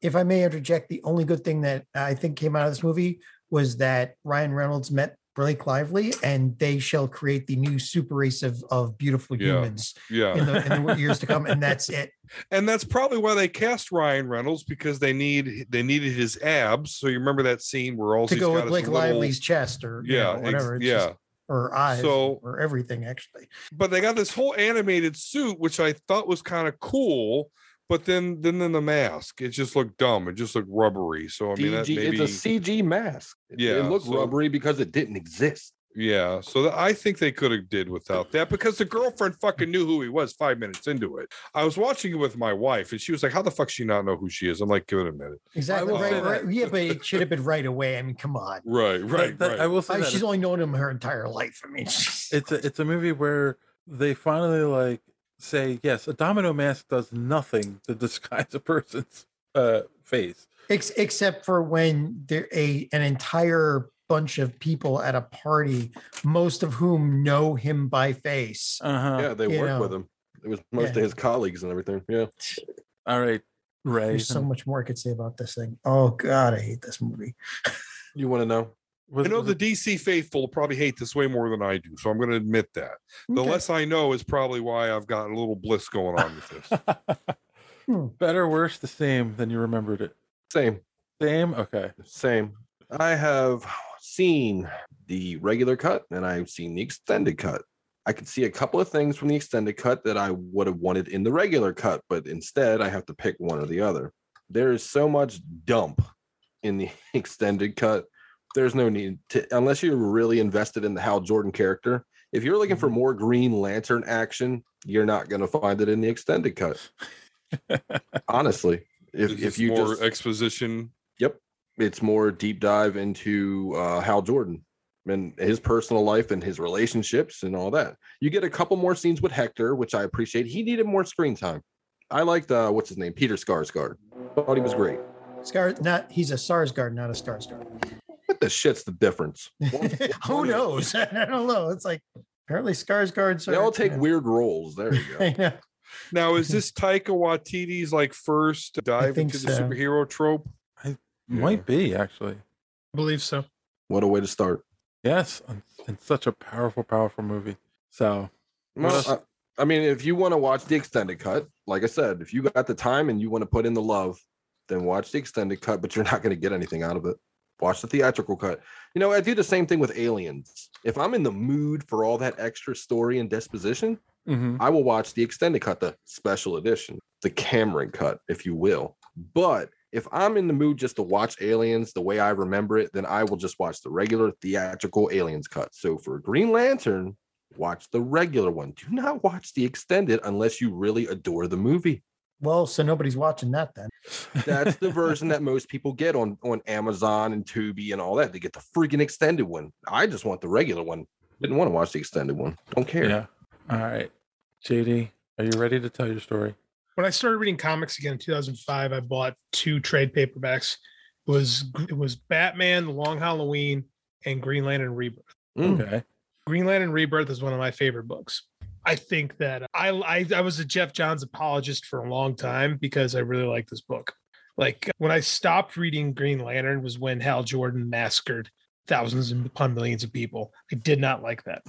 Speaker 4: If I may interject, the only good thing that I think came out of this movie was that Ryan Reynolds met Blake Lively, and they shall create the new super race of of beautiful
Speaker 9: Yeah.
Speaker 4: humans
Speaker 9: Yeah.
Speaker 4: in the, in the years to come, and that's it.
Speaker 9: and that's probably why they cast Ryan Reynolds because they need they needed his abs. So you remember that scene where all
Speaker 4: to go with Blake Lively's chest or you
Speaker 9: Yeah,
Speaker 4: know,
Speaker 9: ex-
Speaker 4: whatever. it's
Speaker 9: yeah.
Speaker 4: just- or eyes
Speaker 9: So-
Speaker 4: or everything actually.
Speaker 9: but they got this whole animated suit which i thought was kind of cool but then then then the mask it just looked dumb it just looked rubbery so i mean that
Speaker 6: DG
Speaker 9: maybe
Speaker 6: It's a CG mask. It-
Speaker 9: Yeah,
Speaker 6: it looked
Speaker 9: so-
Speaker 6: rubbery because it didn't exist.
Speaker 9: yeah so that, i think they could have did without that because the girlfriend fucking knew who he was five minutes into it i was watching it with my wife and she was like how the fuck she not know who she is i'm like give it a minute
Speaker 4: Exactly
Speaker 7: will say
Speaker 4: right, right.
Speaker 7: that-
Speaker 4: Yeah, but it should have been right away. I mean, come on.
Speaker 9: right right
Speaker 7: that-
Speaker 9: right
Speaker 7: I will say
Speaker 4: I-
Speaker 7: that
Speaker 4: she's only known him her entire life. I mean,
Speaker 7: it's a it's a movie where they finally like say yes, a domino mask does nothing to disguise a person's uh face.
Speaker 4: ex- except for when there a an entire bunch of people at a party, most of wom know him by face.
Speaker 7: Uh-huh.
Speaker 6: yeah, they
Speaker 4: you
Speaker 6: worked
Speaker 4: know.
Speaker 6: with him. It was most
Speaker 4: Yeah.
Speaker 6: of his colleagues and everything. Yeah.
Speaker 7: All right, Ray.
Speaker 4: There's so much more I could say about this thing. Oh God, I hate this movie.
Speaker 6: You want to know?
Speaker 9: I know the DC faithful probably hate this way more than I do, so I'm going to admit that. The
Speaker 4: Okay.
Speaker 9: less I know is probably why I've got a little bliss going on with this.
Speaker 4: Hmm.
Speaker 7: Better, worse, the same than you remembered it.
Speaker 6: Same.
Speaker 7: Same. Okay.
Speaker 6: Same. I have seen the regular cut and I've seen the extended cut. I could see a couple of things from the extended cut that I would have wanted in the regular cut, but instead I have to pick one or the other. There is so much dump in the extended cut. There's no need to, unless you're really invested in the Hal Jordan character. If you're looking for more Green Lantern action, you're not going to find it in the extended cut. Honestly, if,
Speaker 9: Is
Speaker 6: if
Speaker 9: this
Speaker 6: you
Speaker 9: more
Speaker 6: just,
Speaker 9: exposition,
Speaker 6: Yep. It's more deep dive into uh, Hal Jordan and his personal life and his relationships and all that. You get a couple more scenes with Hector, which I appreciate. He needed more screen time. I liked uh, what's his name, Peter Skarsgård. Thought he was great.
Speaker 4: Scar, not he's a Sarsgaard, not a Starsgaard.
Speaker 6: What the shit's the difference?
Speaker 4: Who knows? I don't know. It's like apparently Skarsgårds.
Speaker 6: They all take weird roles. There you go.
Speaker 4: I know.
Speaker 9: Now, is this Taika Waititi's like first dive
Speaker 4: think
Speaker 9: into the
Speaker 4: so.
Speaker 9: superhero trope?
Speaker 7: Might be actually.
Speaker 8: I believe so.
Speaker 6: What a way to start.
Speaker 7: Yes, and, and such a powerful, powerful movie. So, what
Speaker 6: Well,
Speaker 7: else-
Speaker 6: I, I mean, if you want to watch the extended cut, like I said, if you got the time and you want to put in the love, then watch the extended cut, but you're not going to get anything out of it. Watch the theatrical cut. You know, I do the same thing with Aliens. If I'm in the mood for all that extra story and disposition,
Speaker 12: Mhm.
Speaker 6: I will watch the extended cut, the special edition, the Cameron cut, if you will. But if I'm in the mood just to watch Aliens the way I remember it, then I will just watch the regular theatrical Aliens cut. So for Green Lantern, watch the regular one. Do not watch the extended unless you really adore the movie.
Speaker 8: Well, so nobody's watching that then.
Speaker 6: That's the version that most people get on on Amazon and Tubi and all that. They get the freaking extended one. I just want the regular one. Didn't want to watch the extended one. Don't care.
Speaker 12: Yeah. All right. JD, are you ready to tell your story?
Speaker 7: when I started reading comics again in 2005, I bought two trade paperbacks. It was it was Batman: The Long Halloween and Green Lantern Rebirth.
Speaker 6: Mm.
Speaker 12: Okay.
Speaker 7: Green Lantern Rebirth is one of my favorite books. I think that I, I I was a Jeff Johns apologist for a long time because I really like this book. Like when I stopped reading Green Lantern was when Hal Jordan massacred thousands upon millions of people. I did not like that.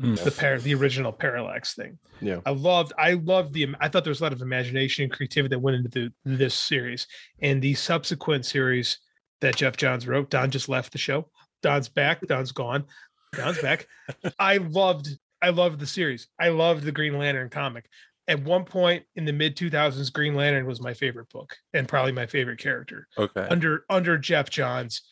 Speaker 12: Mm.
Speaker 7: The par- the original Parallax thing.
Speaker 6: Yeah.
Speaker 7: I loved I loved the I thought there was a lot of imagination and creativity that went into the, this series and the subsequent series that Jeff Johns wrote. Don just left the show. Don's back. Don's gone. Don's back. I loved I loved the series. I loved the Green Lantern comic. At one point in the mid 2000s Green Lantern was my favorite book and probably my favorite character.
Speaker 12: Okay.
Speaker 7: Under under Jeff Johns,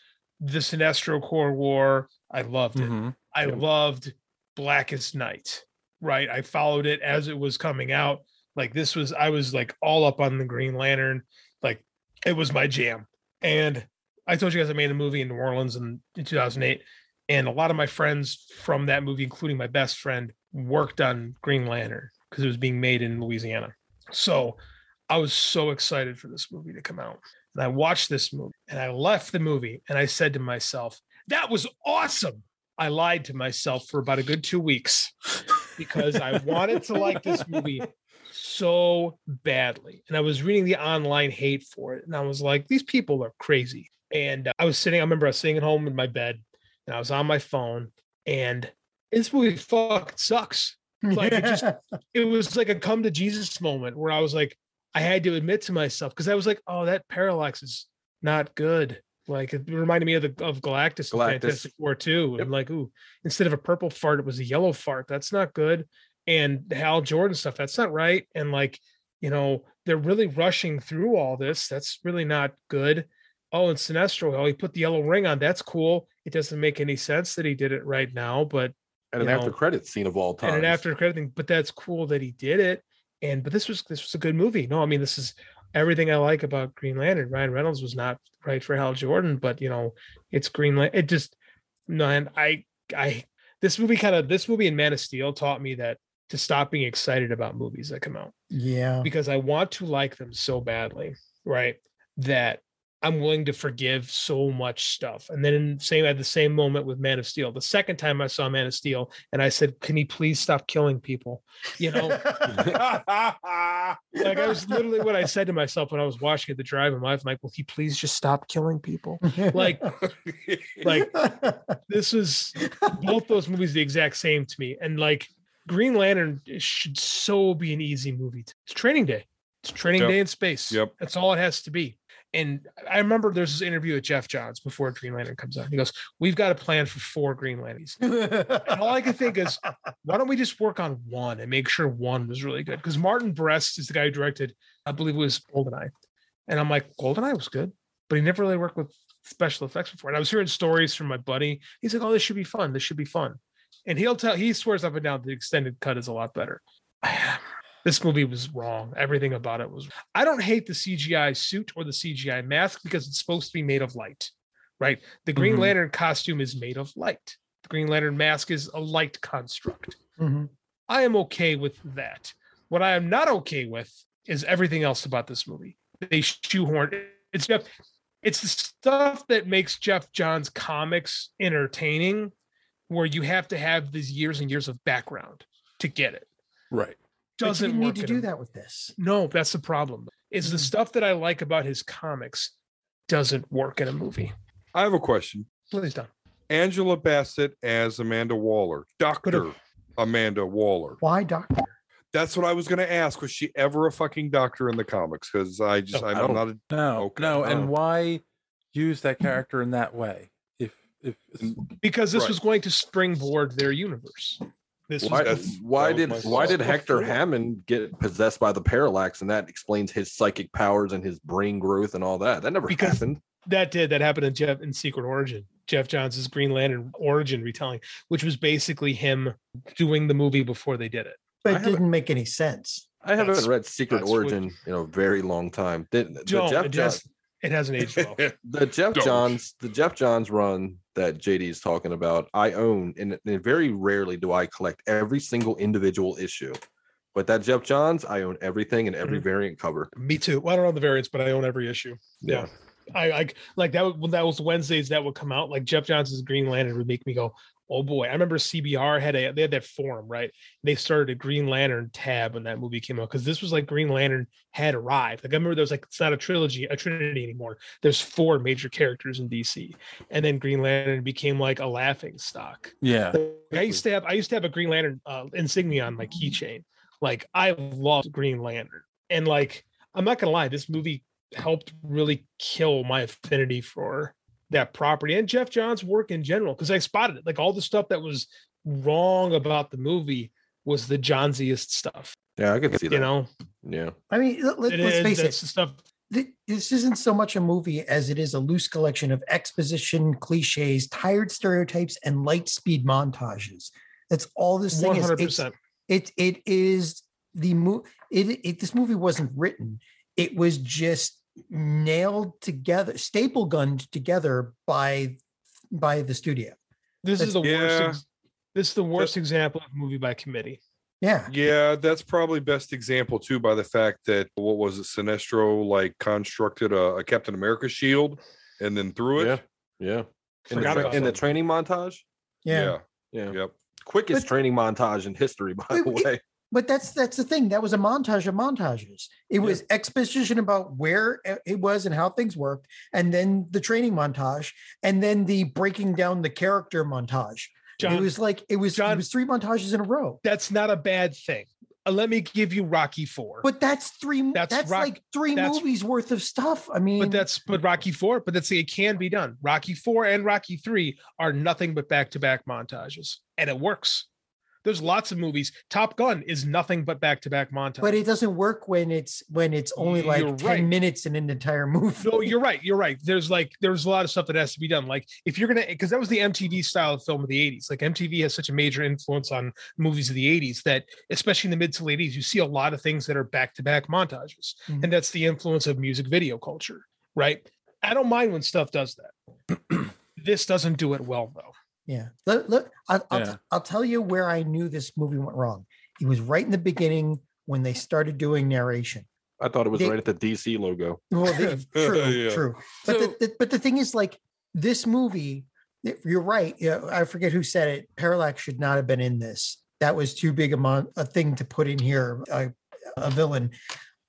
Speaker 7: the Sinestro Corps War, I loved it.
Speaker 12: Mhm.
Speaker 7: I loved Blackest Night. Right. I followed it as it was coming out. Like this was I was like all up on the Green Lantern. Like it was my jam. And I told you guys I made a movie in New Orleans in, in 2008 and a lot of my friends from that movie including my best friend worked on Green Lantern because it was being made in Louisiana. So I was so excited for this movie to come out. And I watched this movie and I left the movie and I said to myself, that was awesome. I lied to myself for about a good two weeks because I wanted to like this movie so badly. And I was reading the online hate for it. And I was like, these people are crazy. And uh, I was sitting, I remember I was sitting at home in my bed and I was on my phone and this movie fucking sucks. Like it just it was like a come to Jesus moment where I was like, I had to admit to myself because I was like, oh, that parallax is not good. Like it reminded me of the of Galactus, in
Speaker 6: Galactus.
Speaker 7: Fantastic Four too. And like, ooh, instead of a purple fart, it was a yellow fart. That's not good. And the Hal Jordan stuff, that's not right. And like, you know, they're really rushing through all this. That's really not good. Oh, and Sinestro, oh, he put the yellow ring on. That's cool. It doesn't make any sense that he did it right now, but
Speaker 6: And an
Speaker 7: you know,
Speaker 6: after credit scene of all time.
Speaker 7: and an after credit thing. But that's cool that he did it. And but this was this was a good movie. No, I mean this is everything I like about Green Lantern. Ryan Reynolds was not right for Hal Jordan, but you know it's Green Lantern. It just no, and I I this movie kind of this movie and Man of Steel taught me that to stop being excited about movies that come out
Speaker 8: Yeah.
Speaker 7: because I want to like them so badly, right? That I'm willing to forgive so much stuff. And then in same at the same moment with Man of Steel, the second time I saw Man of Steel, and I said, "Can you please stop killing people?" You know, like I was literally what I said to myself when I was watching it the drive in my life. I'm like, will he please just stop killing people? Like, like this is both those movies the exact same to me. And like Green Lantern should so be an easy movie. To, it's Training Day. It's Training
Speaker 9: Yep.
Speaker 7: Day in space.
Speaker 9: Yep.
Speaker 7: That's all it has to be. And I remember there's this interview with Jeff Johns before Green Lantern comes out. He goes, "We've got a plan for four Green Lanterns." and all I could think is, why don't we just work on one and make sure one was really good? Because Martin Brest is the guy who directed, I believe it was Goldeneye. And I'm like, Goldeneye was good, but he never really worked with special effects before. And I was hearing stories from my buddy. He's like, oh, this should be fun. This should be fun. And he'll tell, he swears up and down the extended cut is a lot better. this movie was wrong. Everything about it was. I don't hate the CGI suit or the CGI mask because it's supposed to be made of light, right? The Green
Speaker 8: Mhm.
Speaker 7: Lantern costume is made of light. The Green Lantern mask is a light construct. I am okay with that. What I am not okay with is everything else about this movie. They shoehorn it's Jeff. It's the stuff that makes Jeff Johns comics entertaining, where you have to have these years and years of background to get it.
Speaker 12: Right.
Speaker 8: But you
Speaker 7: Doesn't
Speaker 8: didn't need
Speaker 7: work
Speaker 8: to
Speaker 7: in
Speaker 8: do
Speaker 7: a-
Speaker 8: that with this. Mm.
Speaker 7: No, that's the problem. Is the stuff that I like about his comics doesn't work in a movie.
Speaker 9: I have a question.
Speaker 7: Please don't.
Speaker 9: Angela Bassett as Amanda Waller, Doctor Amanda Waller.
Speaker 8: Why, doctor?
Speaker 9: That's what I was going to ask. Was she ever a fucking doctor in the comics? Because I just, I'm,
Speaker 8: don't-
Speaker 9: not a.
Speaker 8: no, no.
Speaker 9: Oh.
Speaker 8: And why use that character in that way? If if
Speaker 4: because this
Speaker 8: Right.
Speaker 4: was going to springboard their universe. This
Speaker 6: why,
Speaker 4: was
Speaker 6: why did why did Hector Hammond get possessed by the parallax, and that explains his psychic powers and his brain growth and all that? That never happened.
Speaker 4: that did that happened in Jeff in Secret Origin, Jeff Johns' Green Lantern origin retelling, which was basically him doing the movie before they did it.
Speaker 7: But it didn't make any sense.
Speaker 6: I haven't
Speaker 4: That's-
Speaker 6: read Secret
Speaker 4: that's what-
Speaker 6: Origin in a very long time. The, the
Speaker 4: Don't
Speaker 6: Jeff
Speaker 4: it,
Speaker 6: John-
Speaker 4: has, it hasn't aged well.
Speaker 6: the Jeff
Speaker 4: Don't.
Speaker 6: Johns, the Jeff Johns run that JD is talking about, I own, and, and very rarely do I collect every single individual issue. But that Jeff Johns, I own everything and
Speaker 4: Mm-hmm.
Speaker 6: every variant cover.
Speaker 4: Me too. Well, I don't own the variants, but I own every issue.
Speaker 6: Yeah.
Speaker 4: I like like that. When that was Wednesdays, that would come out. Like Jeff Johnson's Green Lantern would make me go, "Oh boy!" I remember CBR had a they had that forum right. They started a Green Lantern tab when that movie came out because this was like Green Lantern had arrived. Like I remember there was like it's not a trilogy, a trinity anymore. There's four major characters in DC, and then Green Lantern became like a laughing stock.
Speaker 8: yeah,
Speaker 4: Like, I used to have I used to have a Green Lantern uh, insignia on my keychain. Like I loved Green Lantern, and like I'm not gonna lie, this movie helped really kill my affinity for that property and Jeff John's work in general because I spotted it. Like all the stuff that was wrong about the movie was the Johnsiest stuff.
Speaker 6: Yeah, I could see that.
Speaker 4: You know,
Speaker 6: Yeah.
Speaker 7: I mean, let, let,
Speaker 4: It
Speaker 7: us
Speaker 4: is-
Speaker 7: face it.
Speaker 4: that's the stuff.
Speaker 7: Th- This isn't so much a movie as it is a loose collection of exposition, cliches, tired stereotypes, and light speed montages. That's all this thing is. It's-
Speaker 4: 100%.
Speaker 7: It it is the mo- it, it this movie wasn't written. It was just nailed together, staple gunned together by by the studio.
Speaker 4: This is the
Speaker 7: That's-
Speaker 4: worst. ex- This is the worst example of movie by committee.
Speaker 7: Yeah.
Speaker 9: Yeah, that's probably best example too by the fact that what was it, Sinestro like constructed a, a Captain America shield and then threw it.
Speaker 6: Yeah. In the,
Speaker 9: Forgot
Speaker 6: tra-
Speaker 9: about
Speaker 6: in the
Speaker 9: that.
Speaker 6: training montage?
Speaker 7: Yeah.
Speaker 6: Yeah.
Speaker 9: Yep.
Speaker 6: Quickest training montage in history, by the
Speaker 7: Wait,
Speaker 6: way.
Speaker 7: But that's that's the thing. That was a montage of montages. It was exposition about where e- it was and how things worked, and then the training montage, and then the breaking down the character montage. it
Speaker 4: John-
Speaker 7: was like it was it was three montages in a row.
Speaker 4: That's not a bad thing. Uh, let me give you Rocky Four.
Speaker 7: But that's three. That's,
Speaker 4: Rock-
Speaker 7: like three
Speaker 4: that's-
Speaker 7: movies worth of stuff. I mean,
Speaker 4: But that's but Rocky Four. But that's it can be done. Rocky Four and Rocky Three are nothing but back to back montages, and it works. There's lots of movies. Top Gun is nothing but back to back montages.
Speaker 7: but it doesn't work when it's when it's only like
Speaker 4: You're
Speaker 7: ten
Speaker 4: right.
Speaker 7: minutes in an entire movie.
Speaker 4: no, you're right. You're right. There's like there's a lot of stuff that has to be done. Like if you're gonna, because that was the MTV style of film of the '80s. Like MTV has such a major influence on movies of the '80s that, especially in the mid to late '80s, you see a lot of things that are back-to-back montages,
Speaker 7: Mhm.
Speaker 4: and that's the influence of music video culture, right? I don't mind when stuff does that. this doesn't do it well though.
Speaker 7: Yeah. Look, look I, I'll,
Speaker 4: Yeah.
Speaker 7: t- I'll tell you where I knew this movie went wrong. It was right in the beginning when they started doing narration.
Speaker 6: I thought it was
Speaker 7: They-
Speaker 6: right at the DC logo.
Speaker 7: Well, they, true,
Speaker 6: Yeah.
Speaker 7: true. But the, the, but the thing is, like this movie, it- you're right. Yeah, I forget who said it. Parallax should not have been in this. That was too big a, mon- a thing to put in here, a, a villain.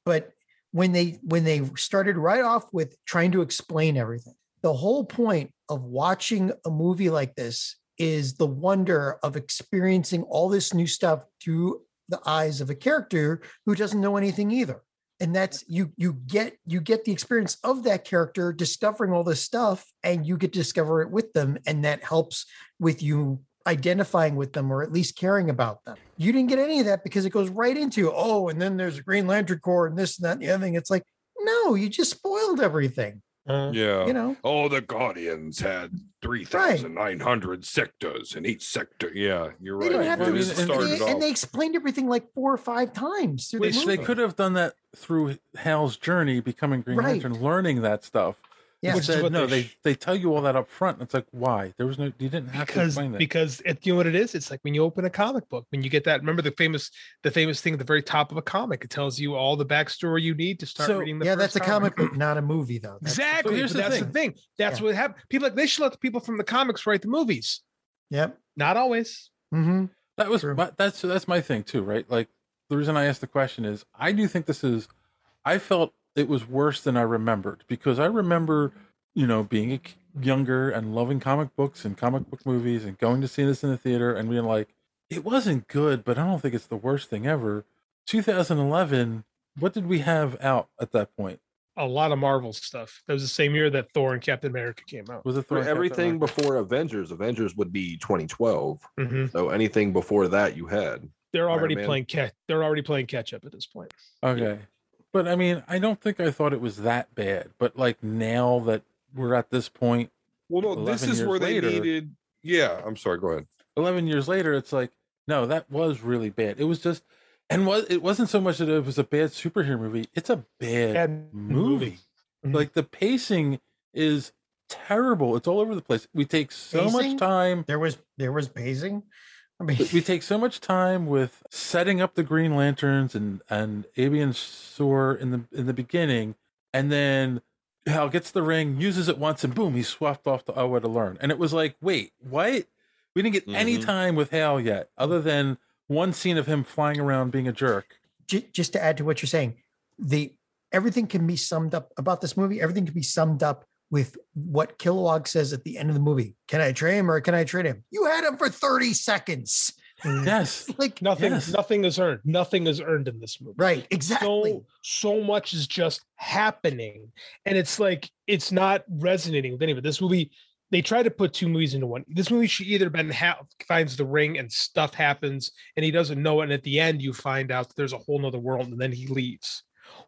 Speaker 7: But when they when they started right off with trying to explain everything, the whole point of watching a movie like this is the wonder of experiencing all this new stuff through the eyes of a character who doesn't know anything either and that's you you get you get the experience of that character discovering all this stuff and you get to discover it with them and that helps with you identifying with them or at least caring about them you didn't get any of that because it goes right into oh and then there's a green lantern corps and this and that and the other thing it's like no you just spoiled everything
Speaker 9: yeah.
Speaker 7: you know.
Speaker 9: Oh, the Guardians had three thousand nine hundred sectors in each sector. Yeah, you're
Speaker 7: they
Speaker 9: right.
Speaker 7: didn't have
Speaker 9: It
Speaker 7: to
Speaker 9: is
Speaker 7: and
Speaker 9: started
Speaker 7: they,
Speaker 9: off.
Speaker 7: and they explained everything like four or five times through
Speaker 8: Which
Speaker 7: the
Speaker 8: they
Speaker 7: movie.
Speaker 8: could have done that through Hal's journey, becoming Green
Speaker 7: Right.
Speaker 8: Lantern, learning that stuff.
Speaker 7: Yeah. Which is
Speaker 8: Instead,
Speaker 7: what
Speaker 8: no,
Speaker 7: they
Speaker 8: they they tell you all that up front. and It's like why there was no you didn't have to
Speaker 4: because
Speaker 8: explain that.
Speaker 4: because it, you know what it is it's like when you open a comic book when you get that remember the famous the famous thing at the very top of a comic it tells you all the backstory you need to start reading the
Speaker 7: yeah
Speaker 4: first
Speaker 7: that's a comic book not a movie though That's-
Speaker 4: exactly but that's the thing that's what happened people like they should let the people from the comics write the movies
Speaker 7: yep
Speaker 4: not always
Speaker 7: Mm-hmm.
Speaker 8: That was my, that's that's my thing too, right? Like the reason I asked the question is I do think this is I felt it was worse than I remembered because I remember you know being a k- younger and loving comic books and comic book movies and going to see this in the theater and being like it wasn't good, but I don't think it's the worst thing ever.
Speaker 7: 2011. What did we have out at that point?
Speaker 8: A lot of Marvel stuff. That was the same year that Thor and Captain America came out.
Speaker 7: Was it
Speaker 6: For everything before Avengers, Avengers would be 2012.
Speaker 8: Mhm.
Speaker 6: So anything before that you had.
Speaker 8: They're already
Speaker 6: Spider-Man.
Speaker 8: playing catch. They're already playing catch up at this point.
Speaker 7: Okay. But I mean, I don't think I thought it was that bad. But like now that we're at this point,
Speaker 9: Well, no, this
Speaker 7: 11
Speaker 9: is
Speaker 7: years
Speaker 9: where they
Speaker 7: later-
Speaker 9: needed. Yeah, I'm sorry. Go ahead.
Speaker 7: 11 years later, it's like, no, that was really bad. It was just, and was it wasn't so much that it was a bad superhero movie, it's a bad
Speaker 8: Bad
Speaker 7: movie.
Speaker 8: Mhm.
Speaker 7: Like the pacing is terrible, it's all over the place. We take so much
Speaker 4: Pacing?
Speaker 7: time.
Speaker 4: There was there was pacing. I mean,
Speaker 7: we we take so much time with setting up the Green Lanterns and and Avian Soar in the in the beginning, and then Hal gets the ring, uses it once, and boom, he's swapped off to Owa to learn. And it was like, wait, what? We didn't get any
Speaker 4: Mhm.
Speaker 7: time with Hal yet, other than one scene of him flying around being a jerk.
Speaker 4: ju- just to add to what you're saying, the everything can be summed up about this movie. Everything can be summed up with what Kilowog says at the end of the movie. Can I trade him or can I trade him? You had him for 30 seconds.
Speaker 7: Yes.
Speaker 4: like
Speaker 8: nothing.
Speaker 4: yes.
Speaker 8: Nothing is earned. Nothing is earned in this movie.
Speaker 4: Right. Exactly.
Speaker 8: So, so much is just happening, and it's like it's not resonating with anyone. This movie. They try to put two movies into one. This movie should either been ha- finds the ring and stuff happens and he doesn't know it. And at the end, you find out that there's a whole nother world and then he leaves.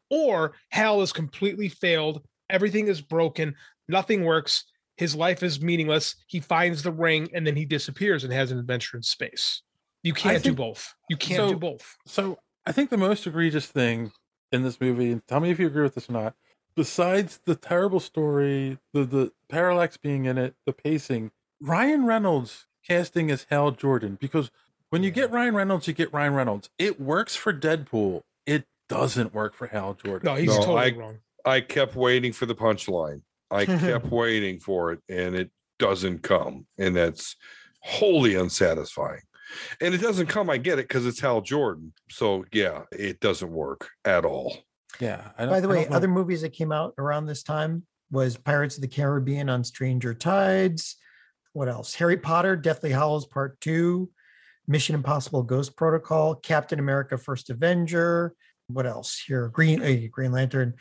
Speaker 8: Or Hal is completely failed. Everything is broken. Nothing works. His life is meaningless. He finds the ring and then he disappears and has an adventure in space. You can't do
Speaker 7: think-
Speaker 8: both. You can't
Speaker 7: so-
Speaker 8: do both.
Speaker 7: So I think the most egregious thing in this movie, and tell me if you agree with this or not, besides the terrible story, the the parallax being in it, the pacing, Ryan Reynolds casting as Hal Jordan, because when you get Ryan Reynolds, you get Ryan Reynolds. It works for Deadpool. It doesn't work for Hal Jordan.
Speaker 8: No, he's
Speaker 9: No,
Speaker 8: totally
Speaker 9: I-
Speaker 8: wrong.
Speaker 9: I kept waiting for the punchline. I kept waiting for it, and it doesn't come, and that's wholly unsatisfying. And it doesn't come. I get it because it's Hal Jordan. So yeah, it doesn't work at all.
Speaker 7: Yeah. I
Speaker 4: By the
Speaker 7: I
Speaker 4: way,
Speaker 7: know.
Speaker 4: other movies that came out around this time was Pirates of the Caribbean on Stranger Tides. What else? Harry Potter, Deathly Hollows Part Two, Mission Impossible: Ghost Protocol, Captain America: First Avenger. What else here? Green uh, Green Lantern.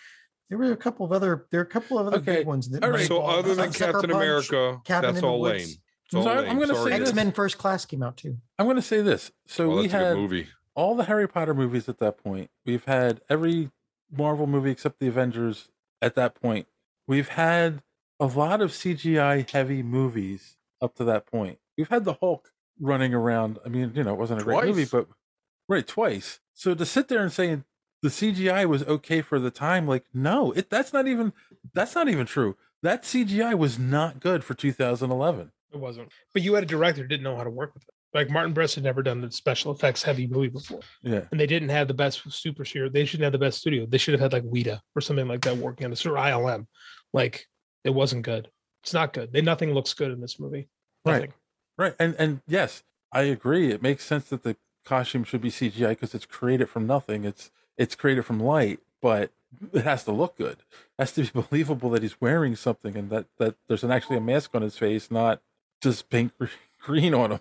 Speaker 4: There were a couple of other. There are a couple of other
Speaker 7: Okay,
Speaker 4: big ones. That
Speaker 7: all
Speaker 4: might
Speaker 7: right.
Speaker 9: So
Speaker 4: fall-
Speaker 9: other than
Speaker 4: Sucker
Speaker 9: Captain
Speaker 4: Punch,
Speaker 9: America,
Speaker 4: Cabin in
Speaker 9: that's
Speaker 4: the
Speaker 9: all lame.
Speaker 4: Woods.
Speaker 9: It's all
Speaker 7: So I- I'm
Speaker 9: lame.
Speaker 7: gonna
Speaker 9: Sorry,
Speaker 7: say
Speaker 9: guys.
Speaker 7: this.
Speaker 4: X Men First Class came out too.
Speaker 7: I'm going to say this. So
Speaker 9: Oh,
Speaker 7: we
Speaker 9: that's a good
Speaker 7: had
Speaker 9: movie.
Speaker 7: all the Harry Potter movies at that point. We've had every Marvel movie except the Avengers at that point. We've had a lot of CGI heavy movies up to that point. We've had the Hulk running around. I mean, you know, it wasn't a great movie,
Speaker 6: Twice.
Speaker 7: but right twice. So to sit there and say the CGI was okay for the time, like no, it that's not even that's not even true. That CGI was not good for 2011.
Speaker 8: It wasn't. But you had a director who didn't know how to work with it. Like Martin Brest had never done the special effects heavy movie before.
Speaker 7: Yeah.
Speaker 8: And they didn't have the best super studio. They shouldn't have the best studio. They should have had like Weta or something like that working on this or ILM. Like it wasn't good. It's not good. They, nothing looks good in this movie.
Speaker 7: Right.
Speaker 8: Nothing.
Speaker 7: Right. And and yes, I agree. It makes sense that the costume should be CGI because it's created from nothing. It's it's created from light, but it has to look good. It has to be believable that he's wearing something and that that there's an, actually a mask on his face, not just pink gr- green on him.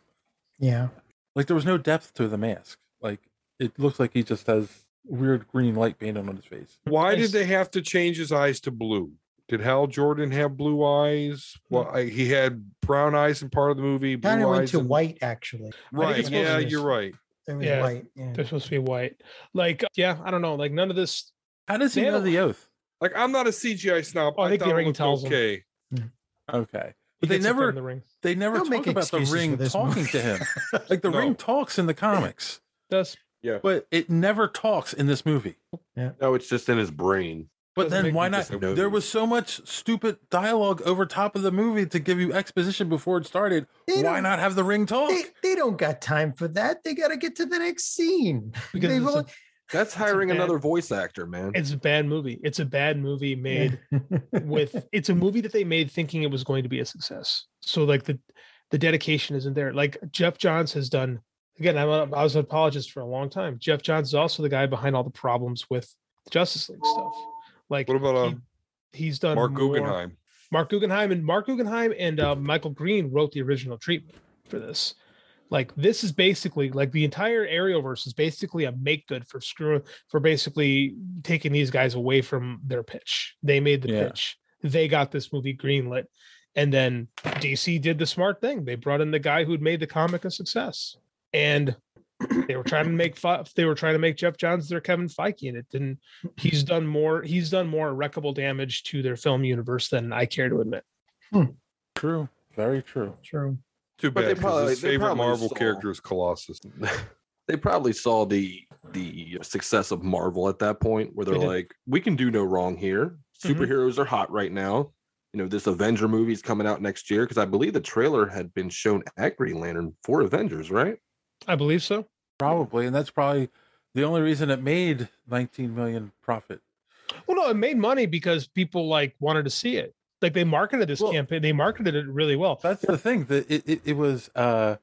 Speaker 4: Yeah.
Speaker 7: Like there was no depth to the mask. Like it looks like he just has weird green light painted on his face.
Speaker 9: Why did they have to change his eyes to blue? Did Hal Jordan have blue eyes? Well, I, he had brown eyes in part of the movie. Blue
Speaker 4: Kind of went
Speaker 9: eyes
Speaker 4: to
Speaker 9: in-
Speaker 4: white actually. I think
Speaker 9: Right.
Speaker 4: it's supposed
Speaker 9: Yeah,
Speaker 4: to be-
Speaker 9: you're right.
Speaker 4: It was
Speaker 8: Yeah.
Speaker 4: white. Yeah.
Speaker 8: They're supposed to be white. Like, yeah, I don't know. Like none of this.
Speaker 7: How does he
Speaker 8: They
Speaker 7: know
Speaker 8: don't-
Speaker 7: the oath?
Speaker 9: Like I'm not a CGI snob.
Speaker 8: Oh, I
Speaker 9: I,
Speaker 8: think the
Speaker 9: thought it
Speaker 8: ring
Speaker 9: looked
Speaker 8: tells him.
Speaker 9: okay.
Speaker 7: Okay.
Speaker 8: He
Speaker 7: But they
Speaker 8: gets it from
Speaker 7: never
Speaker 8: the ring.
Speaker 7: they never
Speaker 4: Don't
Speaker 7: talk
Speaker 4: make
Speaker 7: about the
Speaker 4: excuses for
Speaker 7: ring
Speaker 4: this
Speaker 7: talking
Speaker 4: movie.
Speaker 7: to him. Like the
Speaker 9: No.
Speaker 7: ring talks in the comics.
Speaker 8: Does
Speaker 6: Yeah.
Speaker 7: but it never talks in this movie.
Speaker 6: No, it's just in his brain.
Speaker 7: But
Speaker 8: Doesn't
Speaker 7: then
Speaker 8: make
Speaker 7: why
Speaker 8: me
Speaker 7: not?
Speaker 6: disagree.
Speaker 7: There was so much stupid dialogue over top of the movie to give you exposition before it started.
Speaker 4: They
Speaker 7: why
Speaker 4: don't-
Speaker 7: not have the ring talk?
Speaker 4: They, they don't got time for that. They got to get to the next scene.
Speaker 8: Because
Speaker 4: They've
Speaker 8: it's a-
Speaker 4: only-
Speaker 6: That's hiring
Speaker 8: bad-
Speaker 6: another voice actor, man.
Speaker 8: It's a bad movie. It's a bad movie made with it's a movie that they made thinking it was going to be a success. So like the the dedication isn't there. Like Jeff Johns has done again. I'm a, I was an apologist for a long time. Jeff Johns is also the guy behind all the problems with the Justice League stuff. Like
Speaker 9: What about
Speaker 8: he-
Speaker 9: um,
Speaker 8: he's done
Speaker 9: Mark
Speaker 8: more-
Speaker 9: Guggenheim?
Speaker 8: um, Mark Guggenheim and Mark Guggenheim and uh, Michael Green wrote the original treatment for this. Like this is basically like the entire Aerialverse is basically a make good for screw for basically taking these guys away from their pitch. They made the
Speaker 13: Yeah.
Speaker 8: pitch. They got this movie greenlit. And then DC did the smart thing. They brought in the guy who'd made the comic a success. And they were trying to make fi- they were trying to make Jeff Johns their Kevin Feige, and it didn't. He's done more. He's done more irrecable damage to their film universe than I care to admit.
Speaker 14: True. Very true.
Speaker 8: True.
Speaker 9: Too
Speaker 6: But
Speaker 9: bad.
Speaker 6: they
Speaker 9: 'cause
Speaker 6: probably-
Speaker 9: his
Speaker 6: they
Speaker 9: favorite
Speaker 6: probably
Speaker 9: Marvel
Speaker 6: saw-
Speaker 9: character is Colossus.
Speaker 6: They probably saw the the success of Marvel at that point, where they're
Speaker 9: They did.
Speaker 6: like, "We can do no wrong here.
Speaker 9: Mhm.
Speaker 6: Superheroes are hot right now. You know, this Avenger movie is coming out next year because I believe the trailer had been shown at Green Lantern for Avengers, right?
Speaker 8: I believe so.
Speaker 14: Probably, and that's probably the only reason it made 19 million profit.
Speaker 8: Well, no, it made money because people like wanted to see it. Like they marketed this campaign. They marketed it really well.
Speaker 14: That's the thing that it, it, it was uh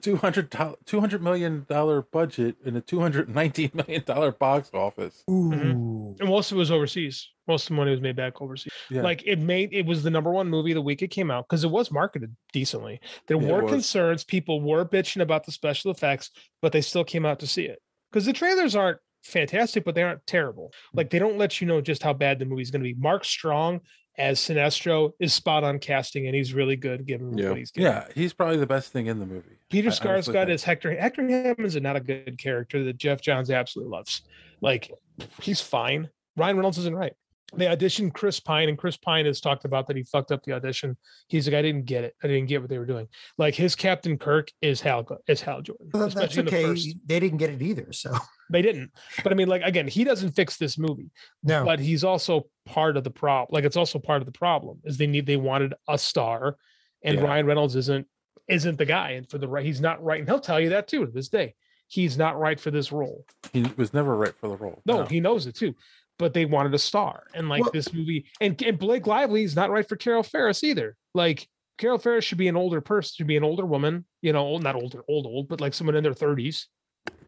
Speaker 14: 200 do- 200 million dollar budget and a 219 million dollar box office. Mm-hmm.
Speaker 8: Mhm. And most of it was overseas. Most of the money was made back overseas.
Speaker 14: Yeah.
Speaker 8: Like it made it was the number one movie the week it came out because it was marketed decently. There
Speaker 14: Yeah, it
Speaker 8: were
Speaker 14: was.
Speaker 8: concerns. People were bitching about the special effects, but they still came out to see it. Because the trailers aren't fantastic, but they aren't terrible. Like they don't let you know just how bad the movie's gonna be. Mark Strong as Sinestro is spot on casting and he's really good given
Speaker 14: Yeah.
Speaker 8: what he's given.
Speaker 14: yeah, he's probably the best thing in the movie.
Speaker 8: Peter
Speaker 14: I honestly
Speaker 8: Skarsgård
Speaker 14: think.
Speaker 8: is Hector. Hector Hammond's not a good character that Jeff Johns absolutely loves. Like, he's fine. Ryan Reynolds isn't right. They auditioned Chris Pine, and Chris Pine has talked about that he fucked up the audition. He's like, I didn't get it. I didn't get what they were doing. Like his Captain Kirk is Hal is Hal Jordan.
Speaker 7: Well, that's
Speaker 8: especially in the
Speaker 7: okay.
Speaker 8: first.
Speaker 7: they didn't get it either. So
Speaker 8: They didn't. But I mean, like again, he doesn't fix this movie.
Speaker 7: No.
Speaker 8: But he's also part of the problem. Like it's also part of the problem is they need they wanted a star, and
Speaker 14: Yeah.
Speaker 8: Ryan Reynolds isn't isn't the guy. And for the right, he's not right. And he'll tell you that too to this day. He's not right for this role.
Speaker 14: he was never right for the role.
Speaker 8: No, he knows it too. But they wanted a star, and like this movie, and, and Blake Lively is not right for Carol Ferris either. Like Carol Ferris should be an older person, should be an older woman. You know, not older, old, old, but like someone in their thirties.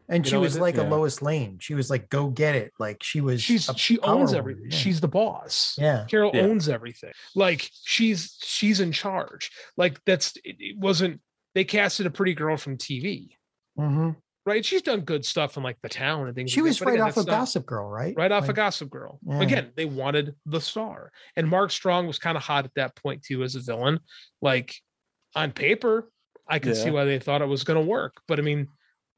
Speaker 7: and
Speaker 8: You
Speaker 7: she
Speaker 8: know,
Speaker 7: was
Speaker 8: is it-
Speaker 7: like a
Speaker 8: Yeah.
Speaker 7: Lois Lane. She was like, go get it. Like she was
Speaker 8: she's
Speaker 7: a
Speaker 8: she
Speaker 7: power
Speaker 8: owns
Speaker 7: woman,
Speaker 8: everything.
Speaker 7: yeah.
Speaker 8: She's the boss.
Speaker 7: Yeah.
Speaker 8: Carol
Speaker 7: Yeah.
Speaker 8: owns everything. Like she's she's in charge. Like that's it, it wasn't they casted a pretty girl from TV,
Speaker 14: Mm-hmm.
Speaker 7: Mhm.
Speaker 8: right? She's done good stuff in like the town and things.
Speaker 7: She
Speaker 8: like that,
Speaker 7: was
Speaker 8: but
Speaker 7: right
Speaker 8: again,
Speaker 7: off
Speaker 8: that's
Speaker 7: of
Speaker 8: not-
Speaker 7: Gossip Girl, right?
Speaker 8: Right off
Speaker 7: Like,
Speaker 8: of Gossip Girl.
Speaker 7: Yeah.
Speaker 8: Again, they wanted the star. And Mark Strong was kind of hot at that point too as a villain. Like on paper, I can see
Speaker 14: Yeah.
Speaker 8: why they thought it was going to work, but I mean,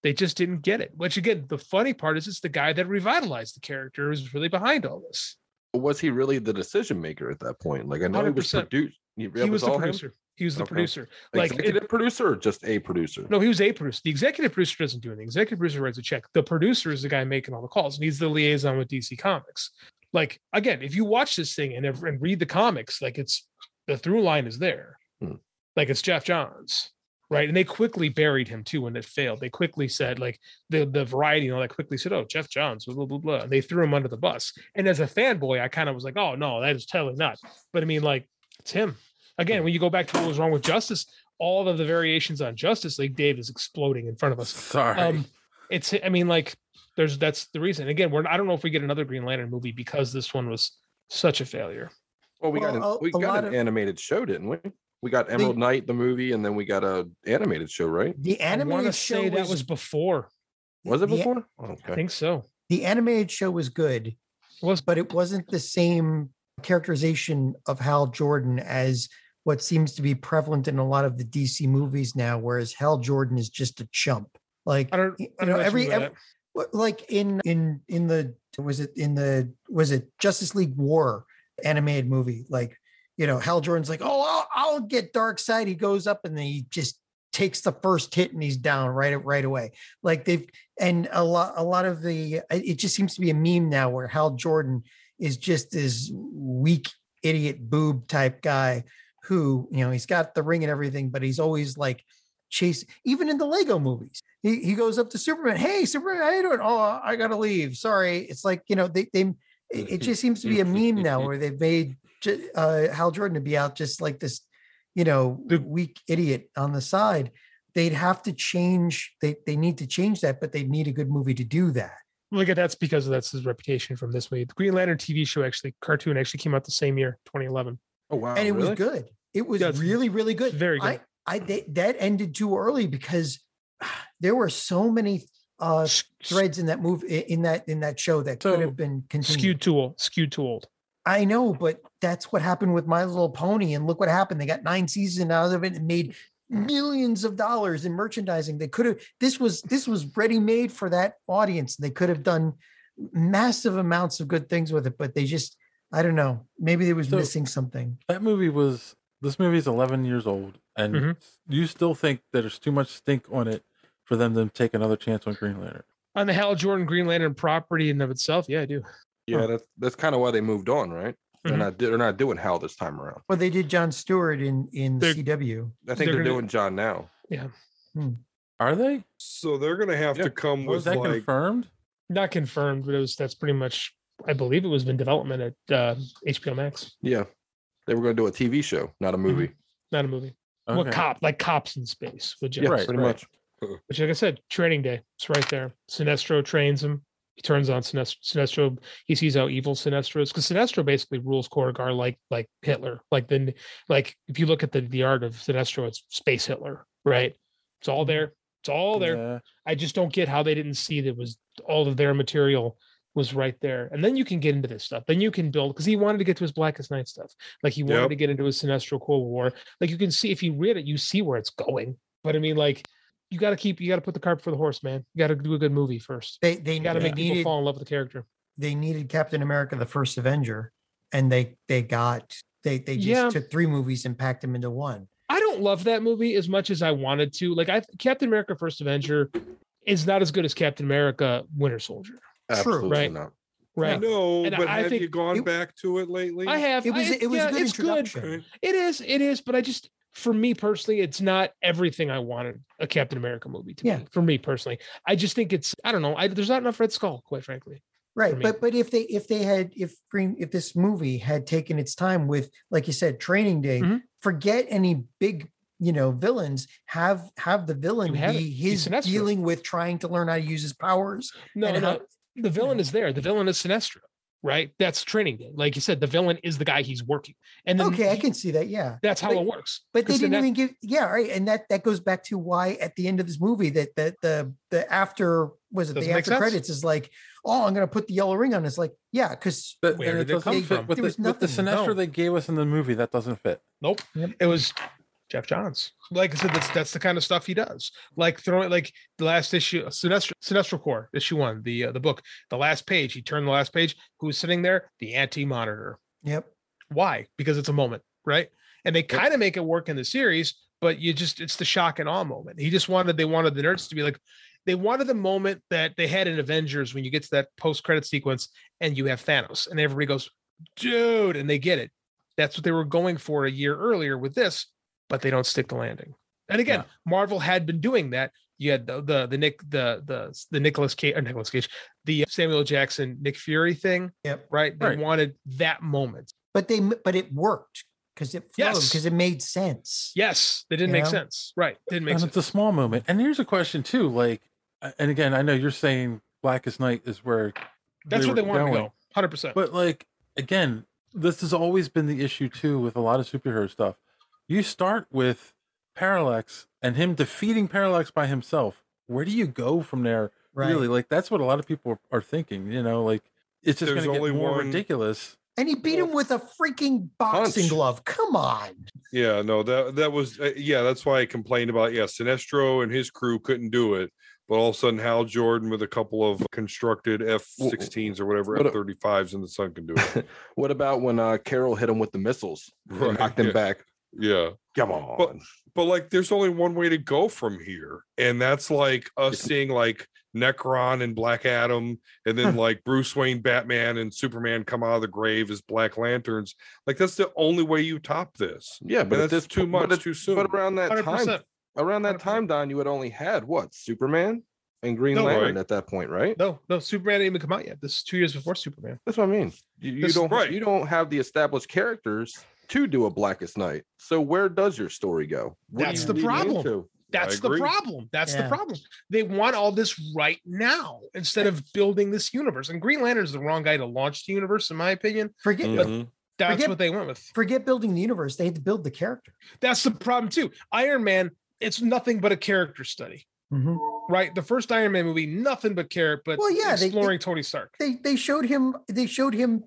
Speaker 8: they just didn't get it. Which again, the funny part is it's the guy that revitalized the character who's really behind all this.
Speaker 6: But was he really the decision maker at that point? Like I know he was
Speaker 8: 100%.
Speaker 6: produced. He
Speaker 8: He was
Speaker 6: was
Speaker 8: the
Speaker 6: all him?
Speaker 8: producer. He was the
Speaker 6: Okay.
Speaker 8: producer. Like it-
Speaker 6: executive producer, or just a producer.
Speaker 8: No, he was a producer. The executive producer doesn't do anything. executive producer writes a check. The producer is the guy making all the calls, and he's the liaison with DC Comics. Like again, if you watch this thing and ev- and read the comics, like it's the through line is there.
Speaker 6: Hmm.
Speaker 8: Like it's Jeff Johns, right? And they quickly buried him too when it failed. They quickly said like the the variety and all that quickly said, oh Jeff Johns, blah blah blah. blah. And they threw him under the bus. And as a fanboy, I kind of was like, oh no, that is totally not. But I mean, like it's him. Again, when you go back to what was wrong with Justice, all of the variations on Justice League, Dave is exploding in front of us. Um,
Speaker 14: Sorry.
Speaker 7: um,
Speaker 8: it's I mean, like there's that's the reason. Again, we're I don't know if we get another Green Lantern movie because this one was such a failure.
Speaker 6: Well, we got
Speaker 8: Well, a-
Speaker 6: an, we
Speaker 8: a
Speaker 6: got
Speaker 8: lot
Speaker 6: an
Speaker 8: of-
Speaker 6: animated show, didn't we? We got Emerald Knight, the movie, and then we got a animated show, right?
Speaker 7: The
Speaker 8: I want to
Speaker 7: animated show
Speaker 8: say that
Speaker 7: was-
Speaker 8: was before.
Speaker 6: Was it
Speaker 7: the-
Speaker 6: before? Oh, okay.
Speaker 8: I think so.
Speaker 7: the animated show was good,
Speaker 8: was
Speaker 7: but it wasn't the same characterization of Hal Jordan as what seems to be prevalent in a lot of the DC movies now, whereas Hal Jordan is just a chump. Like
Speaker 8: I don't,
Speaker 7: you
Speaker 8: I don't
Speaker 7: know,
Speaker 8: know what you
Speaker 7: every,
Speaker 8: mean by
Speaker 7: every what- like in in in the was it in the was it Justice League War animated movie? Like you know, Hal Jordan's like, oh, I'll, I'll get Dark Side. He goes up and then he just takes the first hit and he's down right right away. Like they've and a lot a lot of the it just seems to be a meme now where Hal Jordan is just this weak idiot boob type guy who you know he's got the ring and everything, but he's always like chase even in the Lego movies. He he goes up to Superman, hey Superman, how you doing? Oh, I gotta leave. Sorry. It's like, you know, they they it it just seems to be a meme now where they've made J- uh Hal Jordan to be out just like this, you know, weak idiot on the side. They'd have to change, they they need to change that, but they need a good movie to do that.
Speaker 8: Well, again, that's because that's his reputation from this way. The Green Lantern TV show actually cartoon actually came out the same year, 2011.
Speaker 6: Oh wow!
Speaker 7: and it was good. It was really, really good.
Speaker 8: Very good.
Speaker 7: I, I they, that ended too early because
Speaker 4: there were so many uh threads in that movie in that in that show that could have been continued.
Speaker 8: skewed too old. Skewed too old.
Speaker 4: I know, but that's what happened with My Little Pony, and look what happened. They got nine seasons out of it and made millions of dollars in merchandising. They could have. This was this was ready made for that audience. They could have done massive amounts of good things with it, but they just. I don't know. Maybe they was
Speaker 7: So-
Speaker 4: missing something.
Speaker 7: That movie was this movie is 11 years old, and
Speaker 4: Mhm.
Speaker 7: you still think there's too much stink on it for them to take another chance on Green Lantern.
Speaker 8: On the Hal Jordan Green Lantern property in of itself, yeah, I do.
Speaker 6: Yeah, that's that's kind of why they moved on, right? They're
Speaker 8: Mhm.
Speaker 6: not they're not doing Hal this time around.
Speaker 4: Well, they did John Stewart in in CW.
Speaker 6: I think they're, doing John now.
Speaker 8: Yeah.
Speaker 7: Are they?
Speaker 9: So they're gonna have to come with like
Speaker 7: confirmed?
Speaker 8: Not confirmed, but it was that's pretty much. I believe it was in development at uh, HBO Max,
Speaker 6: Yeah, they were going to do a TV show, not
Speaker 8: Mm-hmm.
Speaker 6: a movie.
Speaker 8: not a movie. What
Speaker 6: Okay.
Speaker 8: cop like cops in space? Would you
Speaker 6: Yeah, pretty much.
Speaker 8: Which, like I said, Training Day. It's right there. Sinestro trains him. He turns on Sinestro. Sinestro he sees how evil Sinestro is because Sinestro basically rules Korrigar like like Hitler. Like then, like if you look at the the art of Sinestro, it's space Hitler. Right. It's all there. It's all there.
Speaker 7: Yeah.
Speaker 8: I just don't get how they didn't see that was all of their material was right there. And then you can get into this stuff. Then you can build because he wanted to get to his Blackest Night stuff. Like he wanted
Speaker 9: Yep.
Speaker 8: to get into his Sinestro Cold War. Like you can see if you read it, you see where it's going. But I mean, like you got to keep, you got to put the cart before the horse, man. You got to do a good movie first.
Speaker 4: They they
Speaker 8: You got to
Speaker 4: they
Speaker 8: make people
Speaker 4: needed-
Speaker 8: fall in love with the character.
Speaker 4: They needed Captain America: The First Avenger, and they they got they they just
Speaker 8: Yeah.
Speaker 4: took three movies and packed them into one.
Speaker 8: I don't love that movie as much as I wanted to. Like I Captain America: First Avenger is not as good as Captain America: Winter Soldier.
Speaker 9: Absolutely
Speaker 8: right?
Speaker 9: not.
Speaker 8: Right.
Speaker 9: No,
Speaker 8: And
Speaker 9: but
Speaker 8: I
Speaker 9: have
Speaker 8: think
Speaker 9: you gone
Speaker 8: it-
Speaker 9: back to it lately?
Speaker 8: I have.
Speaker 4: It was
Speaker 8: I,
Speaker 4: it was
Speaker 8: yeah,
Speaker 4: a good
Speaker 8: it's good.
Speaker 4: introduction.
Speaker 8: It is, it is, but I just for me personally, it's not everything I wanted a Captain America movie to
Speaker 4: Yeah.
Speaker 8: be. For me personally, I just think it's I don't know. I, there's not enough Red Skull, quite frankly.
Speaker 4: Right,
Speaker 8: me.
Speaker 4: but but if they if they had if Green if this movie had taken its time with like you said Training Day,
Speaker 8: Mm-hmm.
Speaker 4: forget any big you know villains. Have have the villain
Speaker 8: have it.
Speaker 4: be
Speaker 8: He's
Speaker 4: his
Speaker 8: Sinestro.
Speaker 4: dealing with trying to learn how to use his powers.
Speaker 8: No,
Speaker 4: and
Speaker 8: no.
Speaker 4: how-
Speaker 8: the villain is there. The villain is Sinestro, right? That's Training Day. Like you said, the villain is the guy he's working, and then
Speaker 4: okay, I
Speaker 8: he-
Speaker 4: can see that. Yeah,
Speaker 8: that's how
Speaker 4: But-
Speaker 8: it works.
Speaker 4: But they
Speaker 8: 'Cause
Speaker 4: didn't
Speaker 8: Sinest-
Speaker 4: even give yeah, all right. And that that goes back to why at the end of this movie that that the the after was it
Speaker 8: Doesn't
Speaker 4: the
Speaker 8: make
Speaker 4: after
Speaker 8: sense.
Speaker 4: credits is like, oh, I'm gonna put the yellow ring on. It's like, yeah, because
Speaker 7: But and it doesn't fit with
Speaker 4: There was
Speaker 7: the, with the
Speaker 4: nothing.
Speaker 7: Sinestro they gave us in the movie. That doesn't fit.
Speaker 8: Nope. It was Jeff Johns. Like I said, that's that's the kind of stuff he does. Like throwing like the last issue, uh, Sinestro, Sinestro Corps issue one, the uh, the book, the last page. He turned the last page. Who's sitting there? The Anti Monitor.
Speaker 4: Yep.
Speaker 8: Why? Because it's a moment, right? And they kind of make it work in the series, but you just it's the shock and awe moment. He just wanted they wanted the nerds to be like. They wanted the moment that they had in Avengers when you get to that post-credit sequence and you have Thanos and everybody goes, dude, and they get it. That's what they were going for a year earlier with this, but they don't stick the landing. And again, Marvel had been doing that. You had the the, the Nick the the the Nicholas Cage or Nicholas Cage, the uh, Samuel Jackson Nick Fury thing.
Speaker 4: Yep.
Speaker 8: Right. They
Speaker 4: Right.
Speaker 8: wanted that moment.
Speaker 4: but they but it worked because it flowed
Speaker 8: Yes.
Speaker 4: because it made sense.
Speaker 8: Yes, they didn't make
Speaker 4: You know?
Speaker 8: sense. Right. Didn't make
Speaker 7: and
Speaker 8: sense.
Speaker 7: it's a small moment. And here's a question too. Like, and again, I know you're saying Blackest Night is where
Speaker 8: That's where they
Speaker 7: were
Speaker 8: wanted to
Speaker 7: going.
Speaker 8: go. Hundred percent.
Speaker 7: But like again, this has always been the issue too with a lot of superhero stuff. You start with Parallax and him defeating Parallax by himself. Where do you go from there?
Speaker 4: Right.
Speaker 7: Really, like that's what a lot of people are thinking. You know, like it's just
Speaker 9: There's
Speaker 7: going to
Speaker 9: only
Speaker 7: get more
Speaker 9: one-
Speaker 7: ridiculous.
Speaker 4: And he beat him with a freaking boxing
Speaker 9: Punch.
Speaker 4: glove. Come on.
Speaker 9: Yeah, no, that that was uh, yeah, that's why I complained about yeah, Sinestro and his crew couldn't do it, but all of a sudden Hal Jordan with a couple of constructed F-16s or whatever
Speaker 6: What a-
Speaker 9: F-35s in the sun can do it.
Speaker 6: What about when uh, Carol hit him with the missiles, and
Speaker 9: Right,
Speaker 6: knocked him
Speaker 9: yeah.
Speaker 6: back?
Speaker 9: yeah,
Speaker 6: Come on.
Speaker 9: but but like, there's only one way to go from here, and that's like us seeing like Necron and Black Adam, and then like Bruce Wayne, Batman, and Superman come out of the grave as Black Lanterns. Like that's the only way you top this.
Speaker 6: yeah, but
Speaker 9: And
Speaker 6: at
Speaker 9: that's
Speaker 6: this
Speaker 9: too
Speaker 6: po- but
Speaker 9: much
Speaker 6: at-
Speaker 9: too soon.
Speaker 6: But around that time,
Speaker 8: 100%.
Speaker 6: around that time, Don, you had only had what Superman and Green
Speaker 8: No.
Speaker 6: Lantern
Speaker 8: Right.
Speaker 6: at that point, right?
Speaker 8: No, no, Superman didn't even come out yet. This is two years before Superman.
Speaker 6: That's what I mean. You, you
Speaker 8: This is
Speaker 6: don't
Speaker 8: right.
Speaker 6: you don't have the established characters to do a Blackest Night. So where does your story go? What are
Speaker 8: That's
Speaker 6: you
Speaker 8: the
Speaker 6: leading
Speaker 8: problem.
Speaker 6: into?
Speaker 8: That's the
Speaker 6: agree.
Speaker 8: problem. That's
Speaker 6: Yeah.
Speaker 8: the problem. They want all this right now instead of building this universe. And Green Lantern is the wrong guy to launch the universe, in my opinion.
Speaker 4: Forget
Speaker 8: But
Speaker 6: Mm-hmm.
Speaker 4: Mhm.
Speaker 8: that's
Speaker 4: Forget-
Speaker 8: what they went with.
Speaker 4: Forget building the universe. They had to build the character.
Speaker 8: That's the problem too. Iron Man, it's nothing but a character study. right? The first Iron Man movie, nothing but carrot, but
Speaker 7: Mm-hmm. Well, yeah, they-
Speaker 8: exploring Tony Stark.
Speaker 7: They they showed him they showed him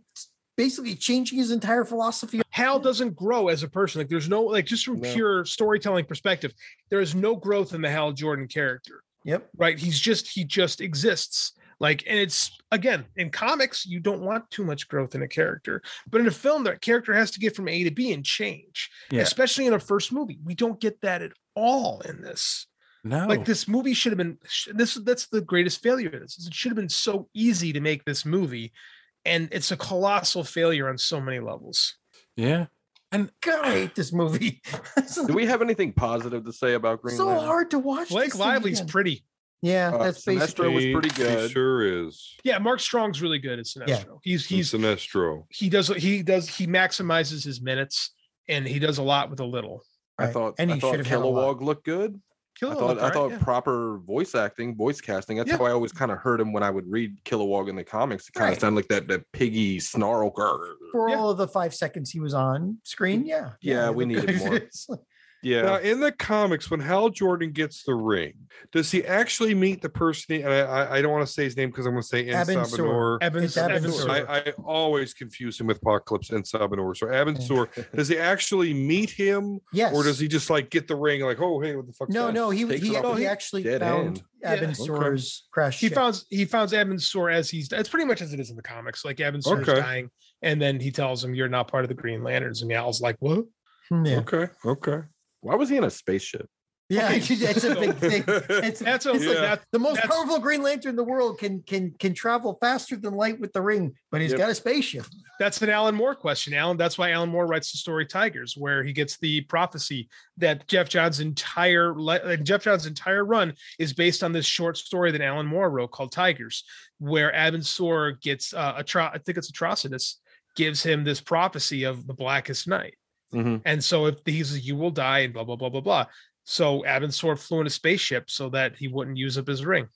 Speaker 7: basically changing his entire philosophy.
Speaker 8: Hal doesn't grow as a person. Like there's no like just from
Speaker 7: No.
Speaker 8: pure storytelling perspective, there is no growth in the Hal Jordan character.
Speaker 7: Yep.
Speaker 8: Right. He's just he just exists. Like, and it's again in comics, you don't want too much growth in a character, but in a film, that character has to get from A to B and change.
Speaker 15: Yeah.
Speaker 8: Especially in a first movie, we don't get that at all in this.
Speaker 15: No.
Speaker 8: Like this movie should have been sh- this. That's the greatest failure. Of this is it should have been so easy to make this movie, and it's a colossal failure on so many levels.
Speaker 15: Yeah.
Speaker 6: And
Speaker 7: God, I hate this movie.
Speaker 6: Do we have anything positive to say about Green
Speaker 7: so
Speaker 6: Lantern?
Speaker 7: hard to watch.
Speaker 8: Blake
Speaker 7: this thing
Speaker 8: Lively's
Speaker 7: again.
Speaker 8: pretty.
Speaker 7: Yeah,
Speaker 6: Uh,
Speaker 7: that's
Speaker 6: Sinestro
Speaker 7: basically
Speaker 6: was pretty
Speaker 9: He
Speaker 6: good.
Speaker 9: sure is.
Speaker 8: Yeah, Mark Strong's really good at Sinestro. He's he's
Speaker 9: Sinestro.
Speaker 8: he does he does he maximizes his minutes and he does a lot with a little.
Speaker 6: I thought I thought Kilowog looked good. I
Speaker 8: Kilowog
Speaker 6: thought I
Speaker 8: alright,
Speaker 6: thought
Speaker 8: yeah.
Speaker 6: proper voice acting, voice casting. That's
Speaker 8: Yeah.
Speaker 6: how I always kind of heard him when I would read Kilowog in the comics. It kind of
Speaker 7: Right.
Speaker 6: sounded like that that piggy snarl. grr.
Speaker 7: for all of the five seconds he was on screen. Yeah.
Speaker 6: Yeah,
Speaker 7: he
Speaker 6: we
Speaker 7: looked
Speaker 6: needed
Speaker 7: good.
Speaker 6: more.
Speaker 7: It's like,
Speaker 6: Yeah.
Speaker 9: Now, in the comics, when Hal Jordan gets the ring, does he actually meet the person? He, and I, I, I don't want to say his name because I'm going to say
Speaker 7: Abin Sur.
Speaker 9: Ensabinor.
Speaker 7: Abin It's Abin Sur. Sur.
Speaker 9: I, I always confuse him with Apocalypse and Sabinor. So Abin Sur, does he actually meet him?
Speaker 7: Yes.
Speaker 9: Or does he just like get the ring? Like, oh hey, what the fuck?
Speaker 7: No, no, he he, he actually found Abin Sur's crash.
Speaker 8: He
Speaker 7: ship.
Speaker 8: founds he founds Abensor as he's it's pretty much as it is in the comics. Like Abensor
Speaker 9: Okay.
Speaker 8: is dying, and then he tells him you're not part of the Green Lanterns, and Al's like, What?
Speaker 7: Yeah.
Speaker 9: Okay. Oh, Okay.
Speaker 6: Why was he in a spaceship?
Speaker 7: Yeah, that's a big thing.
Speaker 8: That's
Speaker 7: It's, that's
Speaker 8: a-
Speaker 7: it's like
Speaker 8: yeah.
Speaker 7: the most
Speaker 8: That's-
Speaker 7: powerful Green Lantern in the world can can can travel faster than light with the ring, but he's
Speaker 8: Yep.
Speaker 7: got a spaceship.
Speaker 8: That's an Alan Moore question, Alan. That's why Alan Moore writes the story Tigers, where he gets the prophecy that Jeff John's entire li- like, Jeff John's entire run is based on this short story that Alan Moore wrote called Tigers, where Abin Sur gets uh, atro- I think it's Atrocitus gives him this prophecy of the Blackest Night.
Speaker 6: Mm-hmm.
Speaker 8: And so if he's you will die and blah blah blah blah blah. So Abin Sur flew in a spaceship so that he wouldn't use up his ring.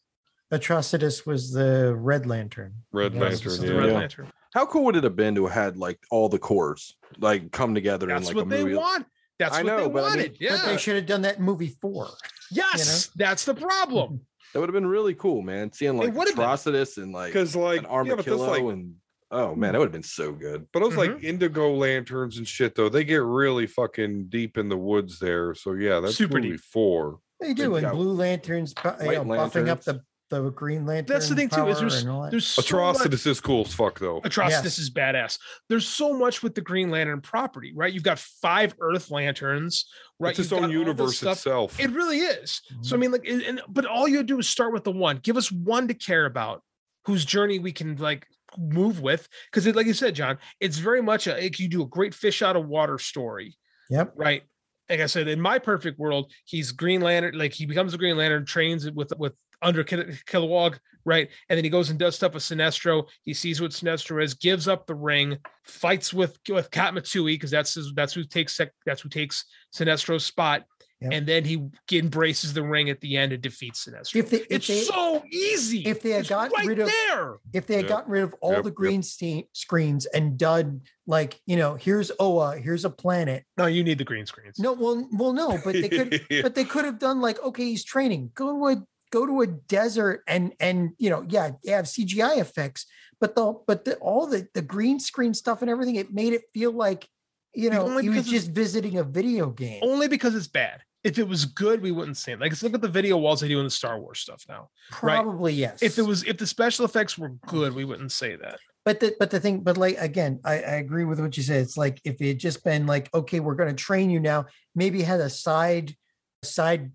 Speaker 7: Atrocitus was the Red Lantern.
Speaker 9: Red Lantern.
Speaker 8: the Red Lantern.
Speaker 6: How cool would it have been to have had like all the cores like come together
Speaker 8: That's
Speaker 6: in like
Speaker 8: what
Speaker 6: a
Speaker 8: they
Speaker 6: movie?
Speaker 8: want. That's
Speaker 6: I
Speaker 8: what they
Speaker 6: know, but I mean-
Speaker 8: wanted. yeah.
Speaker 7: But they should have done that in movie four.
Speaker 8: Yes, that's the problem.
Speaker 6: That would have been really cool, man. Seeing like
Speaker 8: would've been.
Speaker 6: Atrocitus and like
Speaker 9: 'Cause, like,
Speaker 6: an
Speaker 9: yeah, but that's,
Speaker 6: Armadillo
Speaker 9: like-
Speaker 6: and oh man, that would have been so good.
Speaker 9: But those like
Speaker 8: Mm-hmm.
Speaker 9: indigo lanterns and shit, though, they get really fucking deep in the woods there. So yeah, that's
Speaker 8: Super
Speaker 9: super
Speaker 8: deep.
Speaker 9: deep. Four.
Speaker 7: They do, and Blue Lanterns, bu- you know,
Speaker 9: White
Speaker 7: buffing up the
Speaker 9: Lanterns.
Speaker 7: the Green Lantern.
Speaker 8: That's the thing too. Is
Speaker 7: power
Speaker 8: there's
Speaker 7: and all that.
Speaker 8: there's so much-
Speaker 9: Atrocitus is cool as fuck though.
Speaker 8: Atrocitus
Speaker 7: Yes.
Speaker 8: is badass. There's so much with the Green Lantern property, right? You've got five Earth Lanterns, right?
Speaker 9: It's its
Speaker 8: You've
Speaker 9: own
Speaker 8: got all this
Speaker 9: universe
Speaker 8: stuff.
Speaker 9: itself.
Speaker 8: It really is.
Speaker 7: Mm-hmm.
Speaker 8: So I mean, like, and- and but all you do is start with the one. Give us one to care about, whose journey we can like move with, because like you said, John, it's very much a like, you do a great fish out of water story.
Speaker 7: Yep.
Speaker 8: Right. Like I said, in my perfect world, he's Green Lantern. Like he becomes a Green Lantern, trains with with under Kil- Kilowog, right? And then he goes and does stuff with Sinestro. He sees what Sinestro is, gives up the ring, fights with with Katmatui because that's his, that's who takes Sec- that's who takes Sinestro's spot. And then he embraces the ring at the end and defeats Sinestro.
Speaker 7: If they, if
Speaker 8: it's
Speaker 7: they-
Speaker 8: so easy.
Speaker 7: If they had
Speaker 8: It's
Speaker 7: gotten
Speaker 8: right
Speaker 7: rid of
Speaker 8: there.
Speaker 7: if they had
Speaker 8: Yep.
Speaker 7: gotten rid of all
Speaker 8: Yep,
Speaker 7: the
Speaker 8: yep.
Speaker 7: green ste- screens and done like you know, here's Oa, here's a planet.
Speaker 8: No, you need the green screens.
Speaker 7: No, well, well, no, but they could, but they could have done like, okay, he's training. Go to a go to a desert and and you know, yeah, they have CGI effects, but the but the all the the green screen stuff and everything, it made it feel like you
Speaker 8: The
Speaker 7: know
Speaker 8: only
Speaker 7: he was
Speaker 8: because it's- Oh,
Speaker 7: just visiting a video game.
Speaker 8: only because it's bad. If it was good, we wouldn't see it. Like, let's look at the video walls they do in the Star Wars stuff now. right?
Speaker 7: Probably yes.
Speaker 8: If it was, if the special effects were good, we wouldn't say that.
Speaker 7: But the but the thing, but like again, I, I agree with what you said. It's like if it had just been like, okay, we're going to train you now. Maybe had a side side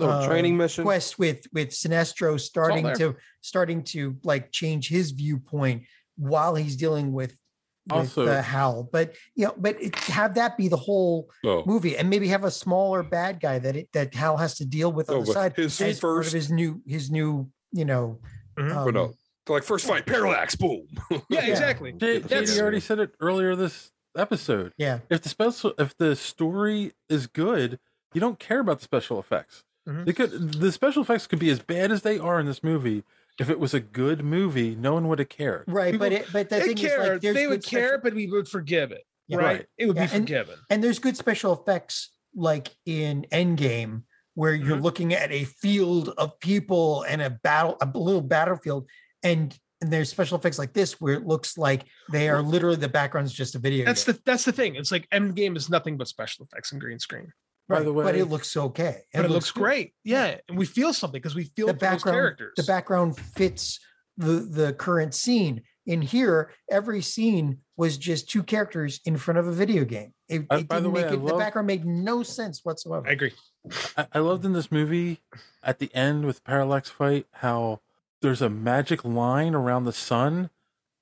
Speaker 7: uh,
Speaker 6: Little training mission.
Speaker 7: quest with with Sinestro starting
Speaker 6: there.
Speaker 7: to starting to like change his viewpoint while he's dealing with with
Speaker 15: Also-
Speaker 7: uh, Hal. But you know, but it, have that be the whole
Speaker 9: Oh.
Speaker 7: movie, and maybe have a smaller bad guy that it that Hal has to deal with
Speaker 9: No,
Speaker 7: on the
Speaker 9: Oh, but
Speaker 7: side
Speaker 9: his
Speaker 7: as part of
Speaker 9: first-
Speaker 7: his new his new you know.
Speaker 9: but no,
Speaker 7: um,
Speaker 9: like first fight, parallax, boom.
Speaker 8: Yeah, exactly.
Speaker 15: J-
Speaker 8: That's-
Speaker 15: JD already said it earlier this episode.
Speaker 7: Yeah.
Speaker 15: If the special, if the story is good, you don't care about the special effects.
Speaker 4: Mm-hmm.
Speaker 8: Mhm.
Speaker 15: They could, the special effects could be as bad as they are in this movie. If it was a good movie, no one would have cared.
Speaker 7: Right, but
Speaker 8: People-
Speaker 7: it, but the
Speaker 8: they
Speaker 7: thing
Speaker 8: care.
Speaker 7: is, like, there's
Speaker 8: they would
Speaker 7: good special-
Speaker 8: care, but we would forgive it.
Speaker 7: Yeah.
Speaker 8: Right?
Speaker 7: Right.
Speaker 8: It would
Speaker 7: Yeah,
Speaker 8: be
Speaker 7: and-
Speaker 8: forgiven.
Speaker 7: And there's good special effects like in Endgame
Speaker 4: where you're looking at a field of people and a battle, a little battlefield, and and there's special effects like this where it looks like they are literally the background's just a video.
Speaker 8: That's the that's the thing. It's like End Game is nothing but special effects and green screen.
Speaker 4: Right, but it looks okay.
Speaker 8: But it looks
Speaker 4: good.
Speaker 8: great. Yeah, and we feel something because we feel
Speaker 4: The
Speaker 8: for those
Speaker 4: background,
Speaker 8: characters.
Speaker 4: the background fits the the current scene. In here, every scene was just two characters in front of a video game. It,
Speaker 7: Uh,
Speaker 4: it
Speaker 7: by the
Speaker 4: didn't
Speaker 7: way,
Speaker 4: make
Speaker 7: I
Speaker 4: it, the
Speaker 7: love-
Speaker 4: background made no sense whatsoever.
Speaker 8: I agree.
Speaker 7: I, I loved in this movie at the end with Parallax Fight how there's a magic line around the sun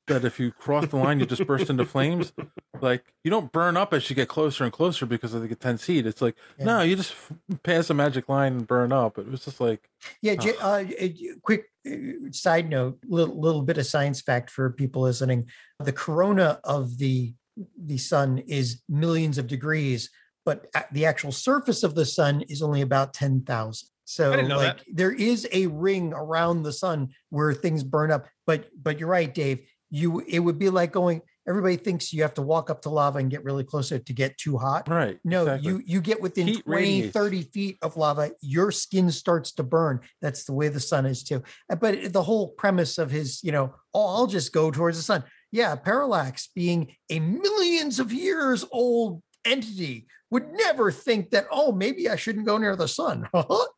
Speaker 7: that if you cross the line, you just burst into flames. Like you don't burn up as you get closer and closer because of the intense heat. It's like no, you just f- pass a magic line and burn up. It was just like
Speaker 4: Yeah,
Speaker 7: oh,
Speaker 4: J- uh, y- quick uh, side note, little, little bit of science fact for people listening. The corona of the the sun is millions of degrees, but a- the actual surface of the sun is only about 10,000. So
Speaker 8: didn't know
Speaker 4: like there is a ring around the sun where things burn up, but but you're right, Dave. You it would be like going everybody thinks you have to walk up to lava and get really close to it to get too hot.
Speaker 7: Right.
Speaker 4: No,
Speaker 7: exactly.
Speaker 4: you you get within
Speaker 7: Heat
Speaker 4: 20,
Speaker 7: radiates.
Speaker 4: 30 feet of lava, your skin starts to burn. That's the way the sun is too. Uh, But it- the whole premise of his, you know, oh, I'll just go towards the sun. Yeah, parallax being a millions of years old entity would never think that, oh, maybe I shouldn't go near the sun. Uh-huh.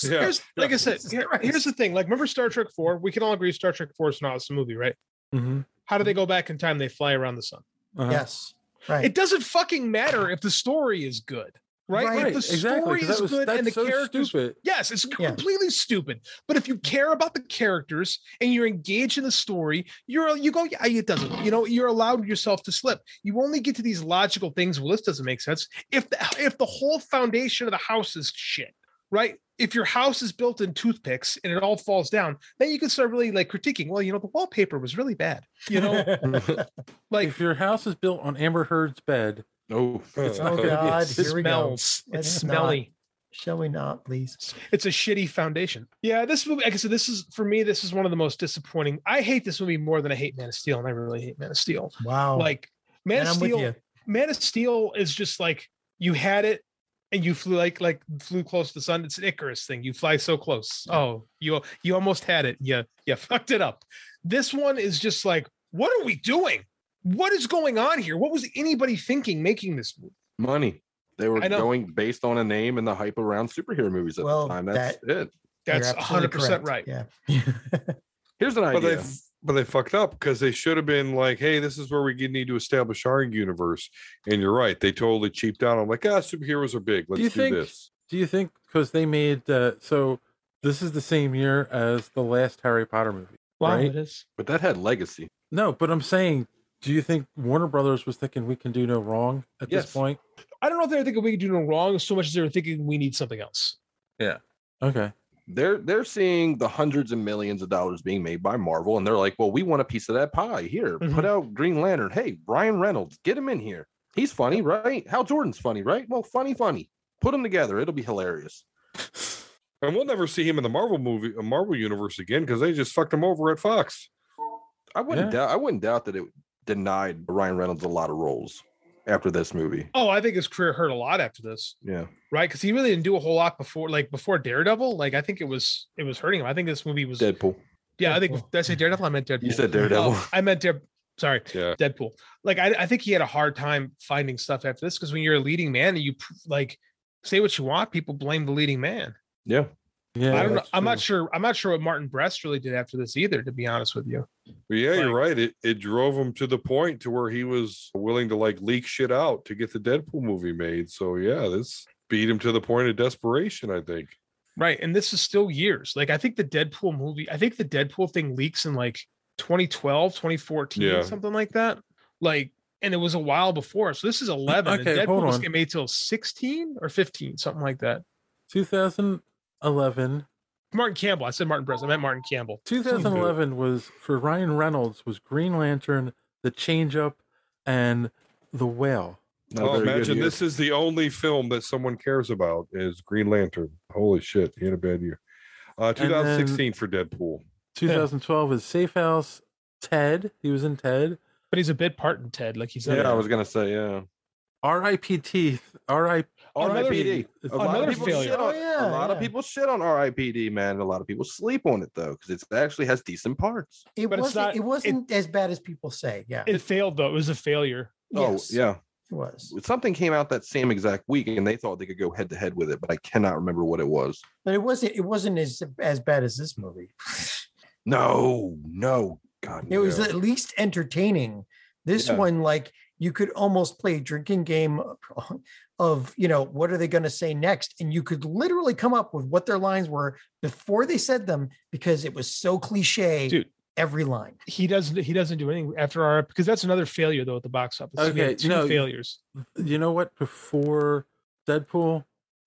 Speaker 8: Here's, like I said, here- here's the thing. Like, remember Star Trek Four? We can all agree Star Trek Four is an awesome movie, right?
Speaker 7: Mhm.
Speaker 8: How do they go back in time? They fly around the sun.
Speaker 7: Uh-huh.
Speaker 4: Yes. Right.
Speaker 8: It doesn't fucking matter if the story is good, right?
Speaker 7: Right,
Speaker 8: If the
Speaker 7: exactly,
Speaker 8: story
Speaker 7: 'cause that
Speaker 8: is
Speaker 7: was-
Speaker 8: good
Speaker 7: that's
Speaker 8: and the
Speaker 7: so
Speaker 8: characters.
Speaker 7: stupid.
Speaker 8: Yes, it's completely stupid. But if you care about the characters and you're engaged in the story, you're you go. Yeah, it doesn't. You know, you're allowed yourself to slip. You only get to these logical things. Well, this doesn't make sense. If the if the whole foundation of the house is shit, right? If your house is built in toothpicks and it all falls down, then you can start really like critiquing. Well, you know, the wallpaper was really bad. You know, like
Speaker 7: if your house is built on Amber Heard's bed,
Speaker 9: no,
Speaker 7: it's
Speaker 4: oh
Speaker 7: not gonna be
Speaker 4: God,
Speaker 7: as
Speaker 4: here we go.
Speaker 8: smells.
Speaker 4: Let's
Speaker 8: It's
Speaker 4: not.
Speaker 8: smelly.
Speaker 4: Shall we not, please?
Speaker 8: it's a shitty foundation. Yeah, this movie, like I said, this is for me, this is one of the most disappointing. I hate this movie more than I hate Man of Steel, and I really hate Man of Steel.
Speaker 4: Wow.
Speaker 8: Like Man
Speaker 4: And
Speaker 8: of
Speaker 4: Oh, I'm with
Speaker 8: Steel,
Speaker 4: you.
Speaker 8: Man of Steel is just like you had it and you flew like like flew close to the sun. It's an Icarus thing. You fly so close. Oh, you you almost had it. Yeah, yeah, fucked it up. This one is just like, what are we doing? What is going on here? What was anybody thinking making this movie?
Speaker 6: Money. They were
Speaker 8: I know.
Speaker 6: going based on a name and the hype around superhero movies at
Speaker 8: Well,
Speaker 6: the time. That's it.
Speaker 9: You're
Speaker 8: That's
Speaker 9: absolutely
Speaker 8: 100%
Speaker 9: correct.
Speaker 8: right.
Speaker 4: Yeah.
Speaker 6: Here's an
Speaker 9: But they,
Speaker 6: idea.
Speaker 9: f- but they fucked up because they should have been like, hey, this is where we g- need to establish our universe. And you're right. They totally cheaped out. I'm like, ah, superheroes are big. Let's
Speaker 7: do
Speaker 9: do,
Speaker 7: you think?
Speaker 9: this.
Speaker 7: Do you think because they made uh, so this is the same year as the last Harry Potter movie?
Speaker 8: Wow,
Speaker 7: right?
Speaker 8: it is.
Speaker 6: But that had legacy.
Speaker 7: No, but I'm saying, do you think Warner Brothers was thinking we can do no wrong at
Speaker 8: Yes.
Speaker 7: this point?
Speaker 8: I don't know if they were thinking we could do no wrong so much as they were thinking we need something else.
Speaker 7: Yeah. Okay.
Speaker 6: They're they're seeing the hundreds and millions of dollars being made by Marvel, and they're like, "Well, we want a piece of that pie. Here, put out Green Lantern. Hey, Ryan Reynolds, get him in here. He's funny, right? Hal Jordan's funny, right? Well, funny, funny. Put them together. It'll be hilarious."
Speaker 9: And we'll never see him in the Marvel movie, a Marvel universe again because they just fucked him over at Fox.
Speaker 6: I wouldn't doubt. I wouldn't doubt that it denied Ryan Reynolds a lot of roles after this movie.
Speaker 8: Oh, I think his career hurt a lot after this,
Speaker 6: Yeah.
Speaker 8: right? Because he really didn't do a whole lot before, like before Daredevil. Like I think it was it was hurting him. I think this movie was.
Speaker 6: Deadpool.
Speaker 8: Yeah, I think did I say Daredevil? I meant Deadpool.
Speaker 6: You said Daredevil.
Speaker 8: Oh, I meant Dare. Sorry,
Speaker 9: Yeah.
Speaker 8: Deadpool. Like I, I think he had a hard time finding stuff after this because when you're a leading man and you pr- like say what you want, people blame the leading man.
Speaker 6: Yeah.
Speaker 7: Yeah.
Speaker 8: I don't know.
Speaker 7: that's
Speaker 8: I'm
Speaker 7: true.
Speaker 8: not sure. I'm not sure what Martin Brest really did after this either. To be honest with you.
Speaker 9: But yeah, you're right. It it drove him to the point to where he was willing to like leak shit out to get the Deadpool movie made. So yeah, this beat him to the point of desperation. I think.
Speaker 8: Right. And this is still years. Like I think the Deadpool movie, I think the Deadpool thing leaks in like 2012, 2014,
Speaker 7: Yeah.
Speaker 8: something like that. Like, and it was a while before. So this is 11.
Speaker 7: Mm, okay,
Speaker 8: and
Speaker 7: hold
Speaker 8: Deadpool was
Speaker 7: on.
Speaker 8: getting made till 16 or 15, something like that.
Speaker 7: 2011.
Speaker 8: Martin Campbell. I said Martin Brest. I meant Martin Campbell.
Speaker 7: 2011 was for Ryan Reynolds was Green Lantern, The Change Up, and The Whale.
Speaker 9: oh, imagine this is the only film that someone cares about is Green Lantern. Holy shit, he had a bad year. Uh,
Speaker 7: And then-
Speaker 9: 2016 for Deadpool.
Speaker 7: 2012 is Safe House. Ted. He was in Ted.
Speaker 8: But he's a bit part in Ted. Like he's
Speaker 6: Yeah, I was gonna say yeah.
Speaker 7: RIPT. RIP.
Speaker 6: RIPD.
Speaker 7: It's-
Speaker 6: A lot of people shit on- a lot of people shit on RIPD, man. A lot of people sleep on it though, because it actually has decent parts.
Speaker 4: It
Speaker 8: But it's
Speaker 4: wasn't.
Speaker 8: not-
Speaker 4: it wasn't as bad as people say. Yeah.
Speaker 8: It failed though. It was a failure.
Speaker 6: Oh yeah,
Speaker 4: it was.
Speaker 6: Something came out that same exact week, and they thought they could go head to head with it, but I cannot remember what it was.
Speaker 4: But it wasn't. It wasn't as as bad as this movie.
Speaker 6: No, no, God,
Speaker 4: It was
Speaker 6: no.
Speaker 4: at least entertaining. This
Speaker 6: Yeah.
Speaker 4: one, like you could almost play a drinking game of, you know, what are they going to say next? And you could literally come up with what their lines were before they said them because it was so cliche.
Speaker 8: Dude.
Speaker 4: Every line.
Speaker 8: He doesn't. He doesn't do anything after our because that's another failure though at the box office. We
Speaker 7: Okay,
Speaker 8: had two
Speaker 7: no.
Speaker 8: failures.
Speaker 7: You know what? Before Deadpool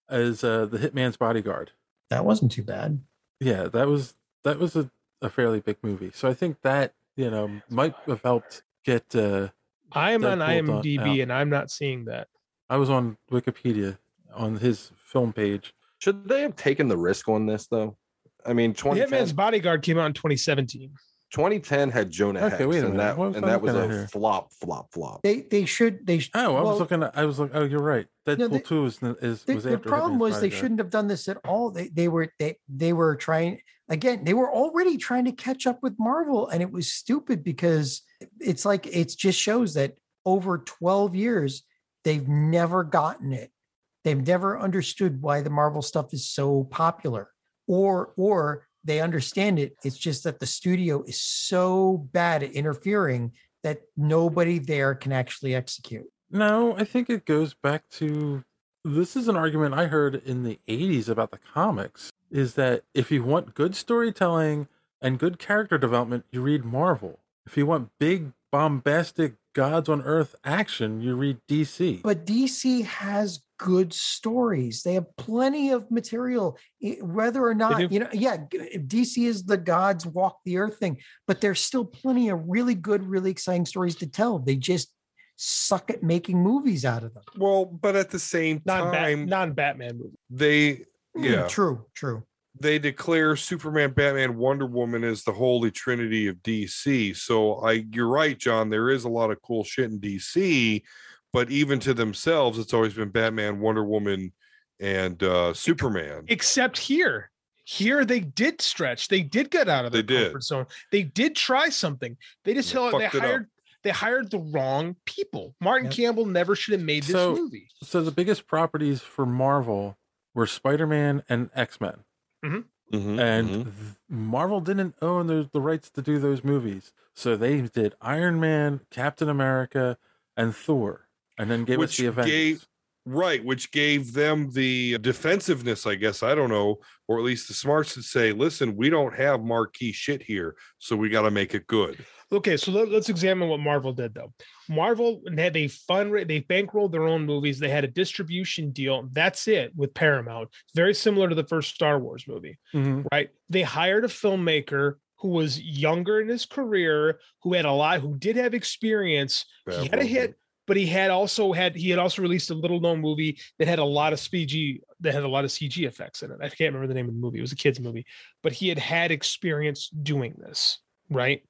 Speaker 7: is uh, the Hitman's Bodyguard.
Speaker 4: That wasn't too bad.
Speaker 7: Yeah, that was that was a, a fairly big movie. So I think that you know might have helped get. Uh,
Speaker 8: I am on
Speaker 7: Deadpool done out.
Speaker 8: IMDb and I'm not seeing that.
Speaker 7: I was on Wikipedia on his film page.
Speaker 6: Should they have taken the risk on this though? I mean,
Speaker 8: The
Speaker 6: 2010,
Speaker 8: Hitman's Bodyguard came out in 2017.
Speaker 6: 2010 had Jonah
Speaker 7: Okay,
Speaker 6: Hex,
Speaker 7: wait a
Speaker 6: and
Speaker 7: minute.
Speaker 6: that
Speaker 7: What was
Speaker 6: and
Speaker 7: I
Speaker 6: that was
Speaker 7: looking
Speaker 6: a
Speaker 7: at here?
Speaker 6: flop, flop, flop.
Speaker 4: They they should they. sh-
Speaker 7: Oh, I
Speaker 4: well,
Speaker 7: was looking. At, I was like, oh, you're right. Deadpool
Speaker 4: No, the-
Speaker 7: two is is
Speaker 4: The,
Speaker 7: was
Speaker 4: the
Speaker 7: after
Speaker 4: problem
Speaker 7: Hitman's
Speaker 4: was they
Speaker 7: Bodyguard.
Speaker 4: shouldn't have done this at all. They they were they they were trying again. They were already trying to catch up with Marvel, and it was stupid because it's like it just shows that over twelve years they've never gotten it. They've never understood why the Marvel stuff is so popular, or or they understand it. It's just that the studio is so bad at interfering that nobody there can actually execute.
Speaker 7: No, I think it goes back to this is an argument I heard in the 80s about the comics is that if you want good storytelling and good character development, you read Marvel. If you want big bombastic gods on earth action, you read DC.
Speaker 4: But DC has good stories. They have plenty of material, i- whether or not, you know, yeah, g- DC is the gods walk the earth thing, but there's still plenty of really good, really exciting stories to tell. They just suck at making movies out of them.
Speaker 9: Well, but at the same
Speaker 8: Non
Speaker 9: time,
Speaker 8: non Batman movie.
Speaker 9: they
Speaker 4: Hmm,
Speaker 9: yeah
Speaker 4: True, true.
Speaker 9: they declare Superman, Batman, Wonder Woman as the holy trinity of DC. So I, you're right, John. There is a lot of cool shit in DC, but even to themselves, it's always been Batman, Wonder Woman, and uh, Superman.
Speaker 8: Except here, here they did stretch. They did get out of
Speaker 9: They
Speaker 8: their
Speaker 9: did.
Speaker 8: comfort zone. They did try something. They just
Speaker 9: They
Speaker 8: held- they
Speaker 9: fucked it up.
Speaker 8: hired they hired the wrong people. Martin Campbell never should have made this
Speaker 7: So-
Speaker 8: movie.
Speaker 7: So the biggest properties for Marvel were Spider-Man and X-Men.
Speaker 8: Mhm.
Speaker 6: Mm-hmm,
Speaker 7: and th- Marvel didn't own those, the rights to do those movies, so they did Iron Man, Captain America, and Thor, and then gave us
Speaker 9: Which
Speaker 7: the Avengers.
Speaker 9: gave- Right, which gave them the defensiveness, I guess. I don't know, or at least the smarts to say, listen, we don't have marquee shit here, so we got to make it good.
Speaker 8: Okay, so let, us examine what Marvel did though. Marvel had they fund they bankrolled their own movies. They had a distribution deal. That's it with Paramount. Very similar to the first Star Wars movie. right? They hired a filmmaker who was younger in his career, who had a lot, who did have experience. he had a hit, but he had also had he had also released a little known movie that had a lot of CG that had a lot of CG effects in it. I can't remember the name of the movie. It was a kids movie, but he had had experience doing this, right?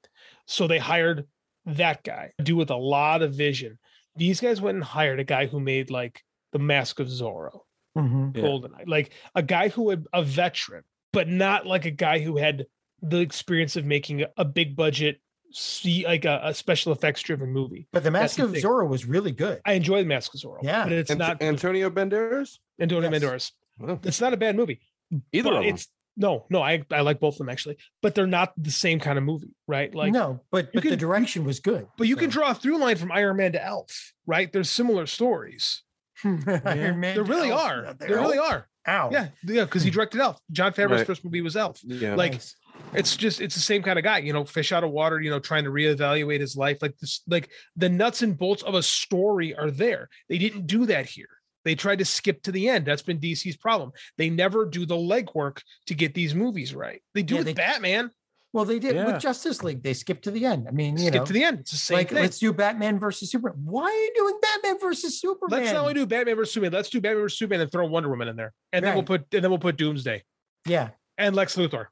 Speaker 8: So they hired that guy, a dude with a lot of vision. These guys went and hired a guy who made like The Mask of Zorro.
Speaker 4: Mhm.
Speaker 8: Goldeneye, like a guy who had a veteran, but not like a guy who had the experience of making a big budget, see like a, a special effects driven movie.
Speaker 4: But the
Speaker 8: That's
Speaker 4: Mask
Speaker 8: the
Speaker 4: of
Speaker 8: thing.
Speaker 4: Zorro was really good.
Speaker 8: I enjoy the Mask of Zorro.
Speaker 4: Yeah.
Speaker 8: but it's
Speaker 6: Ant-
Speaker 8: not
Speaker 6: Antonio Banderas.
Speaker 8: Antonio
Speaker 4: Yes.
Speaker 8: Banderas. It's not a bad movie.
Speaker 6: Either
Speaker 8: but
Speaker 6: of 'em.
Speaker 8: It's no, no. I I like both of them actually, but they're not the same kind of movie, right? Like
Speaker 4: no, but
Speaker 8: you
Speaker 4: but the
Speaker 8: can-
Speaker 4: direction was good.
Speaker 8: But you can draw a through line from Iron Man to Elf, right? There's similar stories.
Speaker 4: Iron Man
Speaker 8: There really
Speaker 4: Elf,
Speaker 8: are.
Speaker 4: not
Speaker 8: There
Speaker 4: Elf. Hmm.
Speaker 8: really are.
Speaker 4: Ow.
Speaker 8: Yeah, yeah, because he directed Elf. John Favreau's
Speaker 6: Right.
Speaker 8: first movie was Elf.
Speaker 6: Yeah.
Speaker 8: Like
Speaker 4: Nice.
Speaker 8: it's just it's the same kind of guy, you know, fish out of water, you know, trying to reevaluate his life. Like this, like the nuts and bolts of a story are there. They didn't do that here. They tried to skip to the end. That's been DC's problem. They never do the legwork to get these movies right. They do
Speaker 4: Yeah,
Speaker 8: with
Speaker 4: they-
Speaker 8: Batman.
Speaker 4: Well, they did
Speaker 7: Yeah.
Speaker 4: with Justice League. They skipped to the end. I mean, you
Speaker 8: skip
Speaker 4: know,
Speaker 8: to the end. It's the same
Speaker 4: like
Speaker 8: thing.
Speaker 4: let's do Batman versus Superman. Why are you doing Batman versus Superman?
Speaker 8: Let's not only do Batman versus Superman. Let's do Batman versus Superman and throw Wonder Woman in there, and then we'll put and then we'll put Doomsday
Speaker 4: yeah,
Speaker 8: and Lex Luthor.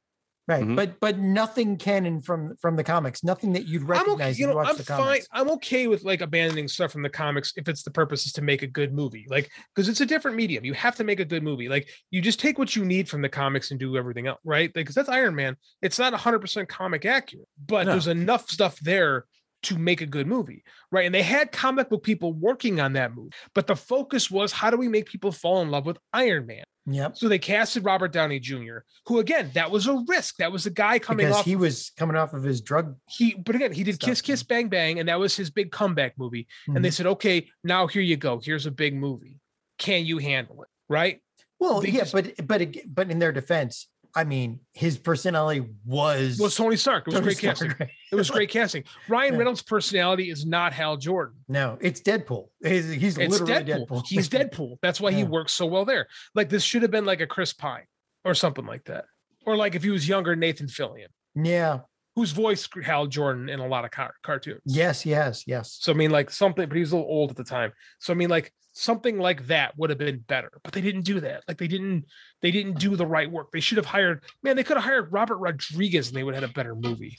Speaker 4: Right,
Speaker 6: Mhm.
Speaker 4: but but nothing canon from from the comics. Nothing that you'd recognize.
Speaker 8: you
Speaker 4: if
Speaker 8: know,
Speaker 4: watch
Speaker 8: I'm
Speaker 4: the
Speaker 8: fine.
Speaker 4: comics.
Speaker 8: I'm okay with like abandoning stuff from the comics if it's the purpose is to make a good movie. Like, because it's a different medium. You have to make a good movie. Like, you just take what you need from the comics and do everything else, right? Because that's Iron Man. It's not 100% comic accurate, but
Speaker 7: No.
Speaker 8: there's enough stuff there to make a good movie, right? And they had comic book people working on that movie, but the focus was how do we make people fall in love with Iron Man?
Speaker 4: Yep.
Speaker 8: So they casted Robert Downey Jr., who again, that was a risk. That was the guy coming
Speaker 4: because
Speaker 8: off
Speaker 4: he was coming off of his drug.
Speaker 8: he but again he did kiss kiss bang bang and that was his big comeback movie and they
Speaker 4: Mm-hmm.
Speaker 8: said okay now here you go here's a big movie can you handle it right
Speaker 4: Well,
Speaker 8: They
Speaker 4: yeah,
Speaker 8: just-
Speaker 4: but but ag- but in their defense, I mean, his personality was
Speaker 8: was Tony Stark. It was
Speaker 4: Tony
Speaker 8: great
Speaker 4: Stark,
Speaker 8: casting.
Speaker 4: right?
Speaker 8: It was great casting. Ryan
Speaker 4: Yeah.
Speaker 8: Reynolds' personality is not Hal Jordan.
Speaker 4: No, it's Deadpool. He's, he's
Speaker 8: It's
Speaker 4: literally
Speaker 8: Deadpool.
Speaker 4: Deadpool.
Speaker 8: He's Deadpool. That's why he works so well there. Like this should have been like a Chris Pine or something like that, or like if he was younger, Nathan Fillion,
Speaker 4: yeah.
Speaker 8: whose voice Hal Jordan in a lot of car- cartoons.
Speaker 4: Yes. Yes. Yes.
Speaker 8: So I mean, like something, but he was a little old at the time. So I mean, like something like that would have been better, but they didn't do that. Like they didn't, they didn't do the right work. They should have hired, man, they could have hired Robert Rodriguez and they would have had a better movie.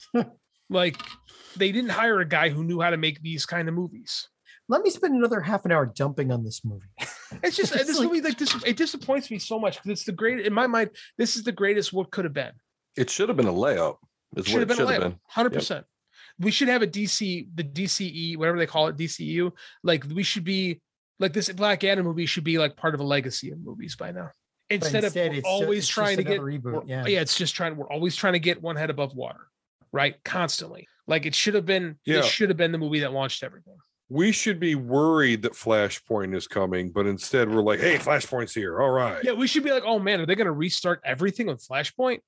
Speaker 8: like they didn't hire a guy who knew how to make these kind of movies.
Speaker 4: Let me spend another half an hour dumping on this movie.
Speaker 8: It's just this movie like this. It disappoints me so much because it's the great in my mind. This is the greatest what could have been.
Speaker 6: It should have been a layup. Is
Speaker 8: Should have been
Speaker 6: what it should
Speaker 8: a
Speaker 6: have
Speaker 8: label.
Speaker 6: been.
Speaker 8: Hundred
Speaker 6: Yep.
Speaker 8: percent. We should have a DC, the DCE, whatever they call it, DCU. Like we should be like this Black Adam movie should be like part of a legacy of movies by now.
Speaker 4: But
Speaker 8: Instead,
Speaker 4: instead,
Speaker 8: of
Speaker 4: it's
Speaker 8: we're
Speaker 4: ju-
Speaker 8: always
Speaker 4: it's just
Speaker 8: trying to get
Speaker 4: another reboot,
Speaker 8: we're-
Speaker 4: yeah.
Speaker 8: it's just trying. We're always trying to get one head above water, right? Constantly. Like it should have been.
Speaker 9: Yeah.
Speaker 8: This should have been the movie that launched everything.
Speaker 9: We should be worried that Flashpoint is coming, but instead we're like, hey, Flashpoint's here. All right.
Speaker 8: Yeah, we should be like, oh man, are they going to restart everything with Flashpoint?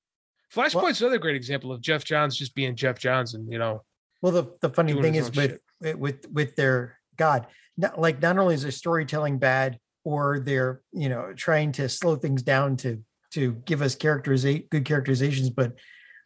Speaker 8: Flashpoint's another great example of Jeff Johns just being Jeff Johns, and you know,
Speaker 4: Well, the, the funny
Speaker 8: Doing
Speaker 4: thing
Speaker 8: his
Speaker 4: is
Speaker 8: own
Speaker 4: with it- with with their God, not like not only is their storytelling bad, or they're you know trying to slow things down to to give us characterization good characterizations, but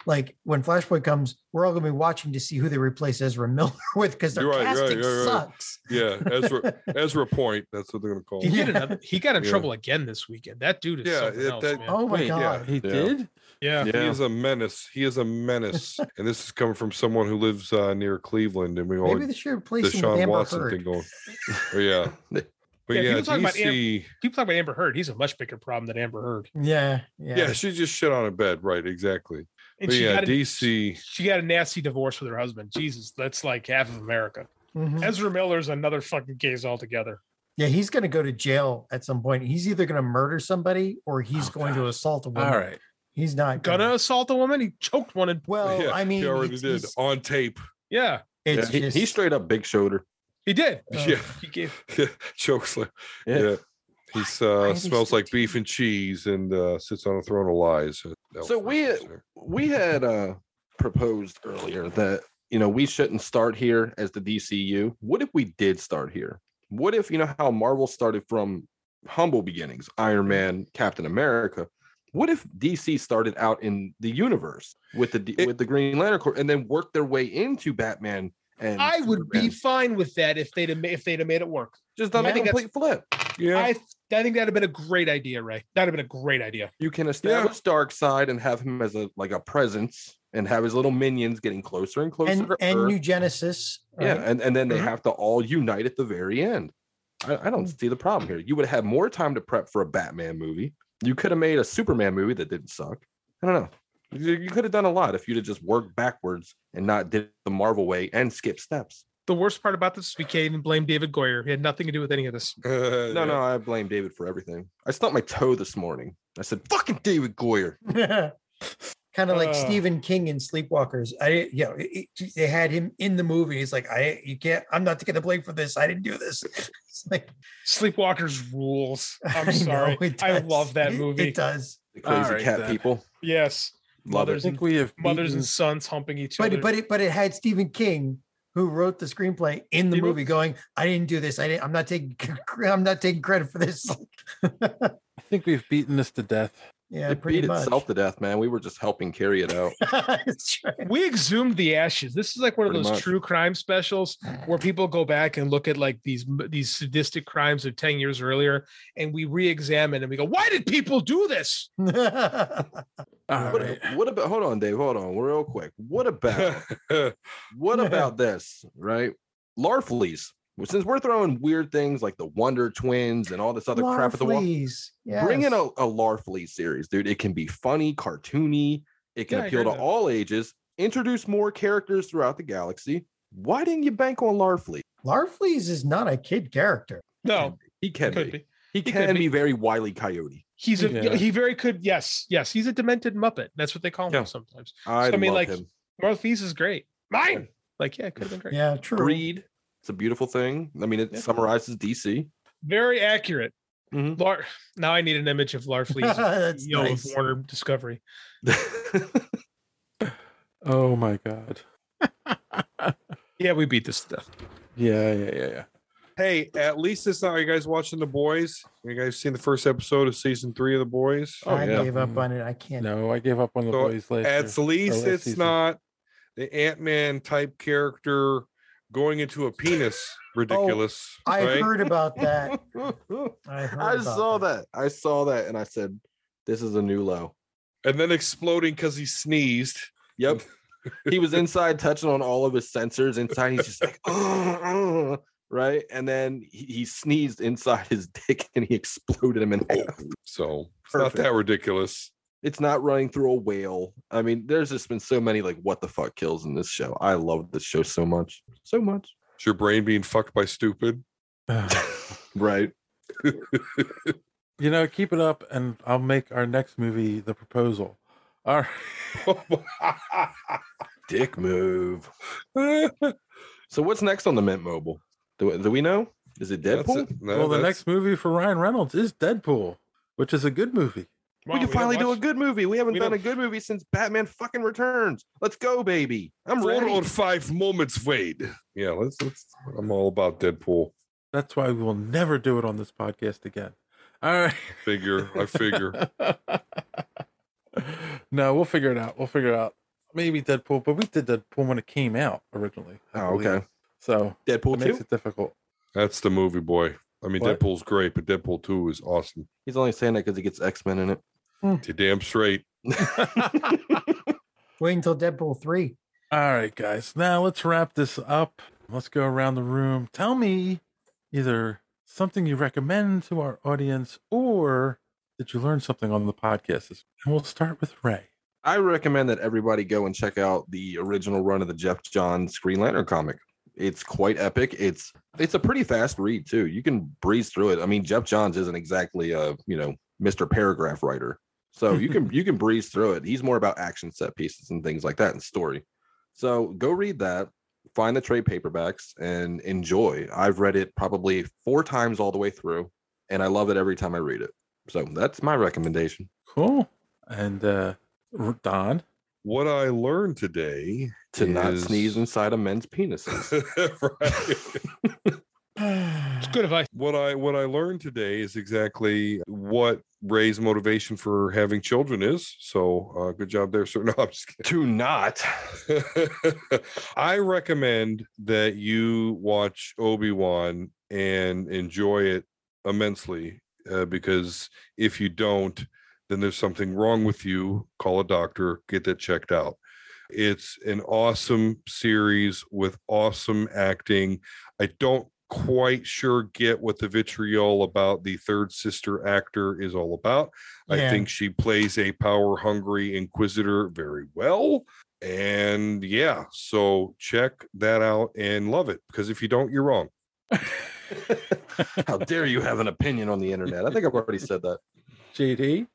Speaker 4: like when Flashpoint comes, we're all going to be watching to see who they replace Ezra Miller with because their
Speaker 9: You're right, you're right,
Speaker 4: casting
Speaker 9: you're right.
Speaker 4: sucks.
Speaker 9: Yeah. Ezra, Ezra Point. That's what they're going to call
Speaker 8: he
Speaker 9: it.
Speaker 8: did another. He got in
Speaker 9: Yeah.
Speaker 8: trouble again this weekend. That dude is
Speaker 9: Yeah,
Speaker 8: something
Speaker 9: it-
Speaker 8: else,
Speaker 9: that-
Speaker 8: man.
Speaker 4: Oh my
Speaker 9: Wait,
Speaker 4: god!
Speaker 7: He
Speaker 9: Yeah.
Speaker 7: did?
Speaker 8: Yeah.
Speaker 9: He is a menace. He is a menace. and this is coming from someone who lives uh, near Cleveland. And we all
Speaker 4: Maybe they should
Speaker 9: the
Speaker 4: replace him with
Speaker 9: Sean
Speaker 4: Amber
Speaker 9: Watson
Speaker 4: Heard.
Speaker 9: thing going. Oh, yeah. But yeah,
Speaker 8: people talk about Am-
Speaker 9: DC.
Speaker 8: people talk about Amber Heard. He's a much bigger problem than Amber Heard.
Speaker 4: Yeah,
Speaker 9: Yeah.
Speaker 4: yeah.
Speaker 9: she just shit on a bed. Right. Exactly.
Speaker 8: And
Speaker 9: But
Speaker 8: she
Speaker 9: yeah,
Speaker 8: got a-
Speaker 9: DC.
Speaker 8: She got a nasty divorce with her husband. Jesus, that's like half of America.
Speaker 9: Mm.
Speaker 7: mm-hmm.
Speaker 4: Mhm.
Speaker 8: Ezra Miller's another fucking case altogether.
Speaker 4: Yeah, he's going to go to jail at some point. He's either going to murder somebody or he's
Speaker 7: Oh,
Speaker 4: going to assault a woman.
Speaker 7: All right.
Speaker 4: He's not
Speaker 8: Gonna assault a woman. He choked one. And
Speaker 4: Well,
Speaker 9: yeah,
Speaker 4: I mean,
Speaker 9: he already
Speaker 4: it's-
Speaker 9: did
Speaker 4: he's-
Speaker 9: on tape.
Speaker 8: yeah,
Speaker 4: it's
Speaker 6: he,
Speaker 4: just
Speaker 6: he straight up big shoulder.
Speaker 8: he did.
Speaker 4: uh,
Speaker 9: yeah.
Speaker 8: He gave.
Speaker 9: Yeah, chokeslam.
Speaker 6: Yeah.
Speaker 9: Oh. Yeah. He's uh
Speaker 4: they
Speaker 9: smells
Speaker 4: still
Speaker 9: like beef and cheese and uh sits on a throne of lies. Uh, that
Speaker 6: So
Speaker 9: was
Speaker 6: we-
Speaker 9: necessary.
Speaker 6: we had uh proposed earlier that you know we shouldn't start here as the DCU. What if we did start here? What if you know how Marvel started from humble beginnings, Iron Man, Captain America? What if DC started out in the universe with the D
Speaker 9: It-
Speaker 6: with the Green Lantern Corps and then worked their way into Batman and
Speaker 8: I would be
Speaker 6: Superman?
Speaker 8: fine with that if they'd have, ma- if they'd have made it work.
Speaker 6: just done
Speaker 8: I
Speaker 6: a
Speaker 8: think that's-
Speaker 6: complete flip.
Speaker 9: yeah,
Speaker 8: I I think that'd have been a great idea, Ray. That'd have been a great idea.
Speaker 6: You can establish Dark Side and have him as a like a presence and have his little minions getting closer and closer
Speaker 4: and
Speaker 6: to
Speaker 4: and
Speaker 6: Earth.
Speaker 4: New Genesis.
Speaker 6: Yeah,
Speaker 4: right?
Speaker 6: and, and then they
Speaker 7: Mm-hmm.
Speaker 8: Mhm.
Speaker 6: have to all unite at the very end. I, I don't
Speaker 7: Mm.
Speaker 6: see the problem here. You would have had more time to prep for a Batman movie. You could have made a Superman movie that didn't suck. I don't know. You, you could have done a lot if you'd have just worked backwards and not did the Marvel way and skip steps.
Speaker 8: The worst part about this is we can't even blame David Goyer. He had nothing to do with any of this.
Speaker 6: No, no, I blame David for everything. I stubbed my toe this morning. I said, "Fucking David Goyer."
Speaker 4: kind of like
Speaker 8: Uh.
Speaker 4: Stephen King in Sleepwalkers. I you know it- it- they had him in the movie. He's like, I you can't. I'm not taking the blame for this. I didn't do this. It's like
Speaker 8: Sleepwalkers rules.
Speaker 4: I know,
Speaker 8: I'm sorry.
Speaker 4: it
Speaker 8: I
Speaker 4: does.
Speaker 8: love that
Speaker 4: It-
Speaker 8: movie.
Speaker 4: It does,
Speaker 6: The crazy
Speaker 7: All right,
Speaker 6: cat
Speaker 7: then.
Speaker 6: people.
Speaker 8: Yes.
Speaker 6: Love
Speaker 7: I
Speaker 6: it.
Speaker 8: Mothers and
Speaker 7: think we have
Speaker 8: mothers and
Speaker 7: beaten-
Speaker 8: sons humping each
Speaker 4: but
Speaker 8: other.
Speaker 4: it, but it but it had Stephen King. Who wrote the screenplay in the
Speaker 8: He wrote-
Speaker 4: movie? Going, I didn't do this. I didn't. I'm not taking. I'm not taking credit for this.
Speaker 7: I think we've beaten this to death.
Speaker 4: Yeah,
Speaker 6: it
Speaker 4: pretty
Speaker 6: beat
Speaker 4: much.
Speaker 6: itself to death, man. We were just helping carry it out.
Speaker 8: We exhumed the ashes. This is like one of
Speaker 6: Pretty
Speaker 8: those
Speaker 6: much.
Speaker 8: true crime specials where people go back and look at like these these sadistic crimes of 10 years earlier and we re-examine and we go, why did people do this?
Speaker 6: what, what about? Hold on, Dave. Hold on, real quick. What about? what about this? Right, Larfleas. Well, Since we're throwing weird things like the Wonder Twins and all this other crap at the wall,
Speaker 4: Larfleas,
Speaker 6: bring in
Speaker 4: yes.
Speaker 6: a, a Larfleas series, dude. It can be funny, cartoony. It can
Speaker 4: Yeah, I
Speaker 6: appeal to
Speaker 4: agree with
Speaker 6: all ages. Introduce more characters throughout the galaxy. Why didn't you bank on Larfleet?
Speaker 4: Larfleeze is not a kid character.
Speaker 8: No,
Speaker 6: he can
Speaker 8: could
Speaker 6: be.
Speaker 8: be.
Speaker 6: He
Speaker 8: could
Speaker 6: can
Speaker 8: be.
Speaker 6: be. very wily coyote.
Speaker 8: He's a
Speaker 6: Yeah.
Speaker 8: he very could yes, yes. He's a demented Muppet. That's what they call him sometimes.
Speaker 6: I
Speaker 8: so, I mean, like
Speaker 6: love him.
Speaker 8: Morpheus is great. Mine. Like, yeah, it could have been great.
Speaker 6: Greed. It's a beautiful thing. I mean, it summarizes DC.
Speaker 8: Very accurate.
Speaker 6: Mm-hmm.
Speaker 8: Lar- now I need an image of Larfleeze,
Speaker 4: That's
Speaker 8: you know,
Speaker 4: nice.
Speaker 8: with Warner Discovery.
Speaker 7: Oh my god.
Speaker 8: yeah, we beat this stuff.
Speaker 7: Yeah, yeah, yeah, yeah.
Speaker 9: Hey, at least it's not. Are you guys watching The Boys? You guys seen the first episode of season three of The Boys?
Speaker 4: I gave up on it. I can't.
Speaker 7: Oh, No, I gave up on the
Speaker 9: So,
Speaker 7: boys last year.
Speaker 9: at
Speaker 7: or
Speaker 9: least
Speaker 7: last
Speaker 9: it's
Speaker 7: season.
Speaker 9: not the Ant Man type character going into a penis. Ridiculous.
Speaker 4: I
Speaker 9: right?
Speaker 4: heard about that. I, heard
Speaker 6: I
Speaker 4: about
Speaker 6: saw that. I saw that, and I said, "This is a new low."
Speaker 9: And then exploding because he sneezed.
Speaker 6: Yep. he was inside touching on all of his sensors inside. He's just like, "Ugh, ugh," right? And then he, he sneezed inside his dick, and he exploded him in half.
Speaker 9: So it's not that ridiculous.
Speaker 6: It's not running through a whale. I mean, there's just been so many like what the fuck kills in this show. I love this show so much, so much.
Speaker 9: Is your brain being fucked by stupid?
Speaker 6: right.
Speaker 7: You know, keep it up, and I'll make our next movie the proposal. All right.
Speaker 6: Dick move. so what's next on the Mint Mobile? Do, do we know? Is it
Speaker 7: That's
Speaker 6: Deadpool?
Speaker 7: it. well, the next movie for Ryan Reynolds is Deadpool, which is a good movie.
Speaker 6: we can finally do a good movie. We haven't
Speaker 7: we
Speaker 6: done
Speaker 7: don't-
Speaker 6: a good movie since Batman fucking returns. Let's go, baby. I'm
Speaker 9: Four
Speaker 6: ready.
Speaker 9: or five moments, Wade. Yeah, let's, let's. I'm all about Deadpool.
Speaker 7: That's why we will never do it on this podcast again. All right.
Speaker 9: Figure, I figure.
Speaker 7: No, we'll figure it out. We'll figure it out. Maybe Deadpool, but we did Deadpool when it came out originally. I
Speaker 6: Oh,
Speaker 7: believe.
Speaker 6: okay.
Speaker 7: So
Speaker 6: Deadpool
Speaker 7: it makes
Speaker 6: 2?
Speaker 7: it difficult.
Speaker 9: That's the movie, boy. I mean,
Speaker 7: What?
Speaker 9: Deadpool's great, but Deadpool 2 is awesome.
Speaker 6: He's only saying that because he gets X Men in it.
Speaker 9: You're damn straight.
Speaker 4: Wait until Deadpool three.
Speaker 7: All right, guys. Now let's wrap this up. Let's go around the room. Tell me either something you recommend to our audience or did you learn something on the podcast? this- And we'll start with Ray.
Speaker 6: I recommend that everybody go and check out the original run of the Jeff Johns Green Lantern comic. It's quite epic. It's it's a pretty fast read too. You can breeze through it. I mean, Jeff Johns isn't exactly a you know Mister Paragraph writer, so you can you can breeze through it. He's more about action set pieces and things like that and story. So go read that. Find the trade paperbacks and enjoy. I've read it probably four times all the way through, and I love it every time I read it. So that's my recommendation.
Speaker 7: Cool. And uh R- Don.
Speaker 9: What I learned today
Speaker 6: to not
Speaker 9: is-
Speaker 6: sneeze inside of men's penises.
Speaker 8: It's good advice.
Speaker 9: What I what I learned today is exactly what Ray's motivation for having children is. So uh, good job there, sir. No, I'm just kidding.
Speaker 6: Do not.
Speaker 9: I recommend that you watch Obi Wan and enjoy it immensely uh, because if you don't, then there's something wrong with you. Call a doctor, get that checked out. It's an awesome series with awesome acting. I don't quite sure get what the vitriol about the third sister actor is all about. I
Speaker 8: Yeah.
Speaker 9: think she plays a power hungry inquisitor very well. And yeah, so check that out and love it because if you don't, you're wrong.
Speaker 6: How dare you have an opinion on the internet? I think I've already said that.
Speaker 7: JD.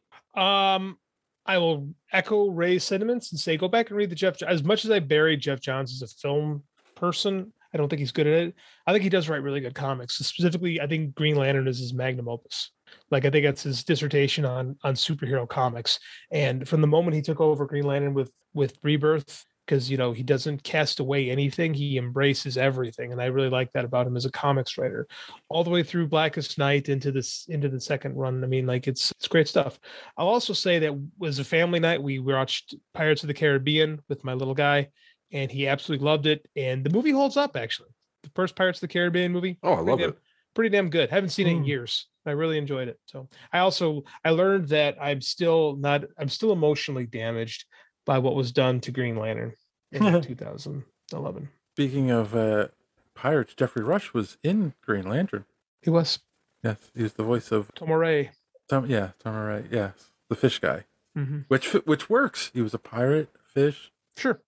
Speaker 8: Um, I will echo Ray's sentiments and say go back and read the Jeff. As much as I bury Jeff Johns as a film person, I don't think he's good at it. I think he does write really good comics. Specifically, I think Green Lantern is his magnum opus. Like I think that's his dissertation on on superhero comics. And from the moment he took over Green Lantern with with Rebirth, because you know he doesn't cast away anything he embraces everything and i really like that about him as a comics writer all the way through blackest night into this into the second run i mean like it's it's great stuff i'll also say that was a family night we watched pirates of the caribbean with my little guy and he absolutely loved it and the movie holds up actually the first pirates of the caribbean movie
Speaker 6: Oh, I love it.
Speaker 8: pretty damn good. Haven't seen it
Speaker 4: Hmm.
Speaker 8: in
Speaker 6: Mm.
Speaker 8: years. I really enjoyed it. So I also I learned that I'm still not I'm still emotionally damaged by what was done to Green Lantern in 2011.
Speaker 16: Speaking of uh, pirates, Jeffrey Rush was in Green Lantern.
Speaker 8: He was.
Speaker 16: Yes, he was the voice of
Speaker 8: Tomoray.
Speaker 16: Tom, yeah, Tom Ray. Yes, the fish guy,
Speaker 8: Mhm.
Speaker 16: which which works. He was a pirate fish.
Speaker 8: Sure.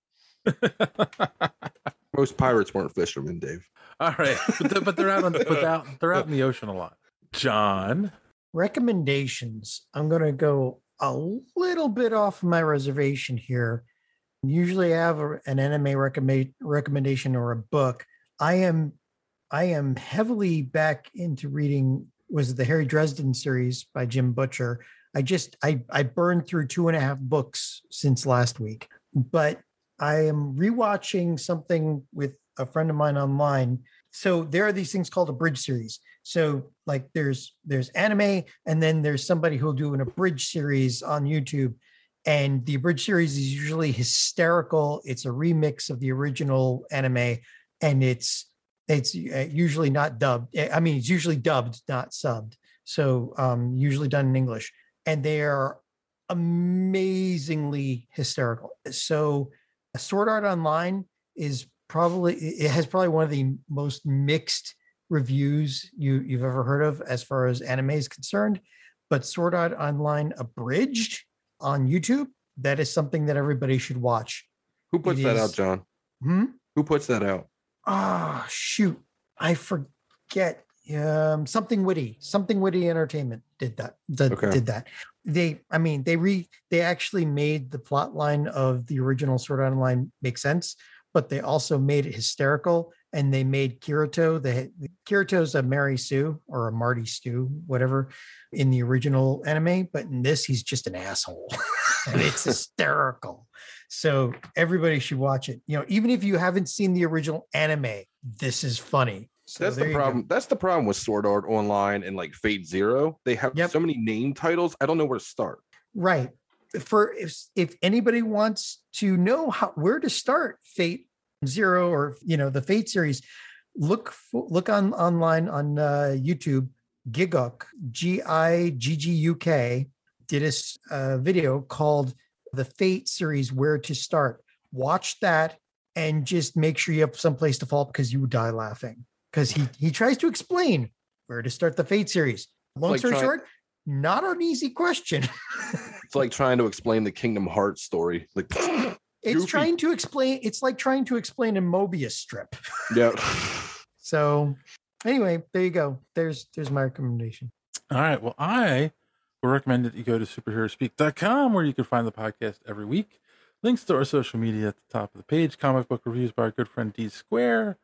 Speaker 6: Most pirates weren't fishermen, Dave.
Speaker 16: All right, but they're, but they're out on but they're out, they're out in the ocean a lot. John,
Speaker 7: recommendations i'm going to go a little bit off my reservation here usually i have a- an anime recommend recommendation or a book i am i am heavily back into reading was it the harry dresden series by jim butcher i just i i burned through two and a half books since last week but i am rewatching something with a friend of mine online so there are these things called a bridge series so like there's there's anime and then there's somebody who'll do an abridged series on youtube and the abridged series is usually hysterical it's a remix of the original anime and it's it's uh, usually not dubbed Eh, i mean it's usually dubbed not subbed so um usually done in english and they are amazingly hysterical so sword art online is probably it it has probably one of the most mixed reviews you you've ever heard of as far as anime is concerned but sword art online abridged on youtube that is something that everybody should watch
Speaker 6: Who puts
Speaker 7: It
Speaker 6: that out,
Speaker 7: is-
Speaker 6: John?
Speaker 7: Hmm?
Speaker 6: Who puts that out?
Speaker 7: Ah, shoot. I forget. Um, something witty, something witty entertainment did that. Did,
Speaker 6: Okay.
Speaker 7: did that. They, I mean, they re they actually made the plot line of the original Sword Art Online make sense, but they also made it hysterical and they made Kirito the Kirito's a Mary Sue or a Marty Stew, whatever, in the original anime, but in this he's just an asshole. and it's hysterical. So everybody should watch it. You know, even if you haven't seen the original anime, this is funny. So
Speaker 6: that's
Speaker 7: there
Speaker 6: the
Speaker 7: you go.
Speaker 6: problem. That's the problem with Sword Art Online and like Fate Zero. They have so many name titles. I don't know where to start.
Speaker 7: Right. For if if anybody wants to know how where to start Fate Zero or you know the Fate series, look for, look on online on uh, YouTube. Giguk G I G G U K did a s- uh, video called the Fate series where to start. Watch that and just make sure you have someplace to fall because you would die laughing because he he tries to explain where to start the Fate series. Long
Speaker 6: like
Speaker 7: story
Speaker 6: trying-
Speaker 7: short, not an easy question.
Speaker 6: It's like trying to explain the Kingdom Hearts story. Like,
Speaker 7: It's trying to explain. It's like trying to explain a Mobius strip.
Speaker 6: yeah.
Speaker 7: So, anyway, there you go. There's there's my recommendation.
Speaker 16: All right. Well, I will recommend that you go to superheroespeak.com where you can find the podcast every week. Links to our social media at the top of the page, comic book reviews by our good friend D Square.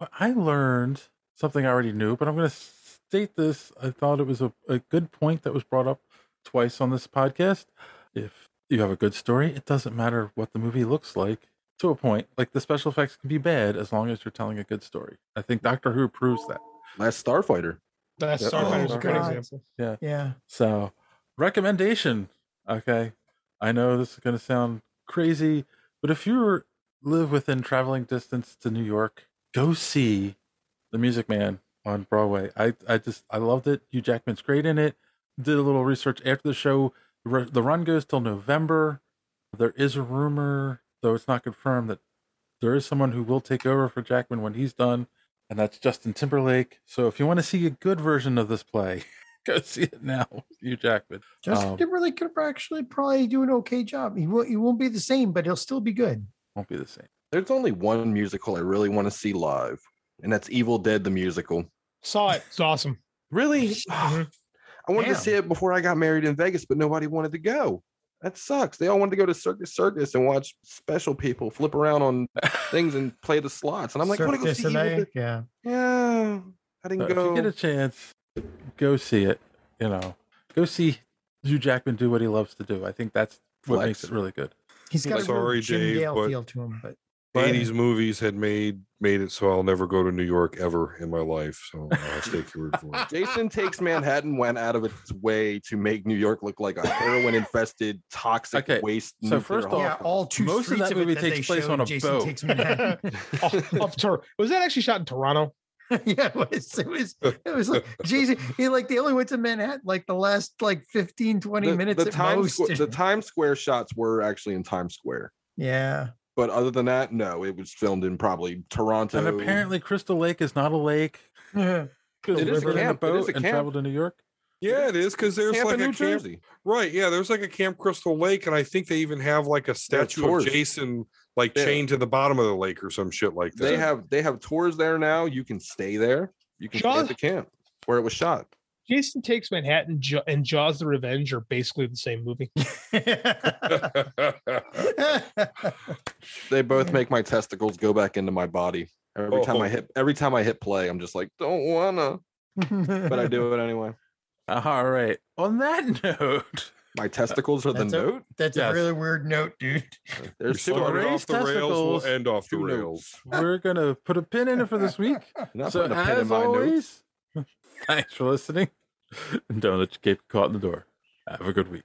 Speaker 16: Well, I learned something I already knew, but I'm going to state this. I thought it was a, a good point that was brought up twice on this podcast. If you have a good story, it doesn't matter what the movie looks like to a point. Like the special effects can be bad as long as you're telling a good story. I think Doctor Who proves that.
Speaker 6: Last Starfighter.
Speaker 8: Last
Speaker 16: Yep.
Speaker 8: Starfighter's
Speaker 16: Oh,
Speaker 8: a great
Speaker 16: God.
Speaker 8: example.
Speaker 16: Yeah.
Speaker 7: Yeah.
Speaker 16: So, recommendation. Okay. I know this is going to sound crazy, but if you live within traveling distance to New York, go see The Music Man on Broadway. I, I just, I loved it. Hugh Jackman's great in it. Did a little research after the show. The ru- The run goes till November. There is a rumor, though it's not confirmed, that there is someone who will take over for Jackman when he's done, and that's Justin Timberlake. So if you want to see a good version of this play, go see it now, with Hugh Jackman.
Speaker 7: Justin
Speaker 16: Um,
Speaker 7: Timberlake could actually probably do an okay job. He won't he won't be the same, but he'll still be good.
Speaker 16: won't be the same.
Speaker 6: There's only one musical I really want to see live, and that's Evil Dead the musical.
Speaker 8: Saw it. It's awesome.
Speaker 6: Really? Mm-hmm. I wanted
Speaker 8: Damn.
Speaker 6: to see it before I got married in Vegas, but nobody wanted to go. That sucks. They all wanted to go to Circus Circus and watch special people flip around on things and play the slots. And I'm like, I want to go
Speaker 7: Cirque
Speaker 6: see
Speaker 7: du
Speaker 6: Evil
Speaker 7: Soleil,
Speaker 6: Dead.
Speaker 7: yeah.
Speaker 6: Yeah.
Speaker 16: So
Speaker 6: I didn't
Speaker 16: if you
Speaker 6: go.
Speaker 16: get a chance, go see it. You know, go see Hugh Jackman do what he loves to do. I think that's what makes
Speaker 6: Flex.
Speaker 16: it really good.
Speaker 4: He's got a real
Speaker 9: Sorry,
Speaker 4: Jim
Speaker 9: Dave,
Speaker 4: Dale
Speaker 9: but-
Speaker 4: feel to him, but
Speaker 9: 80s movies had made made it so I'll never go to New York ever in my life. So I'll take your word for it.
Speaker 6: Jason Takes Manhattan went out of its way to make New York look like a heroin infested, toxic
Speaker 7: Okay,
Speaker 6: waste.
Speaker 7: so
Speaker 6: nuclear
Speaker 7: first
Speaker 6: holocaust.
Speaker 7: off, Yeah, all two most of that streets of it movie that takes they place showed, on a Jason boat. Takes Manhattan.
Speaker 8: off Oh, Tor- was that actually shot in Toronto?
Speaker 4: yeah, it was, it was, it was like, Jesus, he like they only went to Manhattan like the last like 15, 20
Speaker 6: the,
Speaker 4: minutes
Speaker 6: the
Speaker 4: at
Speaker 6: Times
Speaker 4: most.
Speaker 6: Squ- the Times Square shots were actually in Times Square.
Speaker 4: yeah.
Speaker 6: But other than that, no, it was filmed in probably Toronto.
Speaker 7: And apparently, Crystal Lake is not a lake.
Speaker 4: Yeah.
Speaker 7: Could
Speaker 6: It
Speaker 7: have
Speaker 6: is a
Speaker 7: driven in a
Speaker 6: camp. It is
Speaker 7: boat
Speaker 6: a
Speaker 7: and
Speaker 6: camp.
Speaker 7: traveled to New York.
Speaker 9: Yeah, it is because there's
Speaker 6: Camp
Speaker 9: like
Speaker 6: in
Speaker 9: a
Speaker 6: New
Speaker 9: camp,
Speaker 6: Jersey.
Speaker 9: right? Yeah, there's like a Camp Crystal Lake, and I think they even have like a statue of
Speaker 6: tours.
Speaker 9: Jason like
Speaker 6: Yeah.
Speaker 9: chained to the bottom of the lake or some shit like that.
Speaker 6: They have they have tours there now. You can stay there. You can stay
Speaker 8: Jaws-
Speaker 6: at the camp where it was shot.
Speaker 8: Jason Takes Manhattan Ja- and Jaws: The Revenge are basically the same movie.
Speaker 6: They both make my testicles go back into my body every time I
Speaker 7: Oh.
Speaker 6: hit. Every time I hit play, I'm just like, don't wanna, but I do it anyway.
Speaker 7: All right. On that note,
Speaker 6: my testicles are the
Speaker 4: That's a,
Speaker 6: note.
Speaker 4: that's
Speaker 7: Yes.
Speaker 4: a really weird note, dude.
Speaker 6: There's
Speaker 7: We
Speaker 6: two
Speaker 7: started
Speaker 6: already.
Speaker 7: off the rails, we'll Testicles.
Speaker 9: end off the
Speaker 6: Two notes.
Speaker 9: rails.
Speaker 7: we're gonna put a pin in it for this week.
Speaker 6: Not
Speaker 7: so
Speaker 6: putting a pin in
Speaker 7: as
Speaker 6: my notes.
Speaker 7: always, thanks for listening. And Don't let you get caught in the door. Have a good week.